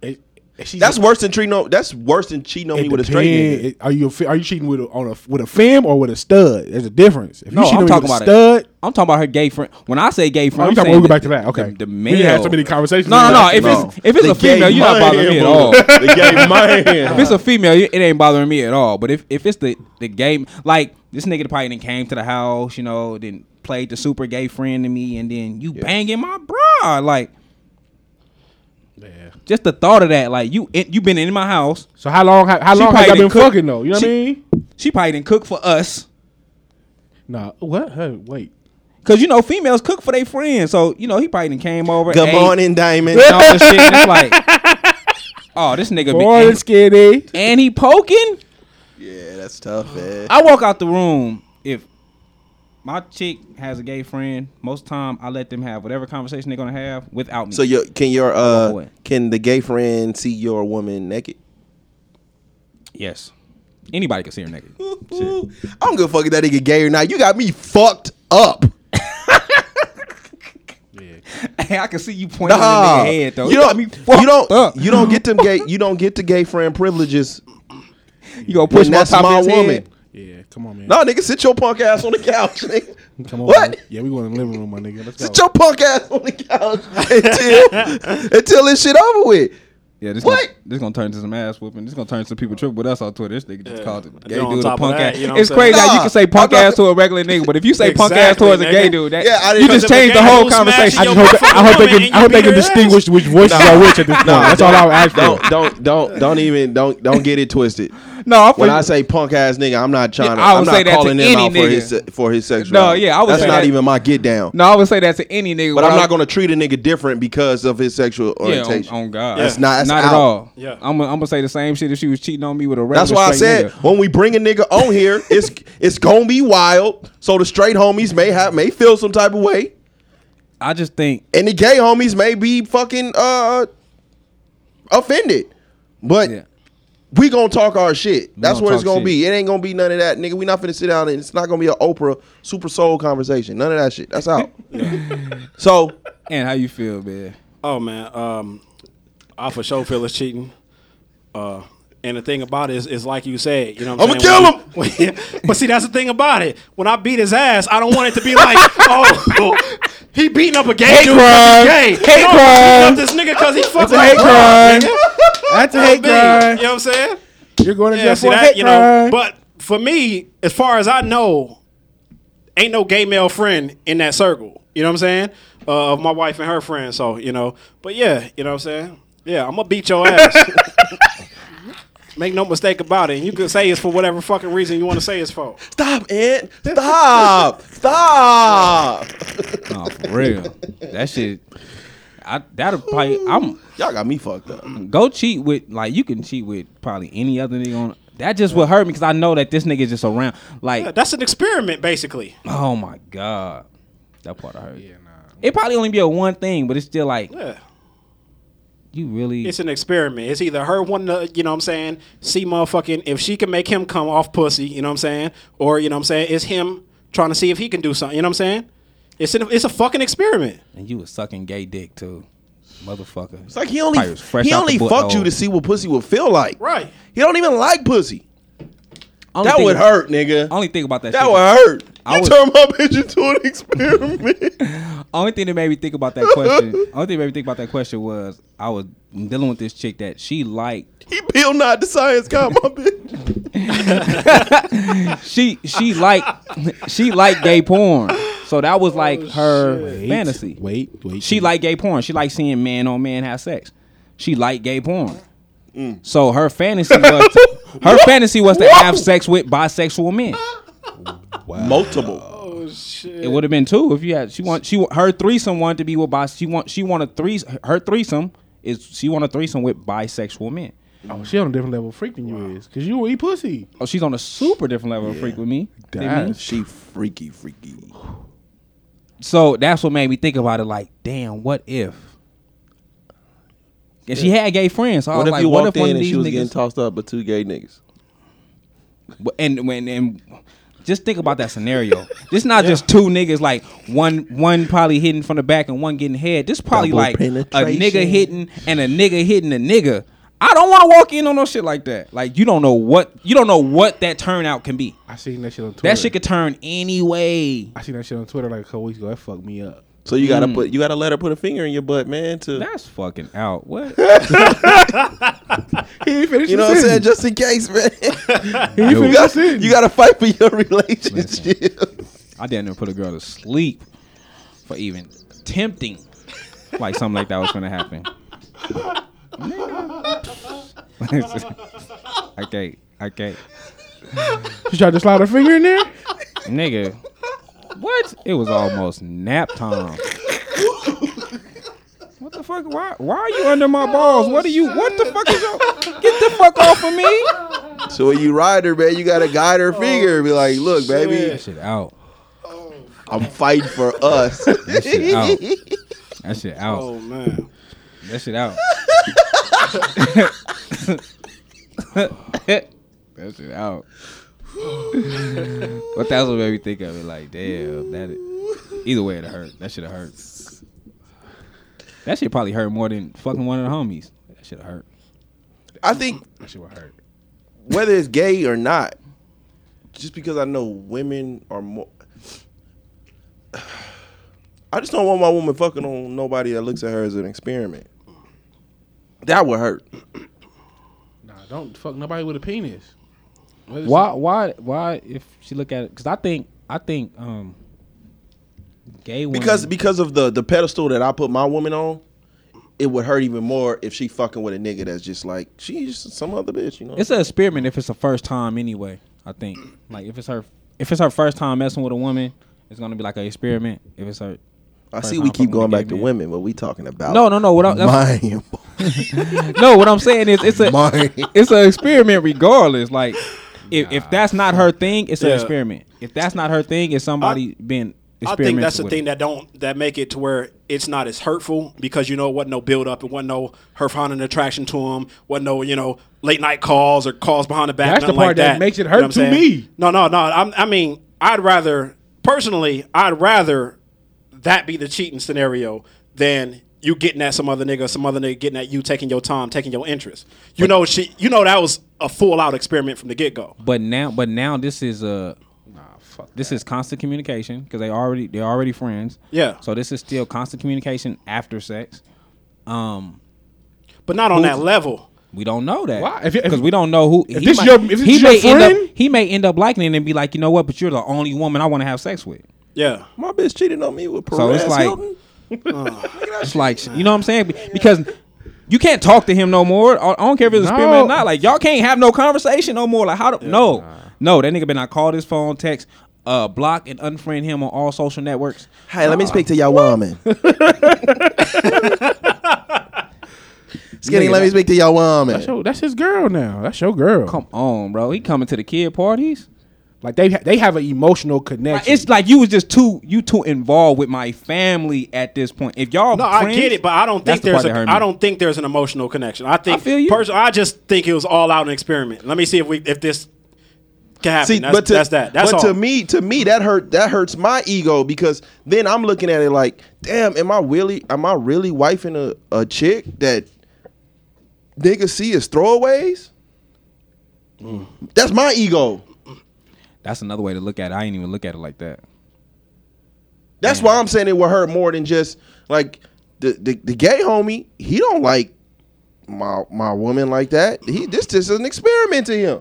Speaker 7: It- it- she's-
Speaker 1: That's worse than treating. on- That's worse than cheating on
Speaker 7: it
Speaker 1: me with a straight nigga.
Speaker 7: depend- it- Are you a fe- are you cheating with a, on a with a fem or with a stud? There's a difference. If you
Speaker 5: No,
Speaker 7: cheating
Speaker 5: I'm
Speaker 7: on me
Speaker 5: talking
Speaker 7: with a
Speaker 5: about
Speaker 7: stud,
Speaker 5: it. I'm talking about her gay friend. When I say gay friend,
Speaker 7: Oh,
Speaker 5: I'm
Speaker 7: you talking
Speaker 5: saying
Speaker 7: about- we'll go
Speaker 5: the-
Speaker 7: back to that. Okay.
Speaker 5: The, the
Speaker 7: We
Speaker 5: male.
Speaker 7: done had so many conversations
Speaker 5: No, no, no.
Speaker 7: about
Speaker 5: If
Speaker 7: that.
Speaker 5: it's if it's
Speaker 1: The
Speaker 5: a female,
Speaker 1: gay
Speaker 5: you're not
Speaker 1: man
Speaker 5: bothering me at all.
Speaker 1: the gay
Speaker 5: If
Speaker 1: man.
Speaker 5: it's a female, you- it ain't bothering me at all. But if, if it's the the game, like this nigga probably then came to the house, you know, then played the super gay friend to me, and then you banging my bra, like. Just the thought of that, like you, in, you been in my house.
Speaker 7: So how long how, how
Speaker 5: She
Speaker 7: long have
Speaker 5: probably
Speaker 7: y'all been
Speaker 5: didn't cook.
Speaker 7: fucking though? You know what I
Speaker 5: She-
Speaker 7: mean?
Speaker 5: She probably didn't cook for us,
Speaker 7: Nah. What? Hey, wait.
Speaker 5: cause you know females cook for their friends. So you know he probably done came over.
Speaker 1: Good
Speaker 5: ate,
Speaker 1: morning, Diamond.
Speaker 5: and all this shit. And it's like, oh, this nigga
Speaker 7: Boy,
Speaker 5: be
Speaker 7: it's skinny.
Speaker 5: and he poking.
Speaker 1: Yeah, that's tough, man.
Speaker 5: I walk out the room if my chick has a gay friend. Most time, I let them have whatever conversation they're gonna have without me.
Speaker 1: So your can your uh
Speaker 5: boy.
Speaker 1: can the gay friend see your woman naked?
Speaker 5: yes, anybody can see her naked.
Speaker 1: Ooh, I don't give a fuck if that nigga gay or not. You got me fucked up.
Speaker 5: hey, I can see you pointing
Speaker 1: Nah,
Speaker 5: at the nigga head though.
Speaker 1: you
Speaker 5: got
Speaker 1: don't.
Speaker 5: me
Speaker 1: You don't.
Speaker 5: fucked up.
Speaker 1: You don't get them gay. You don't get the gay friend privileges.
Speaker 5: You gonna push
Speaker 1: when
Speaker 5: my
Speaker 1: that's
Speaker 5: top
Speaker 1: my
Speaker 5: of his
Speaker 1: woman.
Speaker 5: head.
Speaker 7: Yeah, come on, man.
Speaker 1: No, nigga, sit your punk ass on the couch. Nigga.
Speaker 7: Come on.
Speaker 1: What?
Speaker 7: man. Yeah, we going to the living room, my nigga. Let's
Speaker 1: Sit
Speaker 7: go.
Speaker 1: your punk ass on the couch until until this shit over with.
Speaker 5: Yeah, this
Speaker 1: What?
Speaker 5: Gonna, this gonna turn to some ass whooping. This gonna turn to some people tripping with us on Twitter. This nigga just called it gay
Speaker 6: then on
Speaker 5: dude
Speaker 6: top
Speaker 5: a
Speaker 6: of
Speaker 5: punk
Speaker 6: that,
Speaker 5: ass.
Speaker 6: you know what
Speaker 5: it's
Speaker 6: I'm saying?
Speaker 5: crazy how you
Speaker 1: Nah,
Speaker 5: can say punk
Speaker 1: I'm not-
Speaker 5: ass to a regular nigga, but if you say punk ass
Speaker 6: Exactly,
Speaker 5: towards a gay
Speaker 6: nigga.
Speaker 5: dude, that,
Speaker 1: Yeah, I
Speaker 5: you
Speaker 1: didn't-
Speaker 5: just changed the
Speaker 6: Because if
Speaker 5: whole
Speaker 6: a gay dude
Speaker 5: conversation.
Speaker 7: I
Speaker 6: your
Speaker 7: just hope,
Speaker 6: motherfucking
Speaker 7: I hope they
Speaker 6: woman
Speaker 7: can
Speaker 6: and
Speaker 7: I
Speaker 6: you
Speaker 7: hope they
Speaker 6: beat
Speaker 7: can
Speaker 6: her ass.
Speaker 7: distinguish which voices are which at this point. That's all I would ask
Speaker 1: Don't
Speaker 7: for.
Speaker 1: don't don't don't even don't don't get it twisted.
Speaker 5: No, I
Speaker 1: When
Speaker 5: feel-
Speaker 1: I say punk ass nigga, I'm not trying to.
Speaker 5: I would
Speaker 1: I'm
Speaker 5: say
Speaker 1: not
Speaker 5: that to
Speaker 1: calling him
Speaker 5: any
Speaker 1: out for
Speaker 5: nigga.
Speaker 1: his for his sexuality.
Speaker 5: yeah, I would
Speaker 1: That's
Speaker 5: say
Speaker 1: not
Speaker 5: that-
Speaker 1: even my get down.
Speaker 5: no, I would say that to any nigga.
Speaker 1: But I'm
Speaker 5: what I-
Speaker 1: not gonna treat a nigga different because of his sexual
Speaker 5: Yeah, on,
Speaker 1: orientation.
Speaker 5: on God.
Speaker 1: That's not- that's
Speaker 5: not
Speaker 1: out.
Speaker 5: at all.
Speaker 6: Yeah.
Speaker 5: I'm gonna I'm gonna say the same shit if she was cheating on me with a regular.
Speaker 1: That's why I
Speaker 5: straight
Speaker 1: said
Speaker 5: nigga.
Speaker 1: when we bring a nigga on here, it's it's gonna be wild. So the straight homies may have may feel some type of way,
Speaker 5: I just think
Speaker 1: and the gay homies may be fucking uh offended. But
Speaker 5: yeah.
Speaker 1: we gonna talk our shit. That's
Speaker 5: gonna
Speaker 1: what it's
Speaker 5: talk
Speaker 1: gonna
Speaker 5: shit.
Speaker 1: be. It ain't gonna be none of that, nigga. We not finna sit down and it's not gonna be an Oprah Super Soul conversation. None of that shit. That's out. so
Speaker 5: And how you feel, man?
Speaker 6: Oh man, um, I for sure feel it's cheating. Uh, and the thing about it is, is like you said, you know, what I'm,
Speaker 1: I'ma
Speaker 6: kill him. but see, that's the thing about it. When I beat his ass, I don't want it to be like, oh, he beating up a gay dude. 'cause he's Gay. no, he
Speaker 7: Hate
Speaker 6: beating
Speaker 7: crime.
Speaker 6: up this nigga because he fucked
Speaker 7: a
Speaker 6: up.
Speaker 7: hate
Speaker 6: bro,
Speaker 7: crime.
Speaker 6: nigga.
Speaker 7: That's a
Speaker 6: You
Speaker 7: hate
Speaker 6: know what I mean?
Speaker 7: crime.
Speaker 6: You know what I'm saying?
Speaker 7: You're going to
Speaker 6: Yeah,
Speaker 7: jail
Speaker 6: see
Speaker 7: for a
Speaker 6: that,
Speaker 7: hate
Speaker 6: you know.
Speaker 7: crime.
Speaker 6: But for me, as far as I know, ain't no gay male friend in that circle. You know what I'm saying? Uh, of my wife and her friend. So you know, but yeah, you know what I'm saying? Yeah, I'm gonna beat your ass. Make no mistake about it. And you can say it's for whatever fucking reason you want to say it's for.
Speaker 1: stop, Ant. Stop. Stop.
Speaker 5: No, for real. That shit. I that'll probably. I'm
Speaker 1: Y'all got me fucked up.
Speaker 5: go cheat with like you can cheat with probably any other nigga on. That just would hurt me because I know that this nigga is just around. Like,
Speaker 6: Yeah, that's an experiment, basically.
Speaker 5: oh my god, that part of her. Yeah, nah. It probably only be a one thing, but it's still like
Speaker 6: Yeah.
Speaker 5: you really.
Speaker 6: It's an experiment. It's either her wanting to, you know what I'm saying, see motherfucking if she can make him come off pussy, you know what I'm saying? Or, you know what I'm saying, it's him trying to see if he can do something, you know what I'm saying? It's an, it's a fucking experiment.
Speaker 5: and you was sucking gay dick too, motherfucker.
Speaker 1: It's like he only
Speaker 5: Probably was fresh
Speaker 1: he
Speaker 5: out the Oh.
Speaker 1: only
Speaker 5: boot
Speaker 1: fucked you
Speaker 5: hole.
Speaker 1: to see what pussy would feel like.
Speaker 6: Right.
Speaker 1: He don't even like pussy.
Speaker 5: only
Speaker 1: That
Speaker 5: think-
Speaker 1: would hurt, nigga.
Speaker 5: I only think about that.
Speaker 1: That
Speaker 5: shit.
Speaker 1: would hurt.
Speaker 5: I
Speaker 1: I
Speaker 5: was-
Speaker 1: turn my bitch into an experiment.
Speaker 5: Only thing that made me think about that question. only thing that made me think about that question was I was dealing with this chick that she liked.
Speaker 1: he Bill not the science guy, my bitch.
Speaker 5: She she liked she liked gay porn. So that was like her fantasy.
Speaker 2: Wait, wait.
Speaker 5: She like gay porn. She like seeing man on man have sex. She like gay porn. So her fantasy was to, her fantasy was to have sex with bisexual men.
Speaker 1: Multiple.
Speaker 5: It would have been two if you had. She want she her threesome wanted to be with bis. She want she want a threes her threesome is she want a threesome with bisexual men.
Speaker 7: Oh, she on a different level of freak than you is, cause you will eat pussy.
Speaker 5: Oh, she's on a super different level of freak with me. than me.
Speaker 1: She freaky, freaky.
Speaker 5: So that's what made me think about it. Like, damn, what if? And she had gay friends. So I
Speaker 1: What
Speaker 5: was
Speaker 1: if
Speaker 5: Oh, like,
Speaker 1: you
Speaker 5: what
Speaker 1: walked
Speaker 5: if one
Speaker 1: in
Speaker 5: of
Speaker 1: and
Speaker 5: these
Speaker 1: she was
Speaker 5: niggas?
Speaker 1: getting tossed up by two gay niggas?
Speaker 5: But- and when and just think about that scenario. This not just two niggas like one one probably hitting from the back and one getting head. This probably
Speaker 1: Double
Speaker 5: like a nigga
Speaker 1: penetration.
Speaker 5: hitting and a nigga hitting a nigga. I don't want to walk in on no shit like that. Like you don't know what you don't know what that turnout can be.
Speaker 7: I seen that shit on Twitter.
Speaker 5: That shit could turn any way.
Speaker 7: I seen that shit on Twitter like a couple weeks ago. That fucked me up.
Speaker 1: So you gotta put you gotta let her put a finger in your butt, man. To
Speaker 5: Hmm. That's fucking out. What?
Speaker 7: He ain't finished.
Speaker 1: you know what I'm saying, just in case, man.
Speaker 7: He ain't
Speaker 1: you,
Speaker 7: finished.
Speaker 1: gotta,
Speaker 7: You
Speaker 1: you gotta fight for your relationship.
Speaker 5: I didn't even put a girl to sleep for even tempting. Like something like that was gonna happen. Nigga. I can't. I can't.
Speaker 7: She tried to slide her finger in there.
Speaker 5: Nigga. What? It was almost nap time. What the fuck? Why why are you under my balls? What are you what the fuck is your get the fuck off of me?
Speaker 1: so when you ride her, man, you gotta guide her finger and be like, "Look, baby,
Speaker 5: That shit out.
Speaker 1: I'm fighting for us."
Speaker 5: That shit out. That shit out.
Speaker 6: Oh man.
Speaker 5: That shit out. that shit out. but that's what made me think of it. Like, damn, that. It, either way, it hurt. That shit hurt. That shit probably hurt more than fucking one of the homies. That shit hurt.
Speaker 1: I think
Speaker 7: That shit would hurt.
Speaker 1: whether it's gay or not, just because I know women are more. I just don't want my woman fucking on nobody that looks at her as an experiment. That would hurt.
Speaker 7: Nah, don't fuck nobody with a penis. What is
Speaker 5: Why? Why? Why? If she look at it, because I think, I think, um, gay women.
Speaker 1: Because because of the the pedestal that I put my woman on, it would hurt even more if she fucking with a nigga that's just like she's just some other bitch, you know.
Speaker 5: It's an experiment if it's the first time anyway. I think like if it's her if it's her first time messing with a woman, it's gonna be like an experiment. If it's her,
Speaker 1: I
Speaker 5: first
Speaker 1: see we
Speaker 5: time
Speaker 1: keep
Speaker 5: fucking with
Speaker 1: going
Speaker 5: a
Speaker 1: back
Speaker 5: gay
Speaker 1: to
Speaker 5: man.
Speaker 1: women, but we talking about
Speaker 5: no, no, no. What I'm, that's-
Speaker 1: Mind,
Speaker 5: no, what I'm saying is it's a
Speaker 1: mind.
Speaker 5: it's an experiment regardless. Like if, if that's not her thing, it's an
Speaker 6: Yeah.
Speaker 5: experiment. If that's not her thing, it's somebody being
Speaker 6: I
Speaker 5: experimented
Speaker 6: think that's the
Speaker 5: with
Speaker 6: thing that don't that make it to where it's not as hurtful because you know it wasn't no build up, it wasn't no her finding attraction to him, wasn't no you know late night calls or calls behind the back.
Speaker 7: That's the
Speaker 6: nothing
Speaker 7: part
Speaker 6: like
Speaker 7: that
Speaker 6: that,
Speaker 7: makes it
Speaker 6: You know
Speaker 7: hurt
Speaker 6: what I'm
Speaker 7: to
Speaker 6: saying?
Speaker 7: me.
Speaker 6: No, no, no. I'm, I mean, I'd rather personally, I'd rather that be the cheating scenario than you getting at some other nigga, some other nigga getting at you, taking your time, taking your interest. You know, she, you know, that was a full out experiment from the get go.
Speaker 5: But now, but now this is a. This is constant communication because they already they're already friends.
Speaker 6: Yeah.
Speaker 5: So this is still constant communication after sex. Um,
Speaker 6: But not on that level.
Speaker 5: We don't know that.
Speaker 7: Why? If it- if-
Speaker 5: Because we don't know who. he
Speaker 7: this
Speaker 5: might,
Speaker 7: your- if this
Speaker 5: he
Speaker 7: is your
Speaker 5: may end
Speaker 7: friend?
Speaker 5: up. He may end up liking it and be like, you know what? But you're the only woman I want to have sex with.
Speaker 6: Yeah.
Speaker 1: my bitch cheated on me with Perez
Speaker 5: So it's like-
Speaker 1: Hilton.
Speaker 5: It's like, you know what I'm saying? Be- Because you can't talk to him no more. I I don't care if it's a experiment or
Speaker 7: No.
Speaker 5: not. Like y'all can't have no conversation no more. Like how? Do, no, no. That nigga been I called his phone, text, uh, block and unfriend him on all social networks.
Speaker 1: Hey, let me speak to y'all woman. Skinny, let me speak to y'all woman.
Speaker 7: Yo, that's his girl now. That's your girl.
Speaker 5: Come on, bro. He coming to the kid parties.
Speaker 7: Like they ha- they have an emotional connection.
Speaker 5: It's like you was just too you too involved with my family at this point. If y'all
Speaker 6: No, I
Speaker 5: friends-
Speaker 6: get it, but I don't
Speaker 5: That's
Speaker 6: think
Speaker 5: the
Speaker 6: there's
Speaker 5: part
Speaker 6: a,
Speaker 5: that hurt
Speaker 6: I
Speaker 5: me.
Speaker 6: don't think there's an emotional connection. I think
Speaker 5: feel you.
Speaker 6: Pers- I just think it was all out an experiment. Let me see if we if this can happen.
Speaker 1: See,
Speaker 6: that's,
Speaker 1: but to,
Speaker 6: that's that. That's
Speaker 1: but
Speaker 6: all.
Speaker 1: to me, to me, that hurt. That hurts my ego because then I'm looking at it like, damn, am I really? Am I really wifing a, a chick that
Speaker 6: Mm.
Speaker 1: niggas see as throwaways? That's my ego.
Speaker 5: That's another way to look at it. I ain't even look at it like that.
Speaker 1: That's why I'm saying it will hurt more than just like the, the the gay homie. He don't like my my woman like that. He this just is an experiment to him.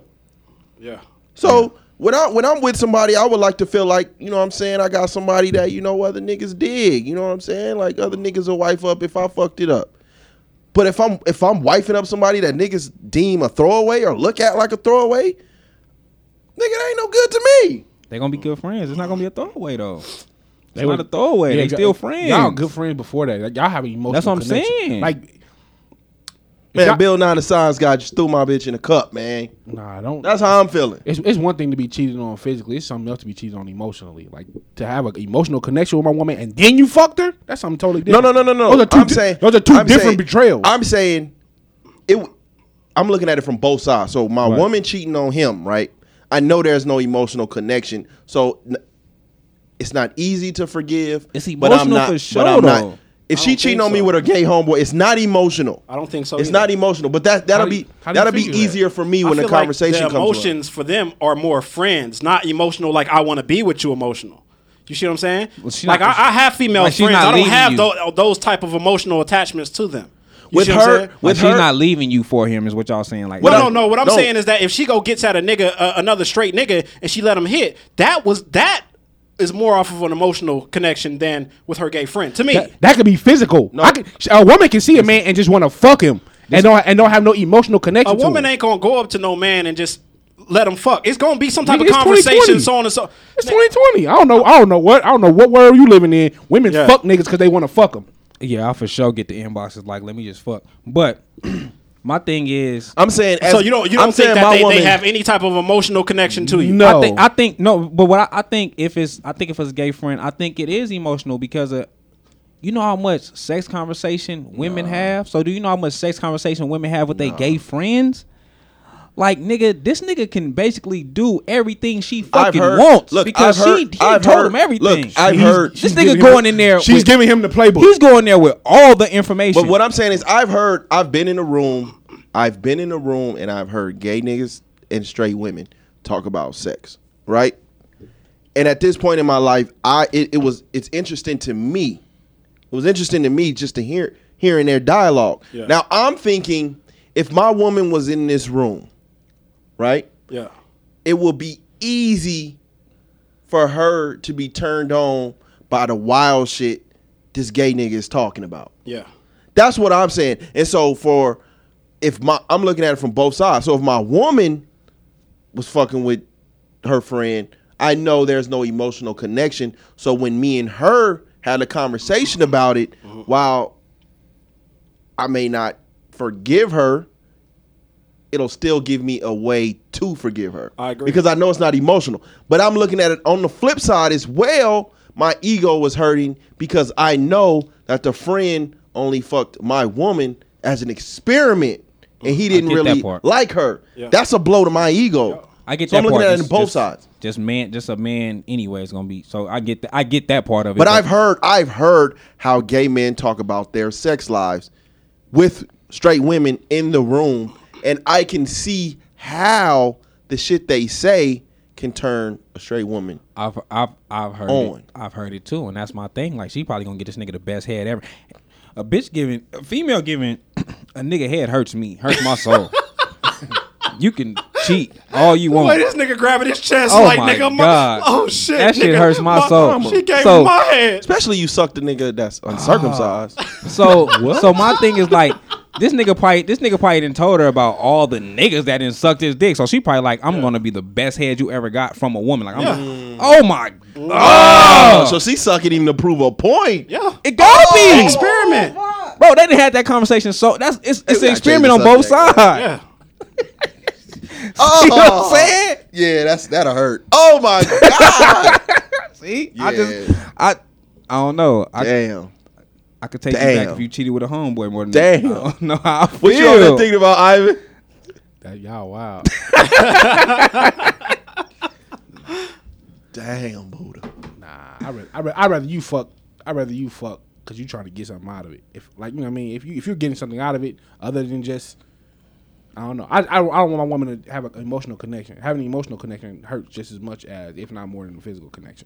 Speaker 6: Yeah.
Speaker 1: So when I when I'm with somebody, I would like to feel like you know what I'm saying I got somebody that you know other niggas dig. You know what I'm saying? Like other niggas will wife up if I fucked it up. But if I'm if I'm wifing up somebody that niggas deem a throwaway or look at like a throwaway, nigga, that ain't no good to me.
Speaker 5: They're gonna be good friends. It's not gonna be a throwaway though. It's
Speaker 7: They
Speaker 5: not
Speaker 7: were-
Speaker 5: a throwaway.
Speaker 7: Yeah,
Speaker 5: they
Speaker 7: y'all-
Speaker 5: still friends.
Speaker 7: Y'all good friends before that. Like, y'all have an emotional.
Speaker 5: That's what I'm
Speaker 7: connection.
Speaker 5: saying.
Speaker 7: Like,
Speaker 1: Man,
Speaker 7: y'all-
Speaker 1: Bill Nye the Science Guy just threw my bitch in a cup, man.
Speaker 7: nah, don't.
Speaker 1: That's how I'm feeling.
Speaker 7: it's, it's one thing to be cheated on physically. It's something else to be cheated on emotionally. Like to have an emotional connection with my woman and then you fucked her. That's something totally
Speaker 1: No,
Speaker 7: different.
Speaker 1: no, no, no, no.
Speaker 7: Those are 2
Speaker 1: I'm
Speaker 7: di-
Speaker 1: saying
Speaker 7: those are 2
Speaker 1: I'm
Speaker 7: different
Speaker 1: saying-
Speaker 7: betrayals.
Speaker 1: I'm saying it. w- I'm looking at it from both sides. So my
Speaker 7: Right.
Speaker 1: woman cheating on him, right? I know there's no emotional connection, so n- it's not easy to forgive.
Speaker 5: It's
Speaker 1: but I'm
Speaker 5: emotional
Speaker 1: not,
Speaker 5: for sure,
Speaker 1: But I'm
Speaker 5: though.
Speaker 1: not. If
Speaker 6: I
Speaker 1: she
Speaker 6: don't
Speaker 1: cheating
Speaker 6: think
Speaker 1: on me
Speaker 6: so.
Speaker 1: with her gay homeboy, it's not emotional.
Speaker 6: I don't think so
Speaker 1: It's
Speaker 6: either.
Speaker 1: not emotional, but that that'll
Speaker 7: How do you-
Speaker 1: be
Speaker 7: how do you
Speaker 1: that'll be
Speaker 7: figure that?
Speaker 1: easier for me
Speaker 6: I
Speaker 1: when the
Speaker 6: feel like
Speaker 1: conversation
Speaker 6: the
Speaker 1: comes. up.
Speaker 6: emotions for them are more friends, not emotional. Like I want to be with you, emotional. You see what I'm saying?
Speaker 5: she
Speaker 6: like
Speaker 5: not-
Speaker 6: I, I have female
Speaker 5: like, she's
Speaker 6: friends.
Speaker 5: not
Speaker 6: I don't
Speaker 5: leaving
Speaker 6: have
Speaker 5: you.
Speaker 6: tho- those type of emotional attachments to them. You
Speaker 1: With
Speaker 6: see what I'm
Speaker 1: her-
Speaker 6: saying?
Speaker 5: Like
Speaker 1: With
Speaker 5: she's
Speaker 1: her-
Speaker 5: not leaving you for him, is what y'all saying. Like,
Speaker 1: What
Speaker 5: no,
Speaker 1: I'm-
Speaker 6: no, no. What I'm
Speaker 1: no.
Speaker 6: saying is that if she go gets at a nigga, uh, another straight nigga, and she let him hit, that was that is more off of an emotional connection than with her gay friend. To me,
Speaker 7: That, that could be physical. I could, a woman can see a man and just want to fuck him and don't and don't have no emotional
Speaker 6: a
Speaker 7: connection.
Speaker 6: woman
Speaker 7: to him.
Speaker 6: ain't gonna go up to no man and just let him fuck. It's gonna be some type
Speaker 7: Nigga,
Speaker 6: of
Speaker 7: it's
Speaker 6: conversation,
Speaker 7: 2020.
Speaker 6: so on and so.
Speaker 7: It's 2020. I don't know. I don't know what. I don't know what world you living in. Women
Speaker 6: Yeah.
Speaker 7: fuck niggas because they want to fuck them.
Speaker 5: yeah, I for sure get the inboxes. Like, let me just fuck. But my thing is,
Speaker 1: I'm saying as,
Speaker 6: so you don't you
Speaker 1: I'm
Speaker 6: don't think
Speaker 1: saying
Speaker 6: that
Speaker 1: my
Speaker 6: they,
Speaker 1: woman,
Speaker 6: they have any type of emotional connection to you?
Speaker 7: No,
Speaker 5: I think I think no, but what I, I think if it's I think if it's a gay friend, I think it is emotional because of you know how much sex conversation women have. So do you know how much sex conversation women have with their gay friends? Like nigga, this nigga can basically do everything she fucking wants because
Speaker 1: I've heard,
Speaker 5: she, he
Speaker 1: I've
Speaker 5: told
Speaker 1: heard,
Speaker 5: him everything.
Speaker 1: Look, I've
Speaker 7: She's-
Speaker 1: heard
Speaker 5: this
Speaker 7: she's giving
Speaker 5: nigga
Speaker 7: him-
Speaker 5: going in there.
Speaker 7: she's
Speaker 5: with-
Speaker 7: giving him the playbook.
Speaker 5: He's going there with all the information.
Speaker 1: But what I'm saying is, I've heard, I've been in a room, I've been in a room, and I've heard gay niggas and straight women talk about sex, right? And at this point in my life, I it, it was it's interesting to me. It was interesting to me just to hear hearing their dialogue.
Speaker 6: Yeah.
Speaker 1: Now I'm thinking, if my woman was in this room, right,
Speaker 6: Yeah.
Speaker 1: it will be easy for her to be turned on by the wild shit this gay nigga is talking about.
Speaker 6: Yeah.
Speaker 1: That's what I'm saying. And so for if my I'm looking at it from both sides. So if my woman was fucking with her friend, I know there's no emotional connection. So when me and her had a conversation about it,
Speaker 6: Mm-hmm.
Speaker 1: while I may not forgive her, it'll still give me a way to forgive her.
Speaker 6: I agree.
Speaker 1: Because I know it's not emotional. But I'm looking at it on the flip side as well. My ego was hurting because I know that the friend only fucked my woman as an experiment and he didn't
Speaker 5: get that
Speaker 1: really
Speaker 5: part.
Speaker 1: like her.
Speaker 6: Mm-hmm. Yeah.
Speaker 1: That's a blow to my ego.
Speaker 5: I get
Speaker 1: so
Speaker 5: that
Speaker 1: I'm looking
Speaker 5: part.
Speaker 1: at it on
Speaker 5: Just-
Speaker 1: both
Speaker 5: just-
Speaker 1: sides.
Speaker 5: Just man, just a man anyway is gonna be. So I get that. I get that part of it.
Speaker 1: But I've heard I've heard how gay men talk about their sex lives with straight women in the room, and I can see how the shit they say can turn a straight woman.
Speaker 5: I've I've I've heard
Speaker 1: On.
Speaker 5: it. I've heard it too, and that's my thing. Like she probably gonna get this nigga the best head ever. A bitch giving a female giving a nigga head hurts me, hurts my soul. you can cheat all you want.
Speaker 6: Boy, this nigga grabbing his chest
Speaker 5: Oh
Speaker 6: like
Speaker 5: my
Speaker 6: nigga. My,
Speaker 5: God.
Speaker 6: Oh shit.
Speaker 5: That shit
Speaker 6: nigga,
Speaker 5: hurts my soul.
Speaker 6: She gave
Speaker 5: So-
Speaker 6: me my head.
Speaker 1: Especially you suck the nigga that's
Speaker 5: Ah.
Speaker 1: uncircumcised.
Speaker 5: So so my thing is like this nigga probably this nigga probably didn't told her about all the niggas that done sucked his dick. So she probably like I'm gonna be the best head you ever got from a woman. Like I'm oh my
Speaker 1: Oh, so she's sucking him to prove a point.
Speaker 6: Yeah.
Speaker 5: it gotta be
Speaker 6: Experiment.
Speaker 5: bro. They didn't have that conversation. So that's it's, it's
Speaker 1: gotta
Speaker 5: an experiment on
Speaker 1: change the
Speaker 5: both
Speaker 1: subject.
Speaker 5: sides.
Speaker 6: Yeah.
Speaker 1: Oh,
Speaker 5: You know what I'm saying?
Speaker 1: Yeah, that's that'll hurt. Oh my god.
Speaker 5: See,
Speaker 1: Yeah.
Speaker 5: I just I I don't know. I
Speaker 1: Damn.
Speaker 5: I could take you
Speaker 1: Damn.
Speaker 5: back if you cheated with a homeboy more than
Speaker 1: Damn.
Speaker 5: I don't know how I feel.
Speaker 1: What you all been thinking about, Ivan?
Speaker 7: That, y'all wow.
Speaker 1: Damn, Buddha.
Speaker 7: nah, I rather, I rather, I rather you fuck. I rather you fuck because you trying to get something out of it. If like you know what I mean. If you if you're getting something out of it other than just I don't know. I, I, I don't want my woman to have an emotional connection. Having an emotional connection hurts just as much as, if not more, than a physical connection.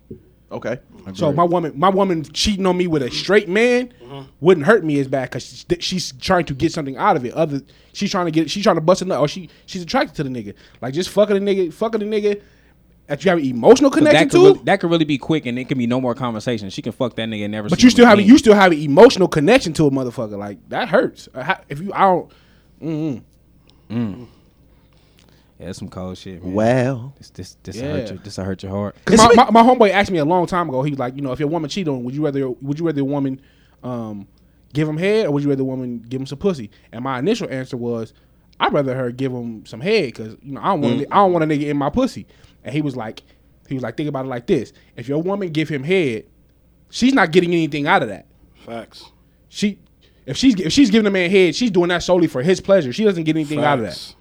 Speaker 1: Okay.
Speaker 7: So my woman, my woman cheating on me with a straight man
Speaker 5: Mm-hmm.
Speaker 7: wouldn't hurt me as bad because she's, she's trying to get something out of it. Other, she's trying to get, she's trying to bust a nut, or she she's attracted to the nigga. Like just fucking the nigga, fucking the nigga. That you have an emotional connection
Speaker 5: that could
Speaker 7: to,
Speaker 5: really, that could really be quick, and it can be no more conversation. She can fuck that nigga and never.
Speaker 7: but
Speaker 5: see
Speaker 7: you
Speaker 5: him
Speaker 7: still have a-
Speaker 5: again.
Speaker 7: you still have an emotional connection to a motherfucker. Like that hurts. Uh, how- If you, I don't.
Speaker 5: Yeah, that's some cold shit. Man.
Speaker 1: Well,
Speaker 5: This this this
Speaker 7: Yeah.
Speaker 5: hurt your this hurt your heart.
Speaker 7: 'Cause my, my, my homeboy asked me a long time ago. He was like, you know, if your woman cheat on, you, would you rather would you rather a woman um, give him head or would you rather a woman give him some pussy? And my initial answer was, I'd rather her give him some head because you know I don't want I don't want a nigga in my pussy. And he was like, he was like, think about it like this: if your woman give him head, she's not getting anything out of that.
Speaker 6: Facts.
Speaker 7: She if she's if she's giving a man head, she's doing that solely for his pleasure. She doesn't get anything out of that.
Speaker 6: Facts.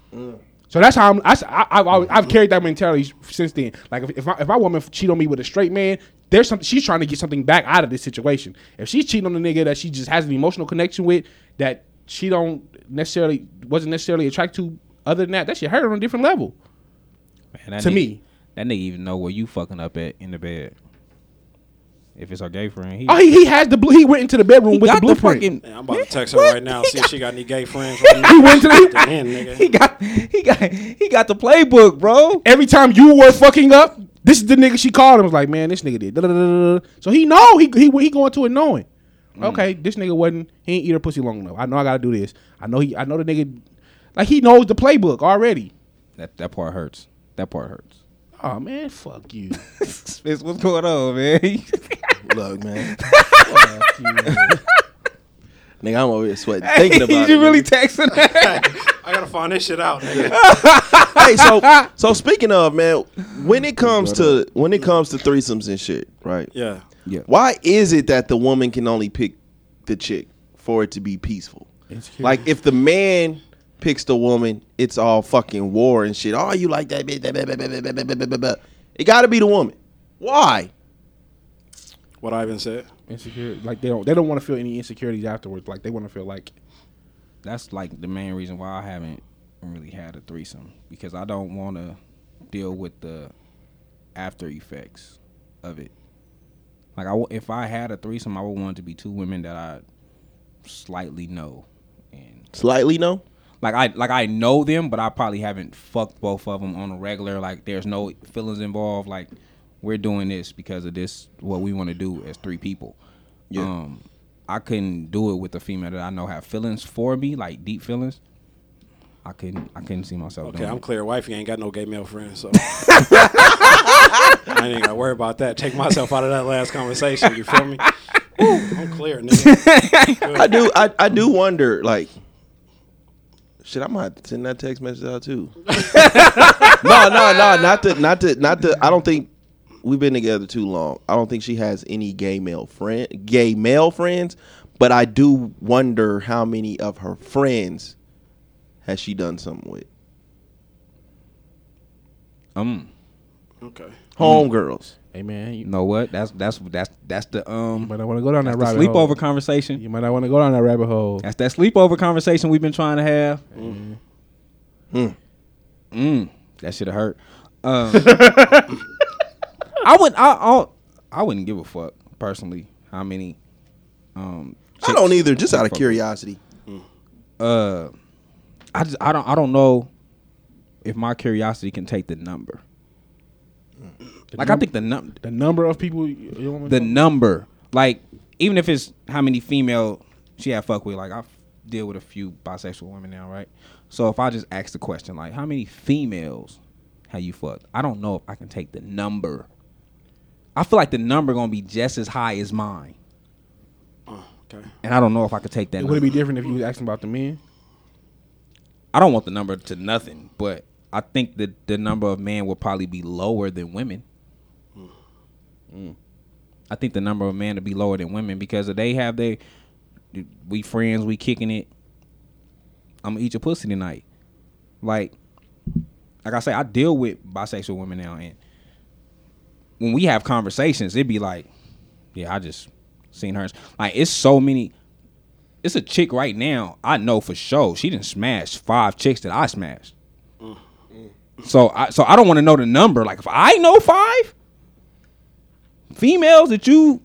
Speaker 7: So that's how I'm. I, have always, I've carried that mentality since then. Like if if my, if my woman cheat on me with a straight man, there's something she's trying to get something back out of this situation. If she's cheating on a nigga that she just has an emotional connection with, that she don't necessarily wasn't necessarily attracted to. Other than that, that shit hurt her on a different level.
Speaker 5: Man, that
Speaker 7: To
Speaker 5: nigga-
Speaker 7: me.
Speaker 5: that nigga even know where you fucking up at in the bed. If it's our gay friend, he,
Speaker 7: Oh, he, he had the blu- he went into the bedroom with the
Speaker 5: got the
Speaker 7: blueprint.
Speaker 5: fucking
Speaker 6: Yeah, I'm about to text her right now. See if she got any gay friends. Right
Speaker 7: he
Speaker 6: now.
Speaker 7: went to the,
Speaker 6: Man, nigga.
Speaker 5: he got he got he got the playbook, bro.
Speaker 7: every time you were fucking up. This is the nigga she called him. Was like, man, this nigga did. da, da, da, da, da." So he know he he he going to it knowing.
Speaker 6: Mm.
Speaker 7: Okay, this nigga wasn't. He ain't eat her pussy long enough. I know I gotta do this. I know he. I know the nigga. Like he knows the playbook already.
Speaker 5: That that part hurts. That part hurts.
Speaker 7: Oh man, fuck you.
Speaker 5: Spence, what's going on, man?
Speaker 1: look, man.
Speaker 7: Fuck you.
Speaker 1: Nigga, I'm over here sweating thinking about it.
Speaker 5: you really
Speaker 1: nigga.
Speaker 5: texting that?
Speaker 6: I gotta find this shit out, nigga.
Speaker 1: hey, so so speaking of man, when it comes to when it comes to threesomes and shit, right?
Speaker 6: Yeah.
Speaker 1: Why is it that the woman can only pick the chick for it to be peaceful? Like if the man picks the woman, it's all fucking war and shit. Oh, you like that? bitch, blah, blah, blah, blah, blah, blah, blah, blah, blah. It got to be the woman. Why?
Speaker 6: What Ivan said.
Speaker 7: Insecure. Like they don't. They don't want to feel any insecurities afterwards. Like they want to feel like.
Speaker 5: That's like the main reason why I haven't really had a threesome because I don't want to deal with the after effects of it. Like I, w- if I had a threesome, I would want it to be two women that I slightly know, and
Speaker 1: Slightly no.
Speaker 5: like I like I know them, but I probably haven't fucked both of them on a regular. Like there's no feelings involved. Like we're doing this because of this what we want to do as three people.
Speaker 1: Yeah.
Speaker 5: Um, I couldn't do it with a female that I know have feelings for me, like deep feelings. I couldn't I couldn't see myself
Speaker 6: Okay,
Speaker 5: doing.
Speaker 6: I'm
Speaker 5: it.
Speaker 6: clear. Wifey ain't got no gay male friends, so I ain't gotta worry about that. Take myself out of that last conversation. You feel me? Woo, I'm clear, nigga.
Speaker 1: I do. I, I do wonder. Like, shit, I might have to send that text message out too. no, no, no, not the, not the, not the. I don't think we've been together too long. I don't think she has any gay male friend, gay male friends. But I do wonder how many of her friends has she done something with
Speaker 5: Um,
Speaker 6: Okay.
Speaker 1: homegirls.
Speaker 7: Hey man, you
Speaker 5: you know what? That's that's that's that's the um
Speaker 7: might not want to go down
Speaker 5: that's
Speaker 7: that
Speaker 5: the
Speaker 7: rabbit
Speaker 5: sleepover
Speaker 7: hole.
Speaker 5: conversation.
Speaker 7: You might not want to go down that rabbit hole.
Speaker 5: That's that sleepover conversation we've been trying to have. Mm. Mm. That should have hurt. Um, I would. I, I. I wouldn't give a fuck personally how many. Um,
Speaker 1: I don't either. Just out of
Speaker 5: Fuck.
Speaker 1: curiosity.
Speaker 5: uh, I just. I don't. I don't know if my curiosity can take the number. Like I think the number
Speaker 7: The number of people. You you want me
Speaker 5: the
Speaker 7: to-
Speaker 5: number. Like, even if it's how many female she had fuck with, like I deal with a few bisexual women now, right? So if I just ask the question, like, how many females have you fucked? I don't know if I can take the number. I feel like the number gonna be just as high as mine,
Speaker 6: Okay.
Speaker 5: and I don't know if I could take that.
Speaker 7: Would it
Speaker 5: number.
Speaker 7: be different if you was asking about the men?
Speaker 5: I don't want the number to nothing, but I think that the number of men will probably be lower than women. Mm. I think the number of men to be lower than women because if they have their we friends, we kicking it. I'm gonna eat your pussy tonight. Like, like I say, I deal with bisexual women now, and when we have conversations, it'd be like, yeah, I just seen hers. Like, it's so many. it's a chick right now. I know for sure she didn't smash five chicks that I smashed.
Speaker 1: Mm.
Speaker 5: So I so I don't want to know the number. Like if I know five females that you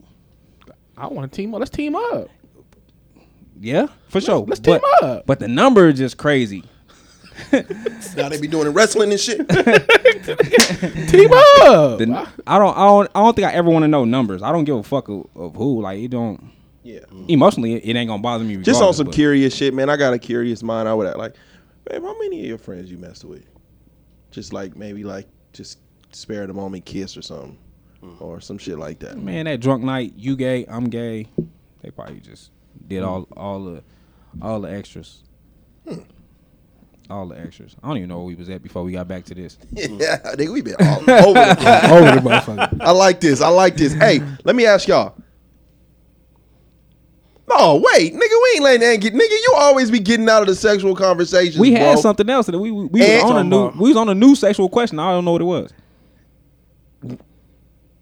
Speaker 7: I want to team up. Let's team up.
Speaker 5: yeah for sure.
Speaker 7: let's
Speaker 5: but,
Speaker 7: team up.
Speaker 5: But the number is just crazy.
Speaker 1: Now they be doing wrestling and shit.
Speaker 7: Team up.
Speaker 5: The, n- I don't I don't I don't think I ever want to know numbers. I don't give a fuck of, of who. Like it don't.
Speaker 1: yeah.
Speaker 5: Emotionally, it, it ain't gonna bother me.
Speaker 1: Just on
Speaker 5: regardless,
Speaker 1: some
Speaker 5: but-
Speaker 1: curious shit, man. I got a curious mind. I would act like, babe, how many of your friends you messed with? Just like maybe like just spare the moment kiss or something,
Speaker 5: Mm.
Speaker 1: or some shit like that.
Speaker 5: Man, that drunk night, you gay, I'm gay. They probably just did all all the all the extras. All the extras. I don't even know where we was at before we got back to this.
Speaker 1: yeah, nigga, we been all over. the place.
Speaker 7: Over the motherfucker.
Speaker 1: I like this. I like this. Hey, let me ask y'all. No, wait, nigga, we ain't letting that get. Nigga, you always be getting out of the sexual conversations.
Speaker 5: We had
Speaker 1: bro.
Speaker 5: something else that we we
Speaker 1: And-
Speaker 5: was on a new
Speaker 1: Talking about-
Speaker 5: we was on a new sexual question. I don't know what it was.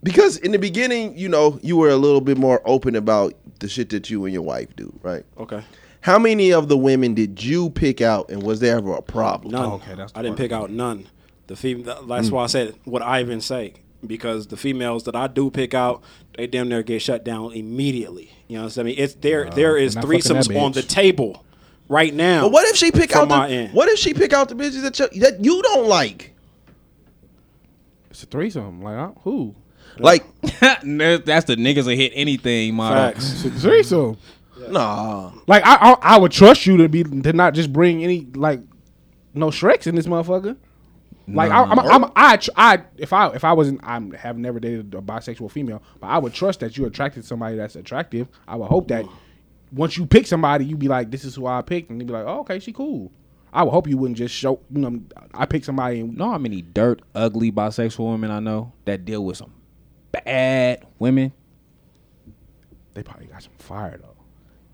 Speaker 1: because in the beginning, you know, you were a little bit more open about the shit that you and your wife do, right?
Speaker 6: Okay.
Speaker 1: How many of the women did you pick out, and was there ever a problem?
Speaker 7: Oh,
Speaker 6: None.
Speaker 5: okay, that's the
Speaker 6: I didn't
Speaker 5: part.
Speaker 6: pick out none. The fem- That's why I said what Ivan say because the females that I do pick out, they damn near get shut down immediately. You know what I'm saying? It's there. there is
Speaker 7: not fucking that
Speaker 6: threesomes on
Speaker 7: bitch.
Speaker 6: the table right now.
Speaker 1: But what if she pick
Speaker 6: From
Speaker 1: out
Speaker 6: my
Speaker 1: the
Speaker 6: end.
Speaker 1: What if she pick out the bitches that you, that you don't like?
Speaker 7: It's a threesome. Like I, who?
Speaker 1: Like,
Speaker 5: That- that's the niggas that hit anything, model.
Speaker 6: Facts.
Speaker 7: It's a threesome.
Speaker 1: nah.
Speaker 7: Like I, I, I would trust you to be to not just bring any like no Shreks in this motherfucker. Like I, I'm, I'm, I, tr- I, if I, if I wasn't, I have never dated a bisexual female, but I would trust that you attracted somebody that's attractive. I would hope that once you pick somebody, you be like, this is who I picked, and you be like, oh, okay, she cool. I would hope you wouldn't just show, you know, I picked somebody and
Speaker 5: You know how many dirt ugly bisexual women I know that deal with some bad women?
Speaker 7: they probably got some fire though.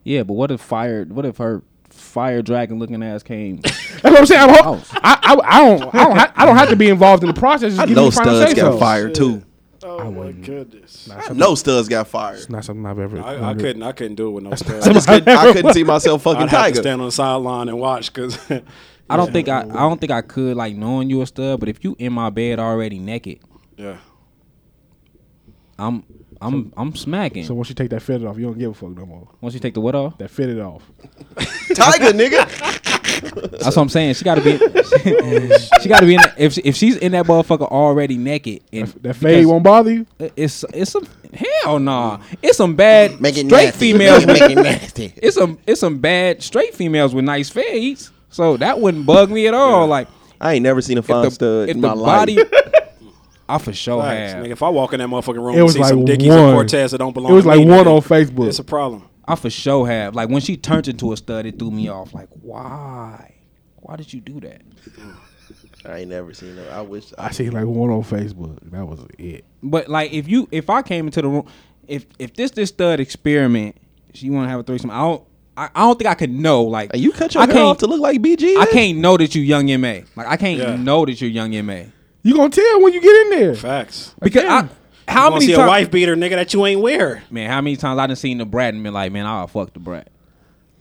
Speaker 5: Yeah, but what if fire what if her fire dragon looking ass came
Speaker 7: That's what I'm saying. I'm ho- I, I, I don't, I don't, ha- I don't have to be involved in the process. Just
Speaker 1: I
Speaker 7: give
Speaker 1: know
Speaker 7: me final
Speaker 1: studs
Speaker 7: say-so.
Speaker 1: got fired too.
Speaker 6: Oh my goodness.
Speaker 1: I know studs got fired.
Speaker 7: Not something I've ever.
Speaker 6: I, I
Speaker 7: wondered.
Speaker 6: couldn't. I couldn't do it with no spell.
Speaker 1: I just couldn't, I couldn't see myself fucking
Speaker 6: I'd have to
Speaker 1: Tiger.
Speaker 6: stand on the sideline and watch because
Speaker 5: I don't think I, I don't think I could like knowing you a stud, but if you in my bed already naked,
Speaker 6: yeah.
Speaker 5: I'm I'm I'm smacking.
Speaker 7: So once you take that fitted off, you don't give a fuck no more.
Speaker 5: Once you take the what off,
Speaker 7: That fitted off.
Speaker 1: Tiger, nigga.
Speaker 5: that's what I'm saying. She gotta be, she gotta be in. That, if she, if she's in that motherfucker already naked, and
Speaker 7: That fade won't bother you.
Speaker 5: because It's it's some hell nah. It's some bad
Speaker 1: Make it
Speaker 5: straight
Speaker 1: nasty.
Speaker 5: females. with-
Speaker 1: Make it nasty.
Speaker 5: It's some it's some bad straight females with nice fades. So that wouldn't bug me at all. Like
Speaker 1: I ain't never seen a fine
Speaker 5: if the,
Speaker 1: stud
Speaker 5: if
Speaker 1: in
Speaker 5: the
Speaker 1: my life.
Speaker 5: body, I for sure
Speaker 6: Facts.
Speaker 5: have.
Speaker 6: Nigga, if I walk in that motherfucking room
Speaker 7: It
Speaker 6: and
Speaker 7: was
Speaker 6: see
Speaker 7: like
Speaker 6: some Dickies
Speaker 7: one.
Speaker 6: and Cortez that don't belong,
Speaker 7: It was
Speaker 6: to
Speaker 7: like
Speaker 6: me,
Speaker 7: one
Speaker 6: nigga,
Speaker 7: on Facebook.
Speaker 6: It's a problem.
Speaker 5: I for sure have. Like when she turned into a stud, it threw me off. Like why? Why did you do that?
Speaker 1: I ain't never seen her. I wish.
Speaker 7: I see like one on Facebook. That was it.
Speaker 5: But like if you if I came into the room, if if this this stud experiment, she want to have a threesome. I don't I, I don't think I could know. Like
Speaker 1: you cut your
Speaker 5: I
Speaker 1: hair
Speaker 5: can't-
Speaker 1: off to look like BG.
Speaker 5: I
Speaker 1: man?
Speaker 5: can't know that you young ma. Like I can't
Speaker 6: Yeah.
Speaker 5: know that you're young ma
Speaker 7: You gonna tell when you get in there?
Speaker 6: Facts.
Speaker 5: because I,
Speaker 6: I'm
Speaker 5: how
Speaker 6: gonna
Speaker 5: many
Speaker 6: see
Speaker 5: times
Speaker 6: a wife beater, nigga, that you ain't wear.
Speaker 5: man how many times I done seen the brat and been like man I'll fuck the brat.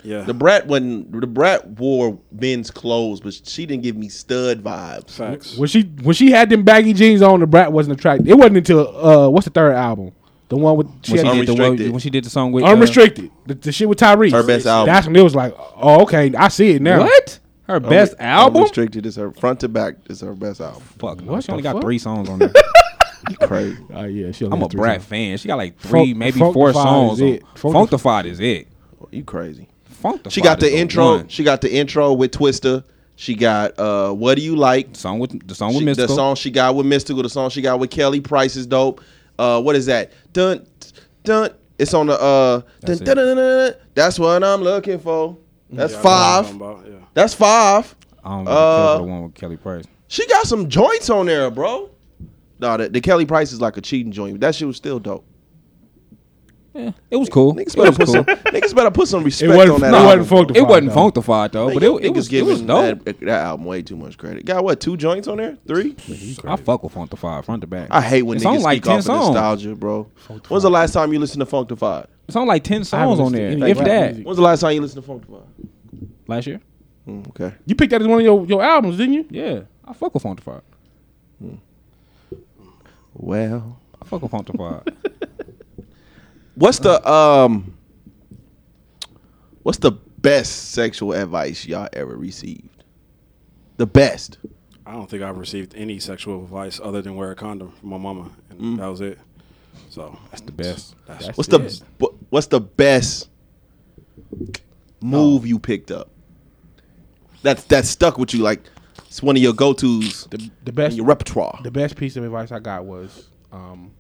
Speaker 6: Yeah.
Speaker 1: The brat wasn't. The brat wore men's clothes, but she didn't give me stud vibes.
Speaker 6: Facts.
Speaker 7: When she when she had them baggy jeans on, the brat wasn't attractive. It wasn't until uh, what's the third album? The one with she
Speaker 5: When
Speaker 7: had
Speaker 5: she, did the, wo-
Speaker 1: Unrestricted.
Speaker 5: when she did the song with uh,
Speaker 7: unrestricted. The, the shit with Tyrese.
Speaker 1: Her best album.
Speaker 7: That's when it was like, oh okay, I see it now.
Speaker 5: what her best
Speaker 1: Unre-
Speaker 5: album.
Speaker 1: Unrestricted is her front to back is her best album.
Speaker 5: Fuck no,
Speaker 7: What
Speaker 5: she only
Speaker 7: the
Speaker 5: got
Speaker 7: fuck?
Speaker 5: three songs on there.
Speaker 1: Crazy.
Speaker 7: Oh yeah, she
Speaker 5: I'm a brat fan. She got like three,
Speaker 7: Funk-
Speaker 5: maybe
Speaker 7: Funkified
Speaker 5: four
Speaker 7: is
Speaker 5: songs. on-
Speaker 7: it. Funkified-
Speaker 5: Funkified is it.
Speaker 1: you crazy.
Speaker 5: Funkified.
Speaker 1: She got
Speaker 5: is
Speaker 1: the intro.
Speaker 5: one.
Speaker 1: She got the intro with Twista. She got uh, what do you like?
Speaker 5: song with the song with
Speaker 1: She, the
Speaker 5: Mystical.
Speaker 1: song she got with Mystical. The song she got with Kelly Price is dope. Uh, what is that? Dun dun. It's on the uh. Dun,
Speaker 5: That's it. Mm-hmm.
Speaker 1: dun, dun, dun, dun, dun. That's what I'm looking for. That's five.
Speaker 6: Yeah.
Speaker 1: That's five.
Speaker 5: I
Speaker 1: really
Speaker 5: don't
Speaker 1: care for
Speaker 5: the
Speaker 1: the
Speaker 5: one with Kelly Price.
Speaker 1: She got some joints on there, bro. Nah, the, the Kelly Price is like a cheating joint. but That shit was still dope.
Speaker 5: It was cool.
Speaker 1: Niggas
Speaker 5: It
Speaker 1: better
Speaker 5: was
Speaker 1: put some.
Speaker 5: cool.
Speaker 1: Niggas better put some respect
Speaker 7: wasn't-
Speaker 1: on that.
Speaker 7: it
Speaker 1: album.
Speaker 7: wasn't funky.
Speaker 5: It wasn't
Speaker 7: Funkified,
Speaker 5: funkified though, but it,
Speaker 1: Niggas
Speaker 5: it was it
Speaker 1: giving
Speaker 5: was dope.
Speaker 1: That, that album way too much credit. Got what two joints on there? Three.
Speaker 5: I fuck with Funkified front to back.
Speaker 1: I hate when
Speaker 5: It's
Speaker 1: niggas
Speaker 5: on like
Speaker 1: speak
Speaker 5: 10
Speaker 1: off of
Speaker 5: songs.
Speaker 1: nostalgia, bro. When's the last time you listened to Funk Funkified?
Speaker 5: It's on like ten songs
Speaker 7: haven't
Speaker 5: on there,
Speaker 7: listened to any
Speaker 5: if
Speaker 7: rap
Speaker 5: that.
Speaker 7: music.
Speaker 1: When's the last time you listened to Funk Divide?
Speaker 5: Last year, Mm,
Speaker 1: Okay.
Speaker 7: You picked that as one of your, your albums, didn't you?
Speaker 5: yeah, I fuck with Funkified.
Speaker 1: Well,
Speaker 5: I fuck with Funkified.
Speaker 1: what's the um, what's the best sexual advice y'all ever received? The best.
Speaker 6: I don't think I've received any sexual advice other than wear a condom from my mama, and that was it. So that's the
Speaker 5: best.
Speaker 6: That's,
Speaker 1: Mm. What's the bu- what's the best
Speaker 5: Oh.
Speaker 1: move you picked up? That's that stuck with you like it's one of your go tos
Speaker 7: The, the
Speaker 1: in
Speaker 7: best
Speaker 1: your repertoire.
Speaker 7: the best piece of advice I got was um,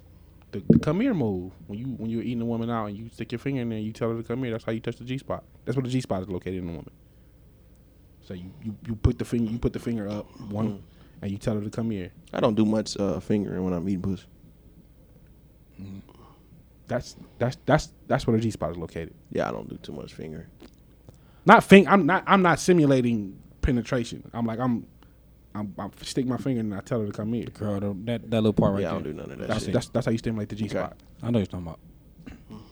Speaker 7: the, the come here move. When you when you're eating a woman out and you stick your finger in there, you tell her to come here. That's how you touch the G spot. That's where the G spot is located in the woman. So you, you, you put the finger you put the finger up one
Speaker 5: Mm-hmm.
Speaker 7: and you tell her to come here.
Speaker 1: I don't do much uh, fingering when I'm eating pussy.
Speaker 7: That's that's that's that's where the G spot is located.
Speaker 1: Yeah, I don't do too much fingering.
Speaker 7: Not fing. I'm not I'm not simulating penetration. I'm like I'm I'm, I stick my finger and I tell her to come here.
Speaker 5: Girl, the- that that little part right
Speaker 1: yeah, I don't do
Speaker 5: there.
Speaker 1: none of that
Speaker 7: That's
Speaker 1: shit.
Speaker 7: that's, that's how you stimulate the G spot.
Speaker 5: I know what you're talking about.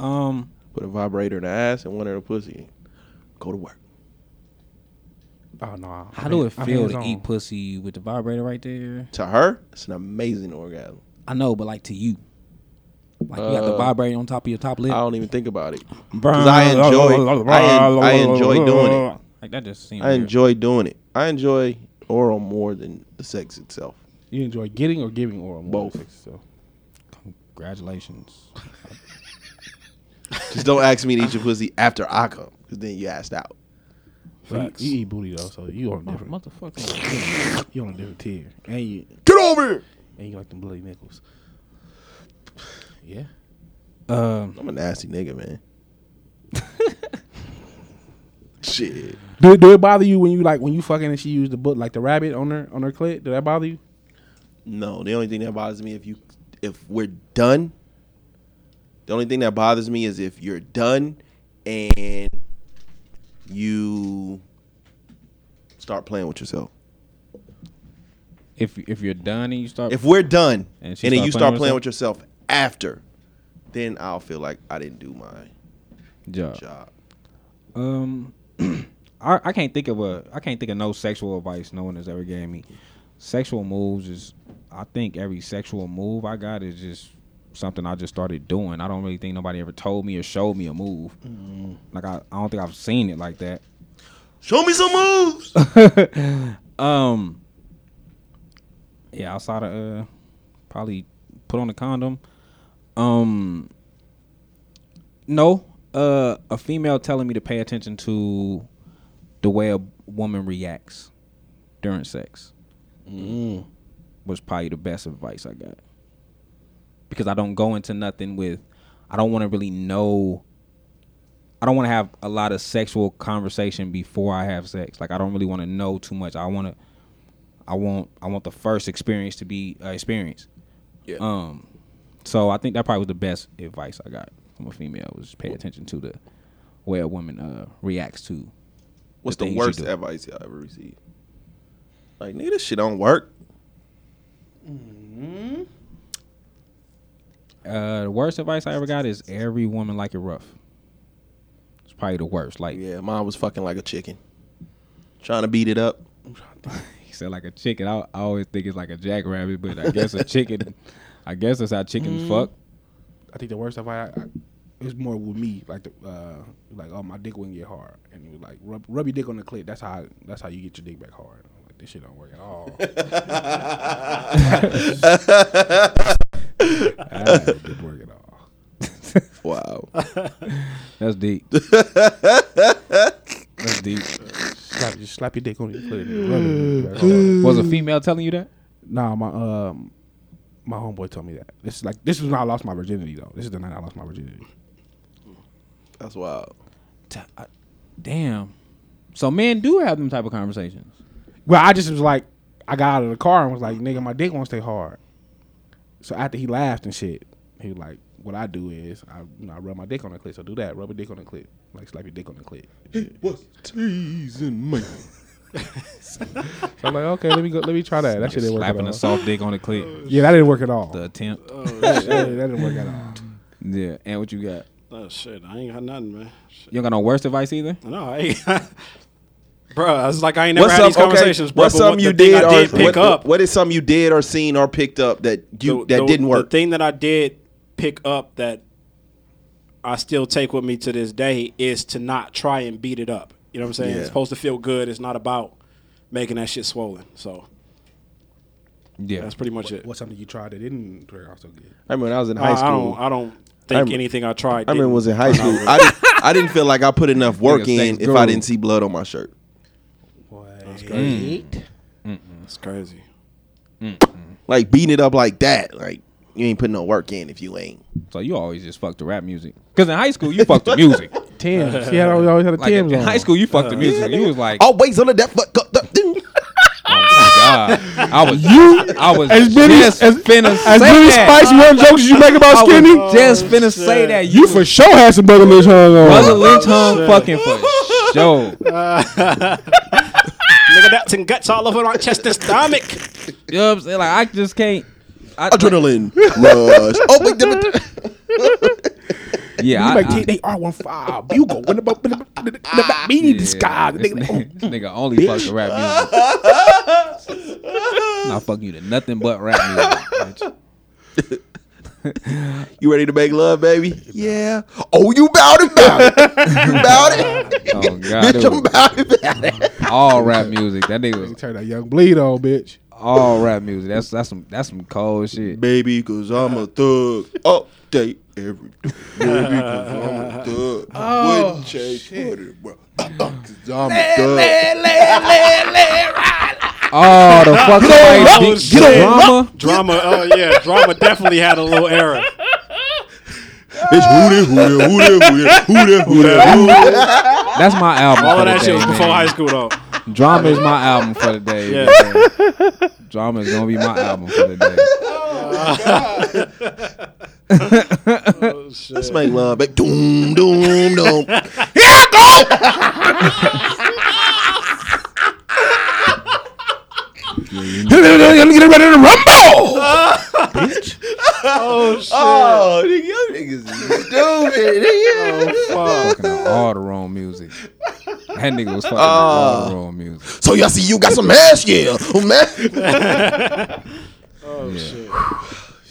Speaker 5: Um,
Speaker 1: Put a vibrator in the ass and one in the pussy. Go to work.
Speaker 7: Oh no!
Speaker 5: how do it feel to eat pussy with the vibrator right there?
Speaker 1: To her, it's an amazing orgasm.
Speaker 5: I know, but like to you, like you got the
Speaker 1: Uh,
Speaker 5: vibrator on top of your top lip.
Speaker 1: I don't even think about it. 'Cause I enjoy- I en- I enjoy doing it.
Speaker 5: Like that just seems.
Speaker 1: I enjoy doing it. I enjoy oral more than the sex itself.
Speaker 7: You enjoy getting or giving oral? more
Speaker 1: Both.
Speaker 7: sex, So
Speaker 5: Congratulations.
Speaker 1: Just don't ask me to eat your pussy after I come, because then you asked out.
Speaker 7: But you, you eat booty though, so you on a different.
Speaker 5: Motherfucker.
Speaker 7: You on a different tier, and you
Speaker 1: Get over here.
Speaker 7: and you like them bloody nickels. Yeah.
Speaker 5: um,
Speaker 1: I'm a nasty nigga, man. Shit.
Speaker 7: Do, do it bother you when you like when you fucking and she used the book like the rabbit on her on her clit? Did that bother you?
Speaker 1: No, the only thing that bothers me if you if we're done. The only thing that bothers me is if you're done and you start playing with yourself.
Speaker 5: if if you're done and you start,
Speaker 1: If we're done
Speaker 5: And
Speaker 1: and,
Speaker 5: she
Speaker 1: then
Speaker 5: start
Speaker 1: you
Speaker 5: playing
Speaker 1: start
Speaker 5: with
Speaker 1: playing
Speaker 5: herself?
Speaker 1: with yourself after, then I'll feel like I didn't do my
Speaker 5: job.
Speaker 1: job.
Speaker 5: Um, I I can't think of a I can't think of no sexual advice no one has ever gave me. Sexual moves is I think every sexual move I got is just something I just started doing. I don't really think nobody ever told me or showed me a move.
Speaker 1: Mm-hmm.
Speaker 5: Like I, I don't think I've seen it like that.
Speaker 1: Show me some moves.
Speaker 5: Um. Yeah, outside of uh, probably put on a condom. Um. No, uh, a female telling me to pay attention to the way a woman reacts during sex was probably the best advice I got because I don't go into nothing with I don't want to really know I don't want to have a lot of sexual conversation before I have sex. Like I don't really want to know too much. I want to I want I want the first experience to be uh, experience.
Speaker 1: Yeah.
Speaker 5: Um so I think that probably was the best advice I got from a female was just pay attention to the way a woman uh reacts to
Speaker 1: What's
Speaker 5: the
Speaker 1: the,
Speaker 5: things you
Speaker 1: worst
Speaker 5: do.
Speaker 1: advice y'all ever received? Like, nigga, this shit don't work.
Speaker 5: Uh, the worst advice I ever got is every woman like it rough. It's probably the worst. Like
Speaker 1: Yeah, mine was fucking like a chicken. Trying to beat it up.
Speaker 5: he said, like a chicken. I, I always think it's like a jackrabbit, but I guess a chicken. I guess that's how chickens fuck.
Speaker 7: I think the worst of I, I it was more with me like the uh like oh my dick wouldn't get hard and it was like rub, rub your dick on the clit. That's how I, that's how you get your dick back hard. And I'm like this shit don't work at all. that didn't work at all.
Speaker 1: Wow.
Speaker 5: That's deep. that's deep.
Speaker 7: Slap, just slap your dick on your clit. and rub it back hard.
Speaker 5: Was a female telling you that?
Speaker 7: Nah, my um, my homeboy told me that. This is like this is when I lost my virginity though. This is the night I lost my virginity.
Speaker 1: That's wild.
Speaker 5: T- I- Damn. So men do have them type of conversations.
Speaker 7: Well, I just was like, I got out of the car and was like, nigga, my dick won't stay hard. So after he laughed and shit, he was like, what I do is I, you know, I rub my dick on the clit. So do that, rub a dick on the clit, like slap your dick on the clit.
Speaker 1: What's teasing me?
Speaker 7: So I'm like, okay, let me go, let me try that. That shit didn't work at
Speaker 5: Slapping a
Speaker 7: all.
Speaker 5: soft dick on the clit.
Speaker 7: Yeah, that didn't work at all.
Speaker 5: The attempt.
Speaker 7: that, that didn't work at all.
Speaker 5: Yeah. And what you got?
Speaker 6: Oh, shit, I ain't got nothing, man. Shit.
Speaker 5: You don't got no worst advice either.
Speaker 6: No, I ain't. Bruh, it's like I ain't never
Speaker 1: what's
Speaker 6: had
Speaker 1: up?
Speaker 6: these conversations,
Speaker 1: okay.
Speaker 6: bro.
Speaker 1: What's
Speaker 6: but
Speaker 1: something
Speaker 6: what
Speaker 1: you
Speaker 6: the thing
Speaker 1: did,
Speaker 6: I
Speaker 1: or
Speaker 6: did
Speaker 1: what,
Speaker 6: pick up?
Speaker 1: what is something you did or seen or picked up that you
Speaker 6: the-
Speaker 1: that
Speaker 6: the-
Speaker 1: didn't work?
Speaker 6: The thing that I did pick up that I still take with me to this day is to not try and beat it up. You know what I'm saying?
Speaker 1: Yeah.
Speaker 6: It's supposed to feel good. It's not about making that shit swollen. So
Speaker 5: Yeah,
Speaker 6: that's pretty much it.
Speaker 7: What's something you tried that didn't turn out so good?
Speaker 1: I remember when I was in
Speaker 6: I,
Speaker 1: high
Speaker 6: I
Speaker 1: school.
Speaker 6: don't. I don't think
Speaker 1: I'm-
Speaker 6: anything I tried.
Speaker 1: I remember when I
Speaker 6: didn't
Speaker 1: was in high
Speaker 6: turn out
Speaker 1: school.
Speaker 6: good.
Speaker 1: I didn't, I didn't feel like I put enough work
Speaker 5: Nigga,
Speaker 1: in
Speaker 5: thanks,
Speaker 1: if I
Speaker 5: girl.
Speaker 1: didn't see blood on my shirt.
Speaker 7: That's
Speaker 6: crazy. It's crazy.
Speaker 1: Like beating it up like that. Like you ain't putting no work in if you ain't.
Speaker 5: so you always just fucked the rap music. Cause in high school you fucked the music.
Speaker 7: Tim's. She had always, always had a
Speaker 5: Like
Speaker 7: Tim's
Speaker 5: in
Speaker 7: on.
Speaker 5: high school you fucked the music. you was like, oh
Speaker 1: Always on the death fuck. up, up, ding.
Speaker 5: God. I was you. I was as many, just as, finna
Speaker 7: As
Speaker 5: say
Speaker 7: many
Speaker 5: that.
Speaker 7: spicy run jokes you make about
Speaker 5: I
Speaker 7: skinny,
Speaker 5: was just finna say that.
Speaker 7: you for sure had some bugger lips hung on.
Speaker 5: Brother Lynch hung fucking for sure.
Speaker 6: Nigga, that's and guts all over my chest and stomach.
Speaker 5: You know what I'm saying? Like I just can't. I,
Speaker 1: Adrenaline rush. Oh wait, did it-
Speaker 5: yeah, I,
Speaker 7: Like,
Speaker 5: I,
Speaker 7: they are one five. You go in the bu- in the bu- in the- in the
Speaker 5: yeah,
Speaker 7: beneath the sky.
Speaker 5: This,
Speaker 7: Nigga, oh,
Speaker 5: nigga, this nigga only fuck the rap music. Not fuck you to nothing but rap music. bitch.
Speaker 1: you ready to make love, baby? Yeah. Oh, you bout it, bout it. You bout it.
Speaker 5: Oh god,
Speaker 1: Bitch,
Speaker 5: it
Speaker 1: I'm
Speaker 5: was
Speaker 1: bout it, bout it.
Speaker 5: all rap music. That nigga was
Speaker 7: Turn that young bleed on, bitch.
Speaker 5: all rap music. That's that's some that's some cold shit.
Speaker 1: Baby, cause I'm a thug. Update every day. Baby, cause I'm a thug. Oh, Wouldn't change for it, bro. Uh, uh, cause I'm a thug.
Speaker 5: Oh, the fuck somebody
Speaker 6: Oh,
Speaker 5: beat- get
Speaker 6: shit.
Speaker 5: a drama.
Speaker 6: Drama. Oh yeah, drama definitely had a little error.
Speaker 1: Bitch, who that, who that, who that, who that, who that, who that, who that.
Speaker 5: That's my album.
Speaker 6: All
Speaker 5: for
Speaker 6: of
Speaker 5: the
Speaker 6: that shit
Speaker 5: day,
Speaker 6: was before
Speaker 5: man.
Speaker 6: high school though.
Speaker 5: Drama is my album for the day.
Speaker 6: Yeah.
Speaker 5: man. Drama is gonna be my album for the day.
Speaker 1: Let's make love, baby. Doom, doom, doom.
Speaker 7: Let me get ready to rumble.
Speaker 1: Oh, nigga, y'all niggas is stupid. nigga.
Speaker 5: Fucking all the wrong music. That nigga was fucking all the wrong music.
Speaker 1: So y'all see you got some ass, yeah. Oh, man. Oh,
Speaker 5: Yeah.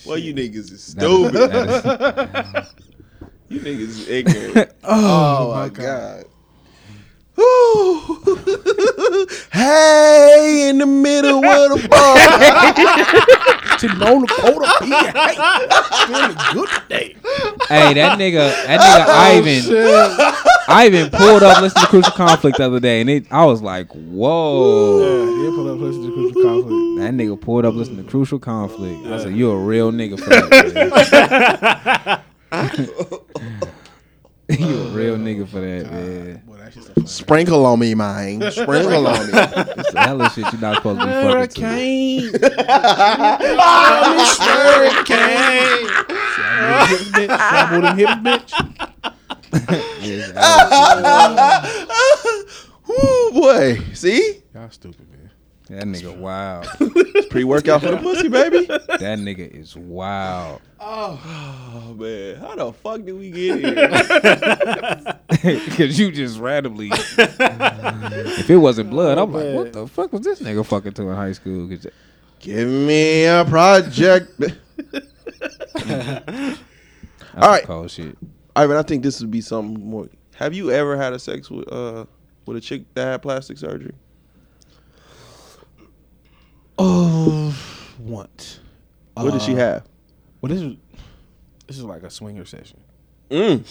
Speaker 1: Well, you niggas is
Speaker 5: That is-
Speaker 1: stupid.
Speaker 5: that is-
Speaker 1: You niggas is ignorant. oh, my god. Whew. hey, in the middle of the bar.
Speaker 5: hey, that nigga, that nigga
Speaker 7: Oh,
Speaker 5: Ivan, Ivan pulled up listening to Crucial Conflict the other day, and it, I was like, whoa.
Speaker 7: Yeah, pull up, listen to Crucial Conflict.
Speaker 5: That nigga pulled up listening to Crucial Conflict. I said, you a real nigga for that. Man. you a real nigga for that, man.
Speaker 7: Boy, that shit's so funny.
Speaker 1: Sprinkle on me, mine. Sprinkle on me.
Speaker 5: It's the hella shit you're not supposed to be fucking to.
Speaker 7: Shabble them hips, bitch.
Speaker 5: It's hella-
Speaker 1: Woo, boy. See?
Speaker 7: Y'all stupid, man.
Speaker 5: that nigga wild.
Speaker 1: It's pre workout for the pussy, baby.
Speaker 5: That nigga is wild.
Speaker 1: Oh, man. How the fuck did we get here?
Speaker 5: Because you just randomly. if it wasn't blood, I'm
Speaker 7: Oh,
Speaker 5: like, what the fuck was this nigga fucking to in high school? 'Cause that-
Speaker 1: Give me a project.
Speaker 5: that's
Speaker 1: All right.
Speaker 5: Cold shit.
Speaker 1: I mean, I think this would be something more. Have you ever had a sex with uh with a chick that had plastic surgery?
Speaker 7: Oh, once.
Speaker 1: What did she
Speaker 7: Uh,
Speaker 1: have?
Speaker 7: Well, this is this is like a swinger session.
Speaker 1: Mm.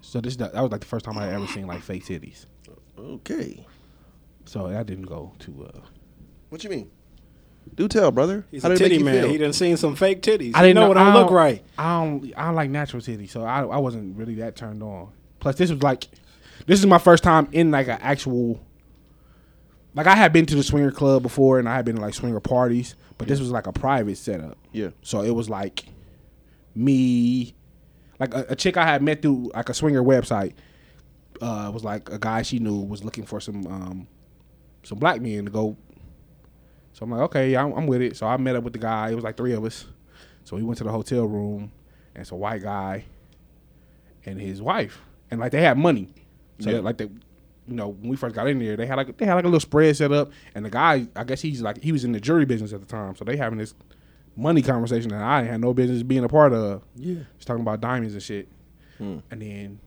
Speaker 7: So this that was like the first time I had ever seen like fake titties.
Speaker 1: Okay.
Speaker 7: So that didn't go too. Uh,
Speaker 1: What you mean? Do tell, brother.
Speaker 6: He's
Speaker 1: How
Speaker 6: a
Speaker 1: did it make
Speaker 6: titty
Speaker 1: you
Speaker 6: man.
Speaker 1: feel?
Speaker 6: He done seen some fake titties.
Speaker 7: I didn't
Speaker 6: know,
Speaker 7: know
Speaker 6: it don't
Speaker 7: I
Speaker 6: look right.
Speaker 7: I don't. I don't like natural titties, so I, I wasn't really that turned on. Plus, this was like, this is my first time in like an actual. Like I had been to the swinger club before, and I had been to like swinger parties, but this was like a private setup.
Speaker 1: Yeah.
Speaker 7: So it was like me, like a, a chick I had met through like a swinger website. Uh, was like a guy she knew was looking for some um, some black men to go. So I'm like, okay, yeah, I'm, I'm with it. So I met up with the guy. It was like three of us. So we went to the hotel room, and it's a white guy, and his wife, and like they had money, so that, like they, you know, when we first got in there, they had like they had like a little spread set up, and the guy, I guess he's like he was in the jury business at the time, so they having this money conversation that I had no business being a part of. Yeah, he's talking about diamonds and shit, and then.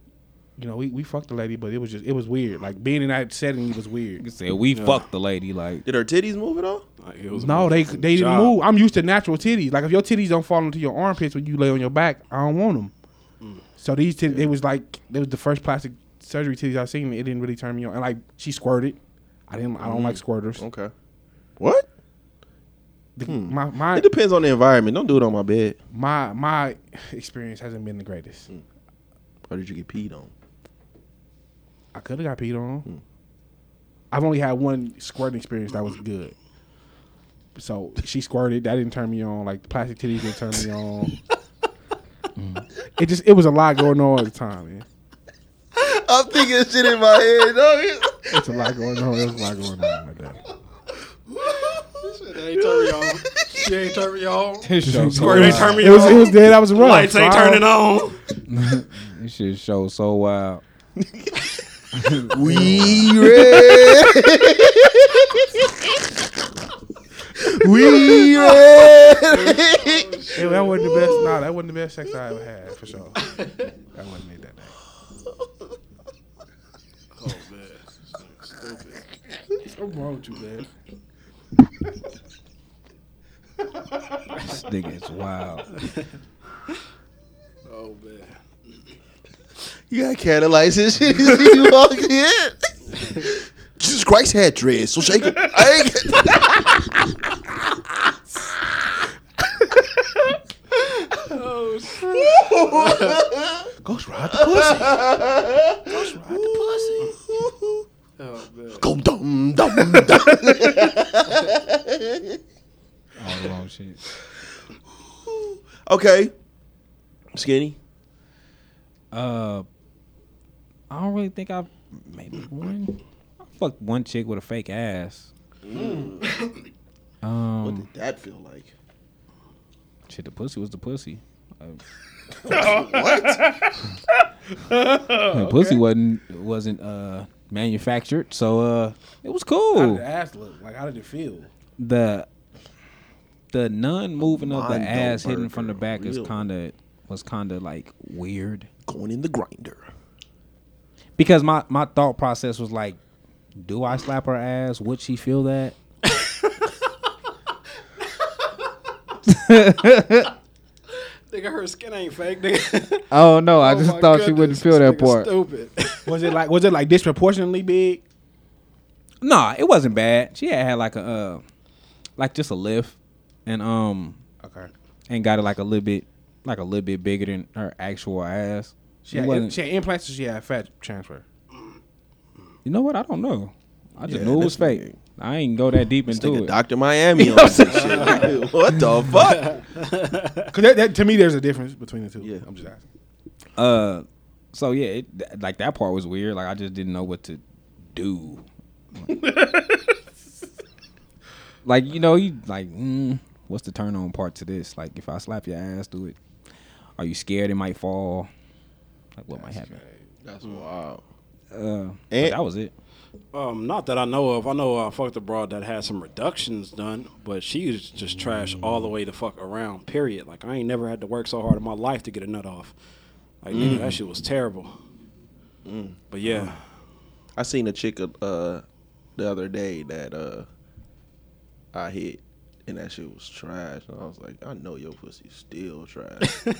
Speaker 7: You know, we, we fucked the lady, but it was just it was weird. Like being in that setting was weird.
Speaker 5: Said we fucked the lady like
Speaker 1: Did her titties move at all?
Speaker 6: Like, it was
Speaker 7: No,
Speaker 6: a
Speaker 7: they they didn't
Speaker 6: job.
Speaker 7: move. I'm used to natural titties. Like if your titties don't fall into your armpits when you lay on your back, I don't want them.
Speaker 1: Mm.
Speaker 7: So these titties, it was like it was the first plastic surgery titties I've seen. It didn't really turn me on, and like she squirted. I didn't. I don't like squirters.
Speaker 1: Mm. Okay. What?
Speaker 7: The- my my
Speaker 1: It depends on the environment. Don't do it on my bed.
Speaker 7: my my experience hasn't been the greatest.
Speaker 1: Or did you get peed on?
Speaker 7: I could have got peed on.
Speaker 6: Hmm.
Speaker 7: I've only had one squirting experience that was good. So she squirted. That didn't turn me on. Like the plastic titties didn't turn me on. Mm. It just it was a lot going on at the time, man.
Speaker 1: I'm thinking this shit in my head. dog.
Speaker 7: It's a lot going on. There's a lot going on like that.
Speaker 6: They ain't turn me on. She ain't turn me on.
Speaker 5: squirting.
Speaker 6: ain't turn me
Speaker 7: It was
Speaker 6: on.
Speaker 7: it was dead. I was rough.
Speaker 6: Lights ain't
Speaker 7: so I don't-
Speaker 6: turning on.
Speaker 5: This shit show so wild.
Speaker 1: we red. we red.
Speaker 7: Yeah, that wasn't the best. Nah, that wasn't the best sex I ever had for sure. that wasn't it that day. What's wrong with you, man?
Speaker 5: This nigga is wild.
Speaker 6: Oh man.
Speaker 1: you got catalyzed and shit. You see you walked in. Jesus Christ had dreads, so shake it. I ain't
Speaker 7: Ghost ride the pussy.
Speaker 6: Oh man.
Speaker 1: go dum dum dum.
Speaker 5: All the wrong shit.
Speaker 1: Okay. Skinny.
Speaker 5: Uh, I don't really think I've maybe one. I fucked one chick with a fake ass. Um,
Speaker 1: What did that feel like?
Speaker 5: Shit, the pussy was the pussy. Like- The pussy wasn't wasn't uh manufactured, so uh it was
Speaker 7: How did
Speaker 5: cool.
Speaker 7: the ass look? Like how did it feel?
Speaker 5: The the nun moving of the
Speaker 1: Mondo
Speaker 5: ass hidden from the
Speaker 1: burger,
Speaker 5: back is
Speaker 1: real.
Speaker 5: kinda was kinda like weird.
Speaker 1: Going in the grinder.
Speaker 5: Because my, my thought process was like, do I slap her ass? Would she feel that?
Speaker 6: Nigga, her skin ain't fake, nigga.
Speaker 5: Oh no, I
Speaker 6: Oh, my goodness, this nigga Stupid.
Speaker 7: Was it like was it like disproportionately big?
Speaker 5: Nah, it wasn't bad. She had, had like a uh like just a lift and um
Speaker 7: Okay.
Speaker 5: and got it like a little bit like a little bit bigger than her actual ass.
Speaker 7: She
Speaker 5: It
Speaker 7: had,
Speaker 5: wasn't-
Speaker 7: she had implants or she had fat transfer.
Speaker 5: You know what? I don't know. I just
Speaker 1: Yeah,
Speaker 5: knew it was
Speaker 1: that's
Speaker 5: fake. I ain't go that deep
Speaker 1: Think
Speaker 5: into
Speaker 1: of
Speaker 5: it.
Speaker 1: Dr. Miami on this shit. What the fuck?
Speaker 7: Cause that, that, to me, there's a difference between the two.
Speaker 1: Yeah.
Speaker 7: I'm just asking.
Speaker 5: Uh, so yeah, it, th- like that part was weird. Like I just didn't know what to do. like you know, you like, mm, what's the turn on part to this? Like if I slap your ass, do it. Are you scared it might fall? Like what might happen?
Speaker 1: That's wild.
Speaker 5: Uh, but
Speaker 1: And-
Speaker 5: that was it.
Speaker 6: Um, not that I know of. I know uh, I fucked a broad that had some reductions done, but she was just trash all the way the fuck around. Period. Like I ain't never had to work so hard in my life to get a nut off. Like nigga, that shit was terrible. But yeah,
Speaker 1: I seen a chick uh the other day that uh I hit and that shit was trash. And I was like, I know your pussy's still trash.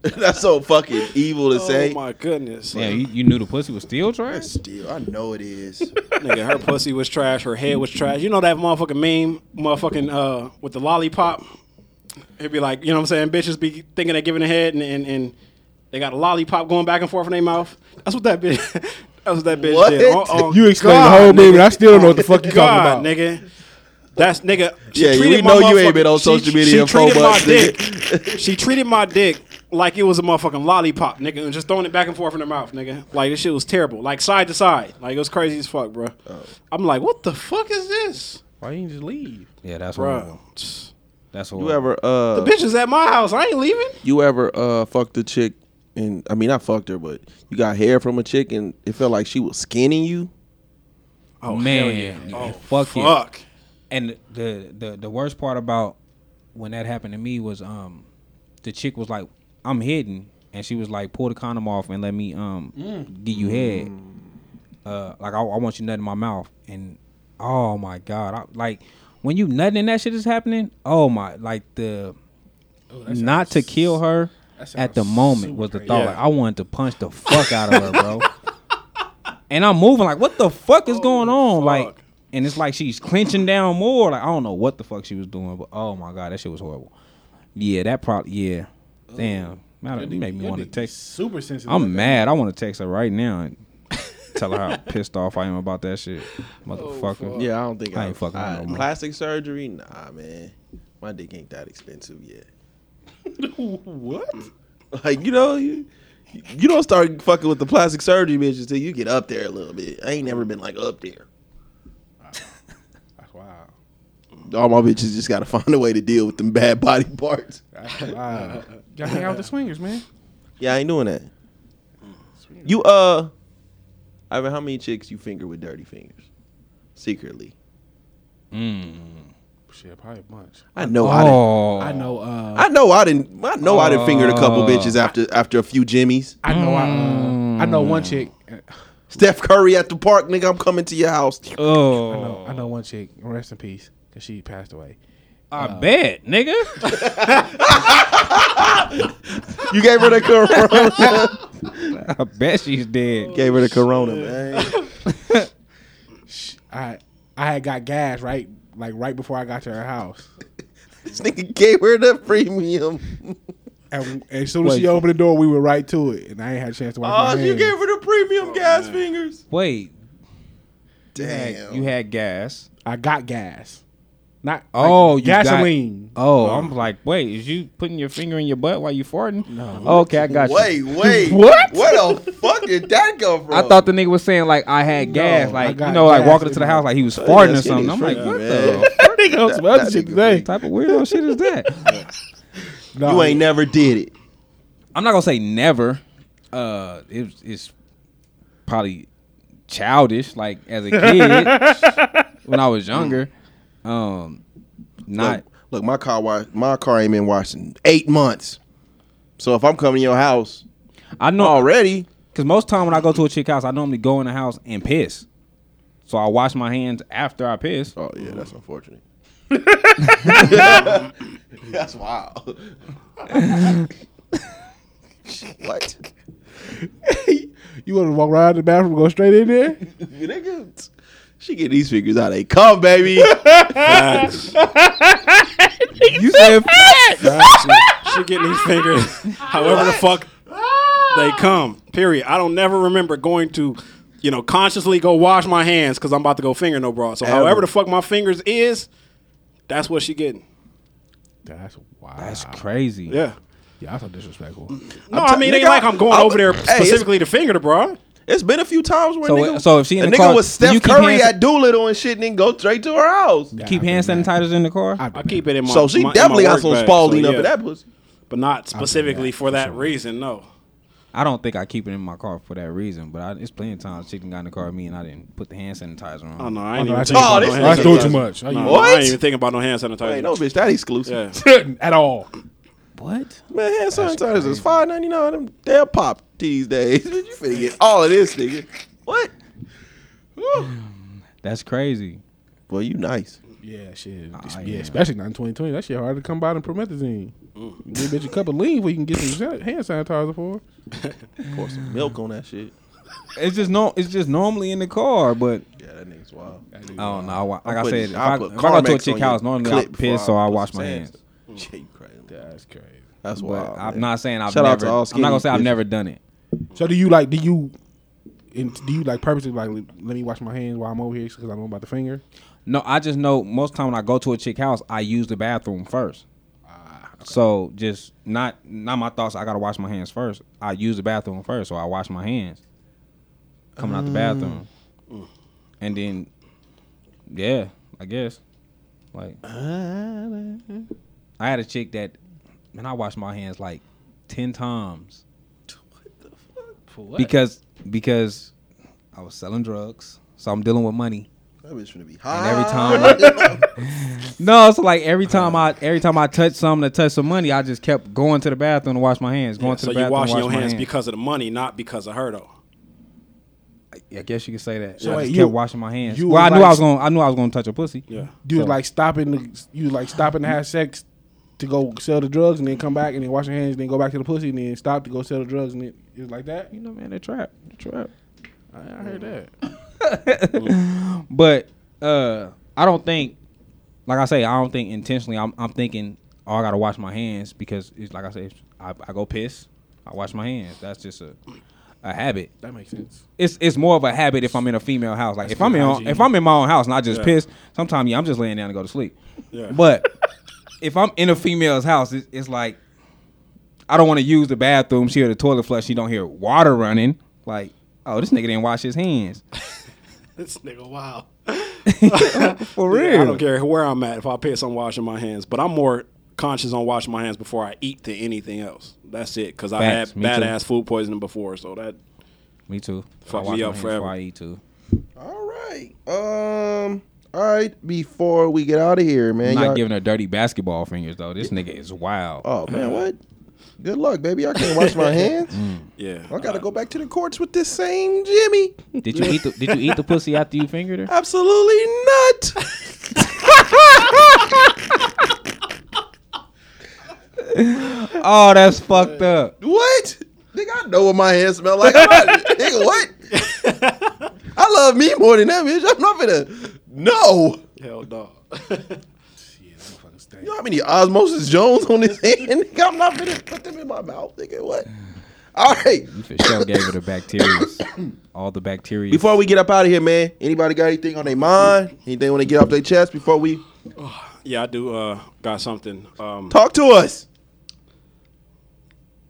Speaker 1: That's so fucking evil to
Speaker 6: oh
Speaker 1: say.
Speaker 6: my goodness,
Speaker 5: Yeah, you, you knew the pussy was still trash.
Speaker 1: Still, I know it is.
Speaker 6: nigga, her pussy was trash. Her head was trash. You know that motherfucking meme, motherfucking uh, with the lollipop. It'd be like, you know what I'm saying? Bitches be thinking they giving a head and and, and they got a lollipop going back and forth in their mouth. That's what that bitch. That's what that bitch
Speaker 1: What?
Speaker 6: did. Oh, oh,
Speaker 7: You explained the
Speaker 6: God,
Speaker 7: whole meme,
Speaker 6: nigga.
Speaker 7: and I still don't know what the fuck you
Speaker 6: God,
Speaker 7: talking about.
Speaker 6: nigga. That's nigga. She
Speaker 1: Yeah, we
Speaker 6: treated my
Speaker 1: know you ain't been
Speaker 6: motherfucking-
Speaker 1: on
Speaker 6: she-
Speaker 1: social media in
Speaker 6: She
Speaker 1: four
Speaker 6: treated my
Speaker 1: months,
Speaker 6: dick. she treated my dick like it was a motherfucking lollipop, nigga, and just throwing it back and forth in her mouth, nigga. Like this shit was terrible. Like side to side. Like it was crazy as fuck, bro.
Speaker 1: Oh.
Speaker 6: I'm like, what the fuck is this,
Speaker 7: Why you just leave?
Speaker 5: Yeah, that's
Speaker 6: bro?
Speaker 5: horrible. That's horrible.
Speaker 1: You ever uh
Speaker 6: Bitch is at my house. I ain't leaving.
Speaker 1: you ever uh fucked the chick and I mean I fucked her, but you got hair from a chick and it felt like she was skinning you.
Speaker 5: Oh man, Oh, fuck, yeah.
Speaker 6: Fuck.
Speaker 5: And the, the the worst part about when that happened to me was um the chick was like, I'm hidden and she was like, pull the condom off and let me um get you head. Uh like I, I want you nut in my mouth. And oh my God. I, like when you nutting and that shit is happening, oh my like the not to kill her at the moment was the thought. Like, I wanted to punch the fuck out of her, bro. and I'm moving like, what the fuck is going on? Like, and it's like she's clenching down more. Like I don't know what the fuck she was doing, but oh my god, that shit was horrible. Yeah, that probably yeah. Damn, matter you make me want to text.
Speaker 7: Super sensitive.
Speaker 5: I'm mad. I want to text her right now and tell her how pissed off I am about that shit, motherfucker.
Speaker 1: Yeah, I don't think
Speaker 5: I ain't fucking with no more.
Speaker 1: plastic surgery. Nah, man, my dick ain't that expensive yet.
Speaker 7: what?
Speaker 1: Like you know, you, you don't start fucking with the plastic surgery bitches till you get up there a little bit. I ain't never been like up there.
Speaker 7: Wow.
Speaker 1: All my bitches just gotta find a way to deal with them bad body parts.
Speaker 7: Wow. Gotta hang out with the swingers, man.
Speaker 1: Yeah, I ain't doing that. You uh, Ivan, how many chicks you finger with dirty fingers secretly?
Speaker 5: Mm.
Speaker 7: Shit, probably a bunch.
Speaker 1: I know I didn't.
Speaker 5: Oh,
Speaker 7: I know. Uh,
Speaker 1: I know I didn't. I know I didn't fingered a couple bitches after after a few jimmies.
Speaker 7: I know. I, uh, I know one chick.
Speaker 1: Steph Curry at the park, nigga. I'm coming to your house.
Speaker 5: oh,
Speaker 7: I know, I know one chick. Rest in peace, cause she passed away.
Speaker 5: I
Speaker 7: Uh,
Speaker 5: bet, nigga.
Speaker 1: You gave her the corona.
Speaker 5: I bet she's dead.
Speaker 1: gave her the corona, man.
Speaker 7: I I had got gas right, like right before I got to her house.
Speaker 1: This nigga gave her the premium.
Speaker 7: And as soon as she opened the door, we were right to it, and I ain't had a chance to wash
Speaker 1: Oh,
Speaker 7: my
Speaker 1: you
Speaker 7: hands.
Speaker 1: gave her the premium gas fingers.
Speaker 5: Wait,
Speaker 1: Damn.
Speaker 5: you had gas.
Speaker 7: I got gas, not
Speaker 5: Oh,
Speaker 7: like,
Speaker 5: you got-
Speaker 7: gasoline. Uh-huh.
Speaker 5: oh, I'm like, wait, is you putting your finger in your butt while you farting? No. Okay, I got
Speaker 1: Wait,
Speaker 5: you.
Speaker 1: wait.
Speaker 5: What?
Speaker 1: Where the fuck did that go from?
Speaker 5: I thought the nigga was saying like I had gas,
Speaker 7: I
Speaker 5: like
Speaker 7: got
Speaker 5: you know, like
Speaker 7: gas.
Speaker 5: walking into the house like he was farting or
Speaker 1: that shit
Speaker 5: something.
Speaker 1: is
Speaker 5: I'm like,
Speaker 1: freaky,
Speaker 5: what
Speaker 1: man.
Speaker 5: the
Speaker 7: that nigga on some other
Speaker 1: that
Speaker 7: shit
Speaker 1: nigga
Speaker 7: today.
Speaker 5: type of weirdo shit is that?
Speaker 7: No,
Speaker 1: you ain't never did it.
Speaker 5: I'm not gonna say never. Uh, it, it's probably childish, like as a kid when I was younger. Um,
Speaker 1: Look,
Speaker 5: not
Speaker 1: look, my car wa- my car ain't been washed in eight months. So if I'm coming to your house
Speaker 5: I know
Speaker 6: oh.
Speaker 1: already,
Speaker 5: Because most time when I go to a chick house, I normally go in the house and piss. So I wash my hands after I piss.
Speaker 1: oh yeah, that's unfortunate. that's wild. what?
Speaker 7: you want to walk right out of the bathroom, go straight in there?
Speaker 1: Nigga, she get these figures out. They come, baby.
Speaker 5: You said
Speaker 6: She getting these fingers. However the fuck they come. Period. I don't never remember going to, you know, consciously go wash my hands because I'm about to go finger no bra. So however the fuck my fingers is, that's what she getting.
Speaker 7: That's wow.
Speaker 5: that's crazy.
Speaker 6: Yeah.
Speaker 7: yeah, that's so disrespectful.
Speaker 6: No, I mean,
Speaker 1: t-
Speaker 6: ain't
Speaker 1: nigga,
Speaker 6: like I'm going
Speaker 1: I-
Speaker 6: over there
Speaker 1: Hey, it's-
Speaker 6: specifically to finger the bra.
Speaker 1: It's been a few times where
Speaker 5: So,
Speaker 1: nigga,
Speaker 5: so if she in
Speaker 1: a
Speaker 5: the
Speaker 1: nigga
Speaker 5: car,
Speaker 1: was
Speaker 5: do you
Speaker 1: Steph
Speaker 5: keep
Speaker 1: Curry
Speaker 5: hands-
Speaker 1: at Doolittle and shit, and then go straight to her house.
Speaker 5: Keep hand sanitizers in the car.
Speaker 6: I keep it in my.
Speaker 1: So she
Speaker 6: my- in my
Speaker 1: definitely got
Speaker 6: work
Speaker 1: some
Speaker 6: bag,
Speaker 1: Spalding
Speaker 6: so
Speaker 1: up in
Speaker 6: yeah.
Speaker 1: that pussy.
Speaker 6: but not specifically for that reason. No.
Speaker 5: I don't think I keep it in my car for that reason. But I, it's plenty of times chicken got in the car with me and I didn't put the hand sanitizer on.
Speaker 6: Oh no, I ain't
Speaker 7: no,
Speaker 6: even
Speaker 7: that's-
Speaker 6: thinking
Speaker 1: Oh,
Speaker 6: about no
Speaker 1: this
Speaker 6: hand
Speaker 1: nigga does-
Speaker 6: sanitizer.
Speaker 7: much. I
Speaker 6: No,
Speaker 7: ain't-
Speaker 1: What?
Speaker 6: I ain't even thinking about no hand sanitizer.
Speaker 1: Ain't no bitch that exclusive.
Speaker 6: Yeah.
Speaker 7: at all.
Speaker 5: What?
Speaker 1: Man, hand sanitizers is five ninety nine. Them damn pop these days. you finna get all of this, nigga. What?
Speaker 5: That's crazy.
Speaker 1: Well, you nice.
Speaker 7: Yeah, shit.
Speaker 5: Ah,
Speaker 7: yeah,
Speaker 5: yeah.
Speaker 7: especially not in 2020. That shit hard to come by than promethazine. Give bitch a cup of lean before you can get some san- hand sanitizer for.
Speaker 1: Pour some milk on that shit.
Speaker 5: It's just no. It's just normally in the car, but
Speaker 1: Yeah, that nigga's wild.
Speaker 5: I don't know. I wa- Like I,
Speaker 1: put-
Speaker 5: said, if
Speaker 1: I'll
Speaker 5: I,
Speaker 1: put
Speaker 5: if I go to a
Speaker 1: Carmex
Speaker 5: chick
Speaker 1: on
Speaker 5: house,
Speaker 1: your
Speaker 5: normally I
Speaker 1: clip
Speaker 5: piss,
Speaker 1: before
Speaker 5: so I
Speaker 1: put
Speaker 5: wash
Speaker 1: some
Speaker 5: my
Speaker 1: sand.
Speaker 5: hands.
Speaker 1: Yeah, you crazy.
Speaker 7: That's crazy.
Speaker 1: That's
Speaker 5: But
Speaker 1: wild.
Speaker 5: I'm
Speaker 1: man.
Speaker 5: not saying I've
Speaker 1: Shout out
Speaker 5: never.
Speaker 1: to all
Speaker 5: I'm not gonna say I've
Speaker 1: skinny
Speaker 5: never done it.
Speaker 7: So do you like? Do you? And do you like purposely like let me wash my hands while I'm over here because I know about the finger?
Speaker 5: No, I just know most time when I go to a chick house, I use the bathroom first. So just not not my thoughts. I gotta wash my hands first. I use the bathroom first, so I wash my hands coming
Speaker 7: Mm.
Speaker 5: out the bathroom, and then yeah, I guess like I had a chick that man, I washed my hands like ten times
Speaker 7: For what?
Speaker 5: because because I was selling drugs, so I'm dealing with money.
Speaker 1: That bitch gonna be
Speaker 5: And
Speaker 1: high.
Speaker 5: every time, no, it's like every time I every time I touch something to touch some money, I just kept going to the bathroom to wash my hands, going to
Speaker 6: so
Speaker 5: the bathroom.
Speaker 6: you washing
Speaker 5: to
Speaker 6: your
Speaker 5: wash my
Speaker 6: hands because of the money, not because of her though.
Speaker 5: I guess you could say that.
Speaker 7: So
Speaker 5: I
Speaker 7: wait,
Speaker 5: just
Speaker 7: you-
Speaker 5: kept washing my hands.
Speaker 7: you
Speaker 5: Well, I
Speaker 7: was
Speaker 5: knew I
Speaker 7: like-
Speaker 5: was gonna I knew I was gonna touch a pussy.
Speaker 6: Yeah.
Speaker 7: you was
Speaker 5: So-
Speaker 7: like stopping, the, you was like stopping to have sex to go sell the drugs, and then come back and then wash your hands, and then go back to the pussy, and then stop to go sell the drugs, and then it was like that.
Speaker 5: You know, man, they trap, they trap.
Speaker 7: I, I heard that.
Speaker 5: But uh, I don't think, like I say, I don't think intentionally. I'm, I'm thinking, oh, I gotta wash my hands because it's like I say, I, I go piss, I wash my hands. That's just a a habit.
Speaker 7: That makes sense.
Speaker 5: It's it's more of a habit if I'm in a female house. Like if I'm in
Speaker 7: hygiene.
Speaker 5: if I'm in my own house and I just
Speaker 6: Yeah.
Speaker 5: piss, sometimes yeah, I'm just laying down and go to sleep.
Speaker 6: Yeah.
Speaker 5: But if I'm in a female's house, it's, it's like I don't want to use the bathroom. She hear the toilet flush. She don't hear water running. Like, oh, this nigga didn't wash his hands.
Speaker 6: This nigga, wow.
Speaker 5: For real.
Speaker 6: I don't care where I'm at. If I piss, I'm washing my hands. But I'm more conscious on washing my hands before I eat than anything else. That's it. Because I've had
Speaker 5: Facts. Me too.
Speaker 6: badass food poisoning before, so that
Speaker 5: Me too.
Speaker 6: Fuck
Speaker 5: I wash
Speaker 6: me
Speaker 5: my
Speaker 6: up
Speaker 5: hands
Speaker 6: forever.
Speaker 5: Before I eat too.
Speaker 1: All right. Um. All right. Before we get out of here, man.
Speaker 5: I'm
Speaker 1: y'all-
Speaker 5: not giving her dirty basketball fingers though. This nigga is wild.
Speaker 1: oh man, what? Good luck, baby. I can't wash my hands.
Speaker 5: Mm.
Speaker 6: yeah.
Speaker 1: I gotta go back to the courts with this same Jimmy.
Speaker 5: Did you eat the Did you eat the pussy after you fingered her?
Speaker 1: Absolutely not.
Speaker 5: Oh, that's fucked up.
Speaker 1: What? Nigga, I know what my hands smell like. I'm not- nigga, what? I love me more than that, bitch. I'm not gonna. No.
Speaker 6: Hell no.
Speaker 1: You know how many osmosis Jones on this hand? Nigga, I'm not gonna put them in my mouth. Nigga, what? All right.
Speaker 5: You for sure gave her the bacteria. All the bacteria.
Speaker 1: Before we get up out of here, man, anybody got anything on their mind? Anything want to get off their chest before we
Speaker 6: yeah, I do. Uh, got something. Um,
Speaker 1: talk to us?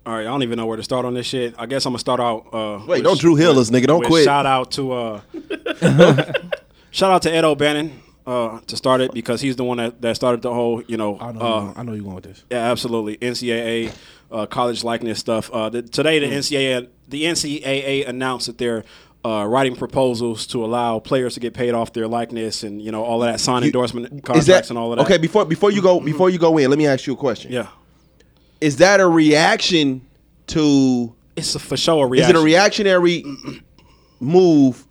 Speaker 6: all right, I don't even know where to start on this shit. I guess I'm gonna start out. Uh,
Speaker 1: Wait,
Speaker 6: with-
Speaker 1: don't Drew Hill us, nigga. Don't
Speaker 6: with
Speaker 1: quit.
Speaker 6: Shout out to uh, shout out to Ed O'Bannon uh, to start it because he's the one that, that started the whole you know
Speaker 7: I know.
Speaker 6: uh,
Speaker 7: you going- I know you're going with this.
Speaker 6: Yeah, absolutely. NCAA uh, college likeness stuff. Uh, the, today, the NCAA the NCAA announced that they're uh, writing proposals to allow players to get paid off their likeness and you know all of that sign endorsement
Speaker 1: Is
Speaker 6: contracts
Speaker 1: that
Speaker 6: and all of that. Mm-hmm.
Speaker 1: okay? Before before you go before you go in, let me ask you a question.
Speaker 6: yeah,
Speaker 1: Is that a reaction to?
Speaker 6: it's a, for sure a
Speaker 1: Is
Speaker 6: reaction.
Speaker 1: it a reactionary move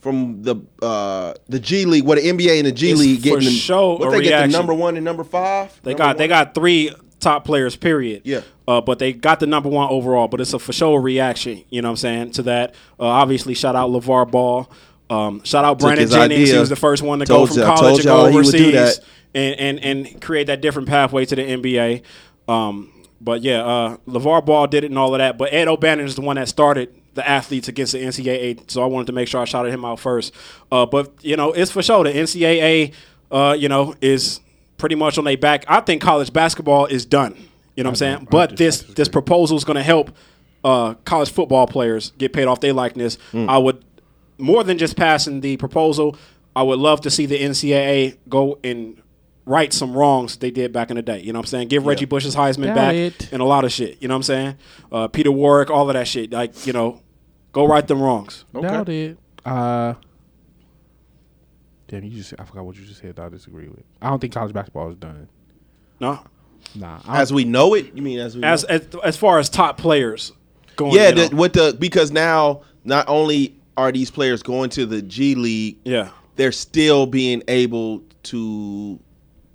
Speaker 1: from the uh, the G League, what the NBA and the G
Speaker 6: It's
Speaker 1: League
Speaker 6: for
Speaker 1: getting? the-
Speaker 6: sure
Speaker 1: what
Speaker 6: a
Speaker 1: they get
Speaker 6: reaction.
Speaker 1: the number one and number five?
Speaker 6: They got they got three top players, period.
Speaker 1: Yeah.
Speaker 6: Uh, but they got the number one overall. But it's a for sure reaction, you know what I'm saying, to that. Uh, obviously, shout out LeVar Ball. Um, shout out Brandon
Speaker 1: his
Speaker 6: Jennings. He
Speaker 1: idea.
Speaker 6: was the first one to go
Speaker 1: Told
Speaker 6: from
Speaker 1: ya- I
Speaker 6: college
Speaker 1: told
Speaker 6: and go
Speaker 1: y'all he would do
Speaker 6: overseas
Speaker 1: that.
Speaker 6: and, and, and create that different pathway to the NBA. Um, but yeah, uh, LeVar Ball did it and all of that. But Ed O'Bannon is the one that started the athletes against the NCAA. So I wanted to make sure I shouted him out first. Uh, but, you know, it's for sure. The NCAA, uh, you know, is pretty much on their back. I think college basketball is done. You know what I'm saying? But this this proposal is going to help uh, college football players get paid off their likeness.
Speaker 1: Mm.
Speaker 6: I would more than just passing the proposal. I would love to see the NCAA go and right some wrongs they did back in the day. You know what I'm saying? Give Reggie Bush's Heisman back
Speaker 7: it.
Speaker 6: and a lot of shit. You know what I'm saying? Uh, Peter Warwick, all of that shit. Like you know, go right them wrongs.
Speaker 7: Doubt it. Uh, damn, you just I forgot what you just said. that I disagree with. I don't think college basketball is done.
Speaker 6: No,
Speaker 7: Nah, I
Speaker 1: as we know it. You mean as we
Speaker 6: as
Speaker 1: know-
Speaker 6: as, as far as top players going.
Speaker 1: yeah,
Speaker 6: you know,
Speaker 1: the, with the because now not only are these players going to the G League,
Speaker 6: yeah,
Speaker 1: they're still being able to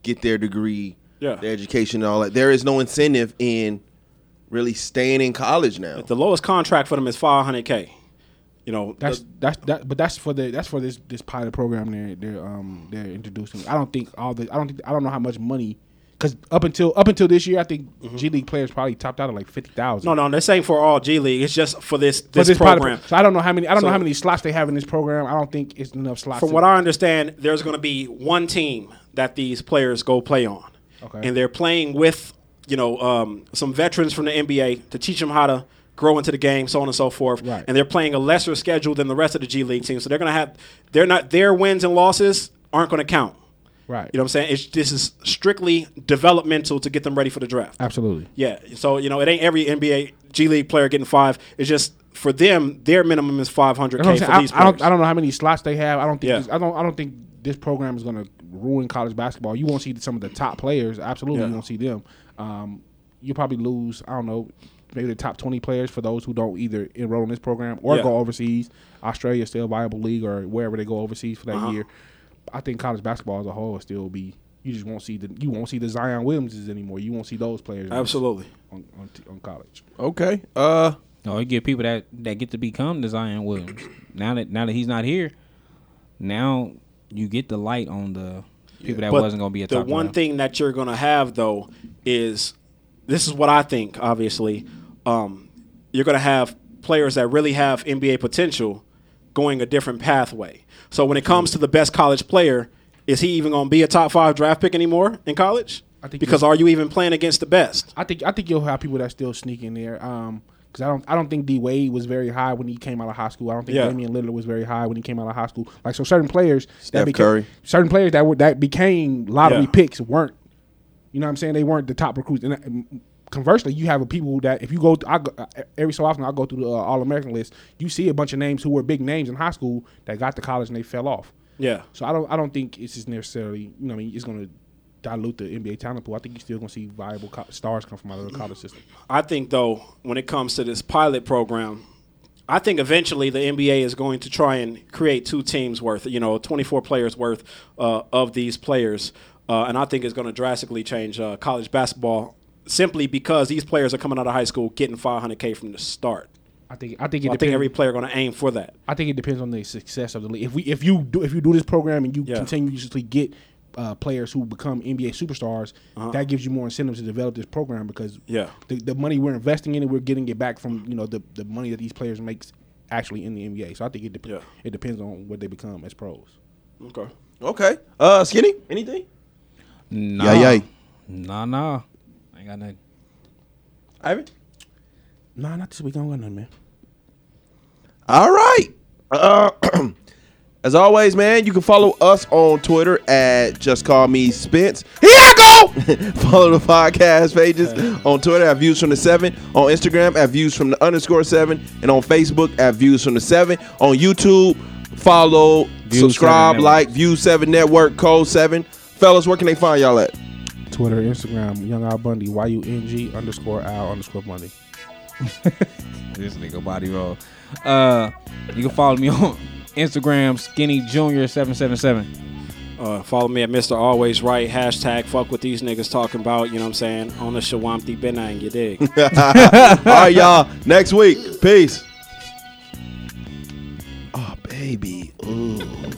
Speaker 1: get their degree,
Speaker 6: Yeah.
Speaker 1: their education, and all that. There is no incentive in really staying in college now.
Speaker 6: the lowest contract for them is 500k. You know,
Speaker 7: That's
Speaker 6: the-
Speaker 7: that's that, but that's for the that's for this this pilot program they're they're um they're introducing. I don't think all the I don't think I don't know how much money because up until up until this year, I think G League players probably topped out at like fifty thousand.
Speaker 6: Mm-hmm. no, no, this ain't for all G League. It's just for this this, program.
Speaker 7: so I don't know how many I don't
Speaker 6: So-
Speaker 7: know how many slots they have in this program. I don't think it's enough slots.
Speaker 6: From
Speaker 7: to-
Speaker 6: what I understand, there's going to be one team that these players go play on,
Speaker 7: Okay.
Speaker 6: and they're playing with you know um, some veterans from the NBA to teach them how to grow into the game, so on and so forth.
Speaker 7: Right.
Speaker 6: And they're playing a lesser schedule than the rest of the G League team, so they're going to have they're not their wins and losses aren't going to count.
Speaker 7: right,
Speaker 6: You know what I'm saying? It's, this is strictly developmental to
Speaker 7: Uh,
Speaker 6: get them ready for the draft.
Speaker 7: absolutely.
Speaker 6: Yeah. So you know, it ain't every NBA G League player getting five. It's just for them, their minimum is five hundred
Speaker 7: That's
Speaker 6: k for
Speaker 7: what I'm saying. I,
Speaker 6: these
Speaker 7: I
Speaker 6: players.
Speaker 7: don't, I don't know how many slots they have. I don't think.
Speaker 6: Yeah.
Speaker 7: This, I don't. I don't think this program is going to ruin college basketball. You won't see some of the top players. Absolutely, you won't see them. Um, you probably lose. I don't know. Maybe the top twenty players for those who don't either enroll in this program or
Speaker 6: Yeah.
Speaker 7: go overseas. Australia is still a viable league, or wherever they go overseas for that
Speaker 6: Uh-huh.
Speaker 7: year. I think college basketball as a whole will still be. You just won't see the. You won't see the Zion Williamses anymore. You won't see those players
Speaker 6: Absolutely.
Speaker 7: on on, t- on college.
Speaker 1: Okay. Uh,
Speaker 5: No, you get people that that get to become the Zion Williams. now that now that he's not here, now you get the light on the people that
Speaker 6: But
Speaker 5: wasn't going to be a
Speaker 6: the
Speaker 5: top
Speaker 6: one
Speaker 5: round.
Speaker 6: thing that you're gonna have though is this is what I think. Obviously, um, you're gonna have players that really have NBA potential going a different pathway. So when it comes to the best college player, is he even gonna be a top five draft pick anymore in college?
Speaker 7: I think
Speaker 6: because
Speaker 7: he-
Speaker 6: are you even playing against the best?
Speaker 7: I think I think you'll have people that still sneak in there. Um, because I don't I don't think D Wade was very high when he came out of high school. I don't think
Speaker 6: Yeah.
Speaker 7: Damian Lillard was very high when he came out of high school. Like so, certain players
Speaker 1: Steph
Speaker 7: that became
Speaker 1: Curry.
Speaker 7: certain players that were that became lottery
Speaker 6: Yeah.
Speaker 7: picks weren't. You know what I'm saying? They weren't the top recruits. And, uh, conversely, you have a people that if you go, I go uh, e, every so often I go through the uh, All American list. You see a bunch of names who were big names in high school that got to college and they fell off.
Speaker 6: Yeah.
Speaker 7: So I don't I don't think it's just necessarily you know what I mean it's gonna dilute the NBA talent pool. I think you're still gonna see viable co- stars come from out of the college system.
Speaker 6: I think though, when it comes to this pilot program, I think eventually the NBA is going to try and create two teams worth, you know, 24 players worth uh, of these players, uh, and I think it's going to drastically change uh, college basketball simply because these players are coming out of high school getting 500k from the start.
Speaker 7: I think I think it
Speaker 6: I
Speaker 7: depends.
Speaker 6: think every player going to aim for that.
Speaker 7: I think it depends on the success of the league. If we if you do if you do this program and you
Speaker 6: Yeah.
Speaker 7: continuously get uh, players who become NBA superstars, that gives you more incentive to develop this program because
Speaker 6: Yeah.
Speaker 7: the, the money we're investing in it, we're getting it back from you know the, the money that these players makes actually in the NBA. So I think it dep-
Speaker 6: Yeah.
Speaker 7: it depends on what they become as pros.
Speaker 6: Okay.
Speaker 1: okay. Uh, skinny. Anything?
Speaker 5: nah,
Speaker 1: Yeah, yeah.
Speaker 5: nah, nah. I ain't got nothing.
Speaker 1: Ivan.
Speaker 7: Nah, not this week. I don't got nothing, man.
Speaker 1: All right. Uh, as always, man, you can follow us on Twitter at Just Call Me Spence. Here I go. follow the podcast pages on Twitter at Views from the Seven, on Instagram at Views from the underscore Seven, and on Facebook at Views from the Seven. On YouTube, follow,
Speaker 5: View
Speaker 1: subscribe,
Speaker 5: Seven
Speaker 1: like View Seven Network Code Seven. Fellas, where can they find y'all at?
Speaker 7: Twitter, Instagram, Young Al Bundy, Y U N G underscore Al underscore Bundy.
Speaker 5: This nigga body roll. Uh, you can follow me on Instagram, Skinny Junior seven seven seven.
Speaker 6: Uh, follow me at Mr. Always Right. Hashtag fuck what these niggas talking about. You know what I'm saying? On the Shawamti Benang, you dig?
Speaker 1: All right, y'all. Next week. Peace. Oh, baby. Ooh.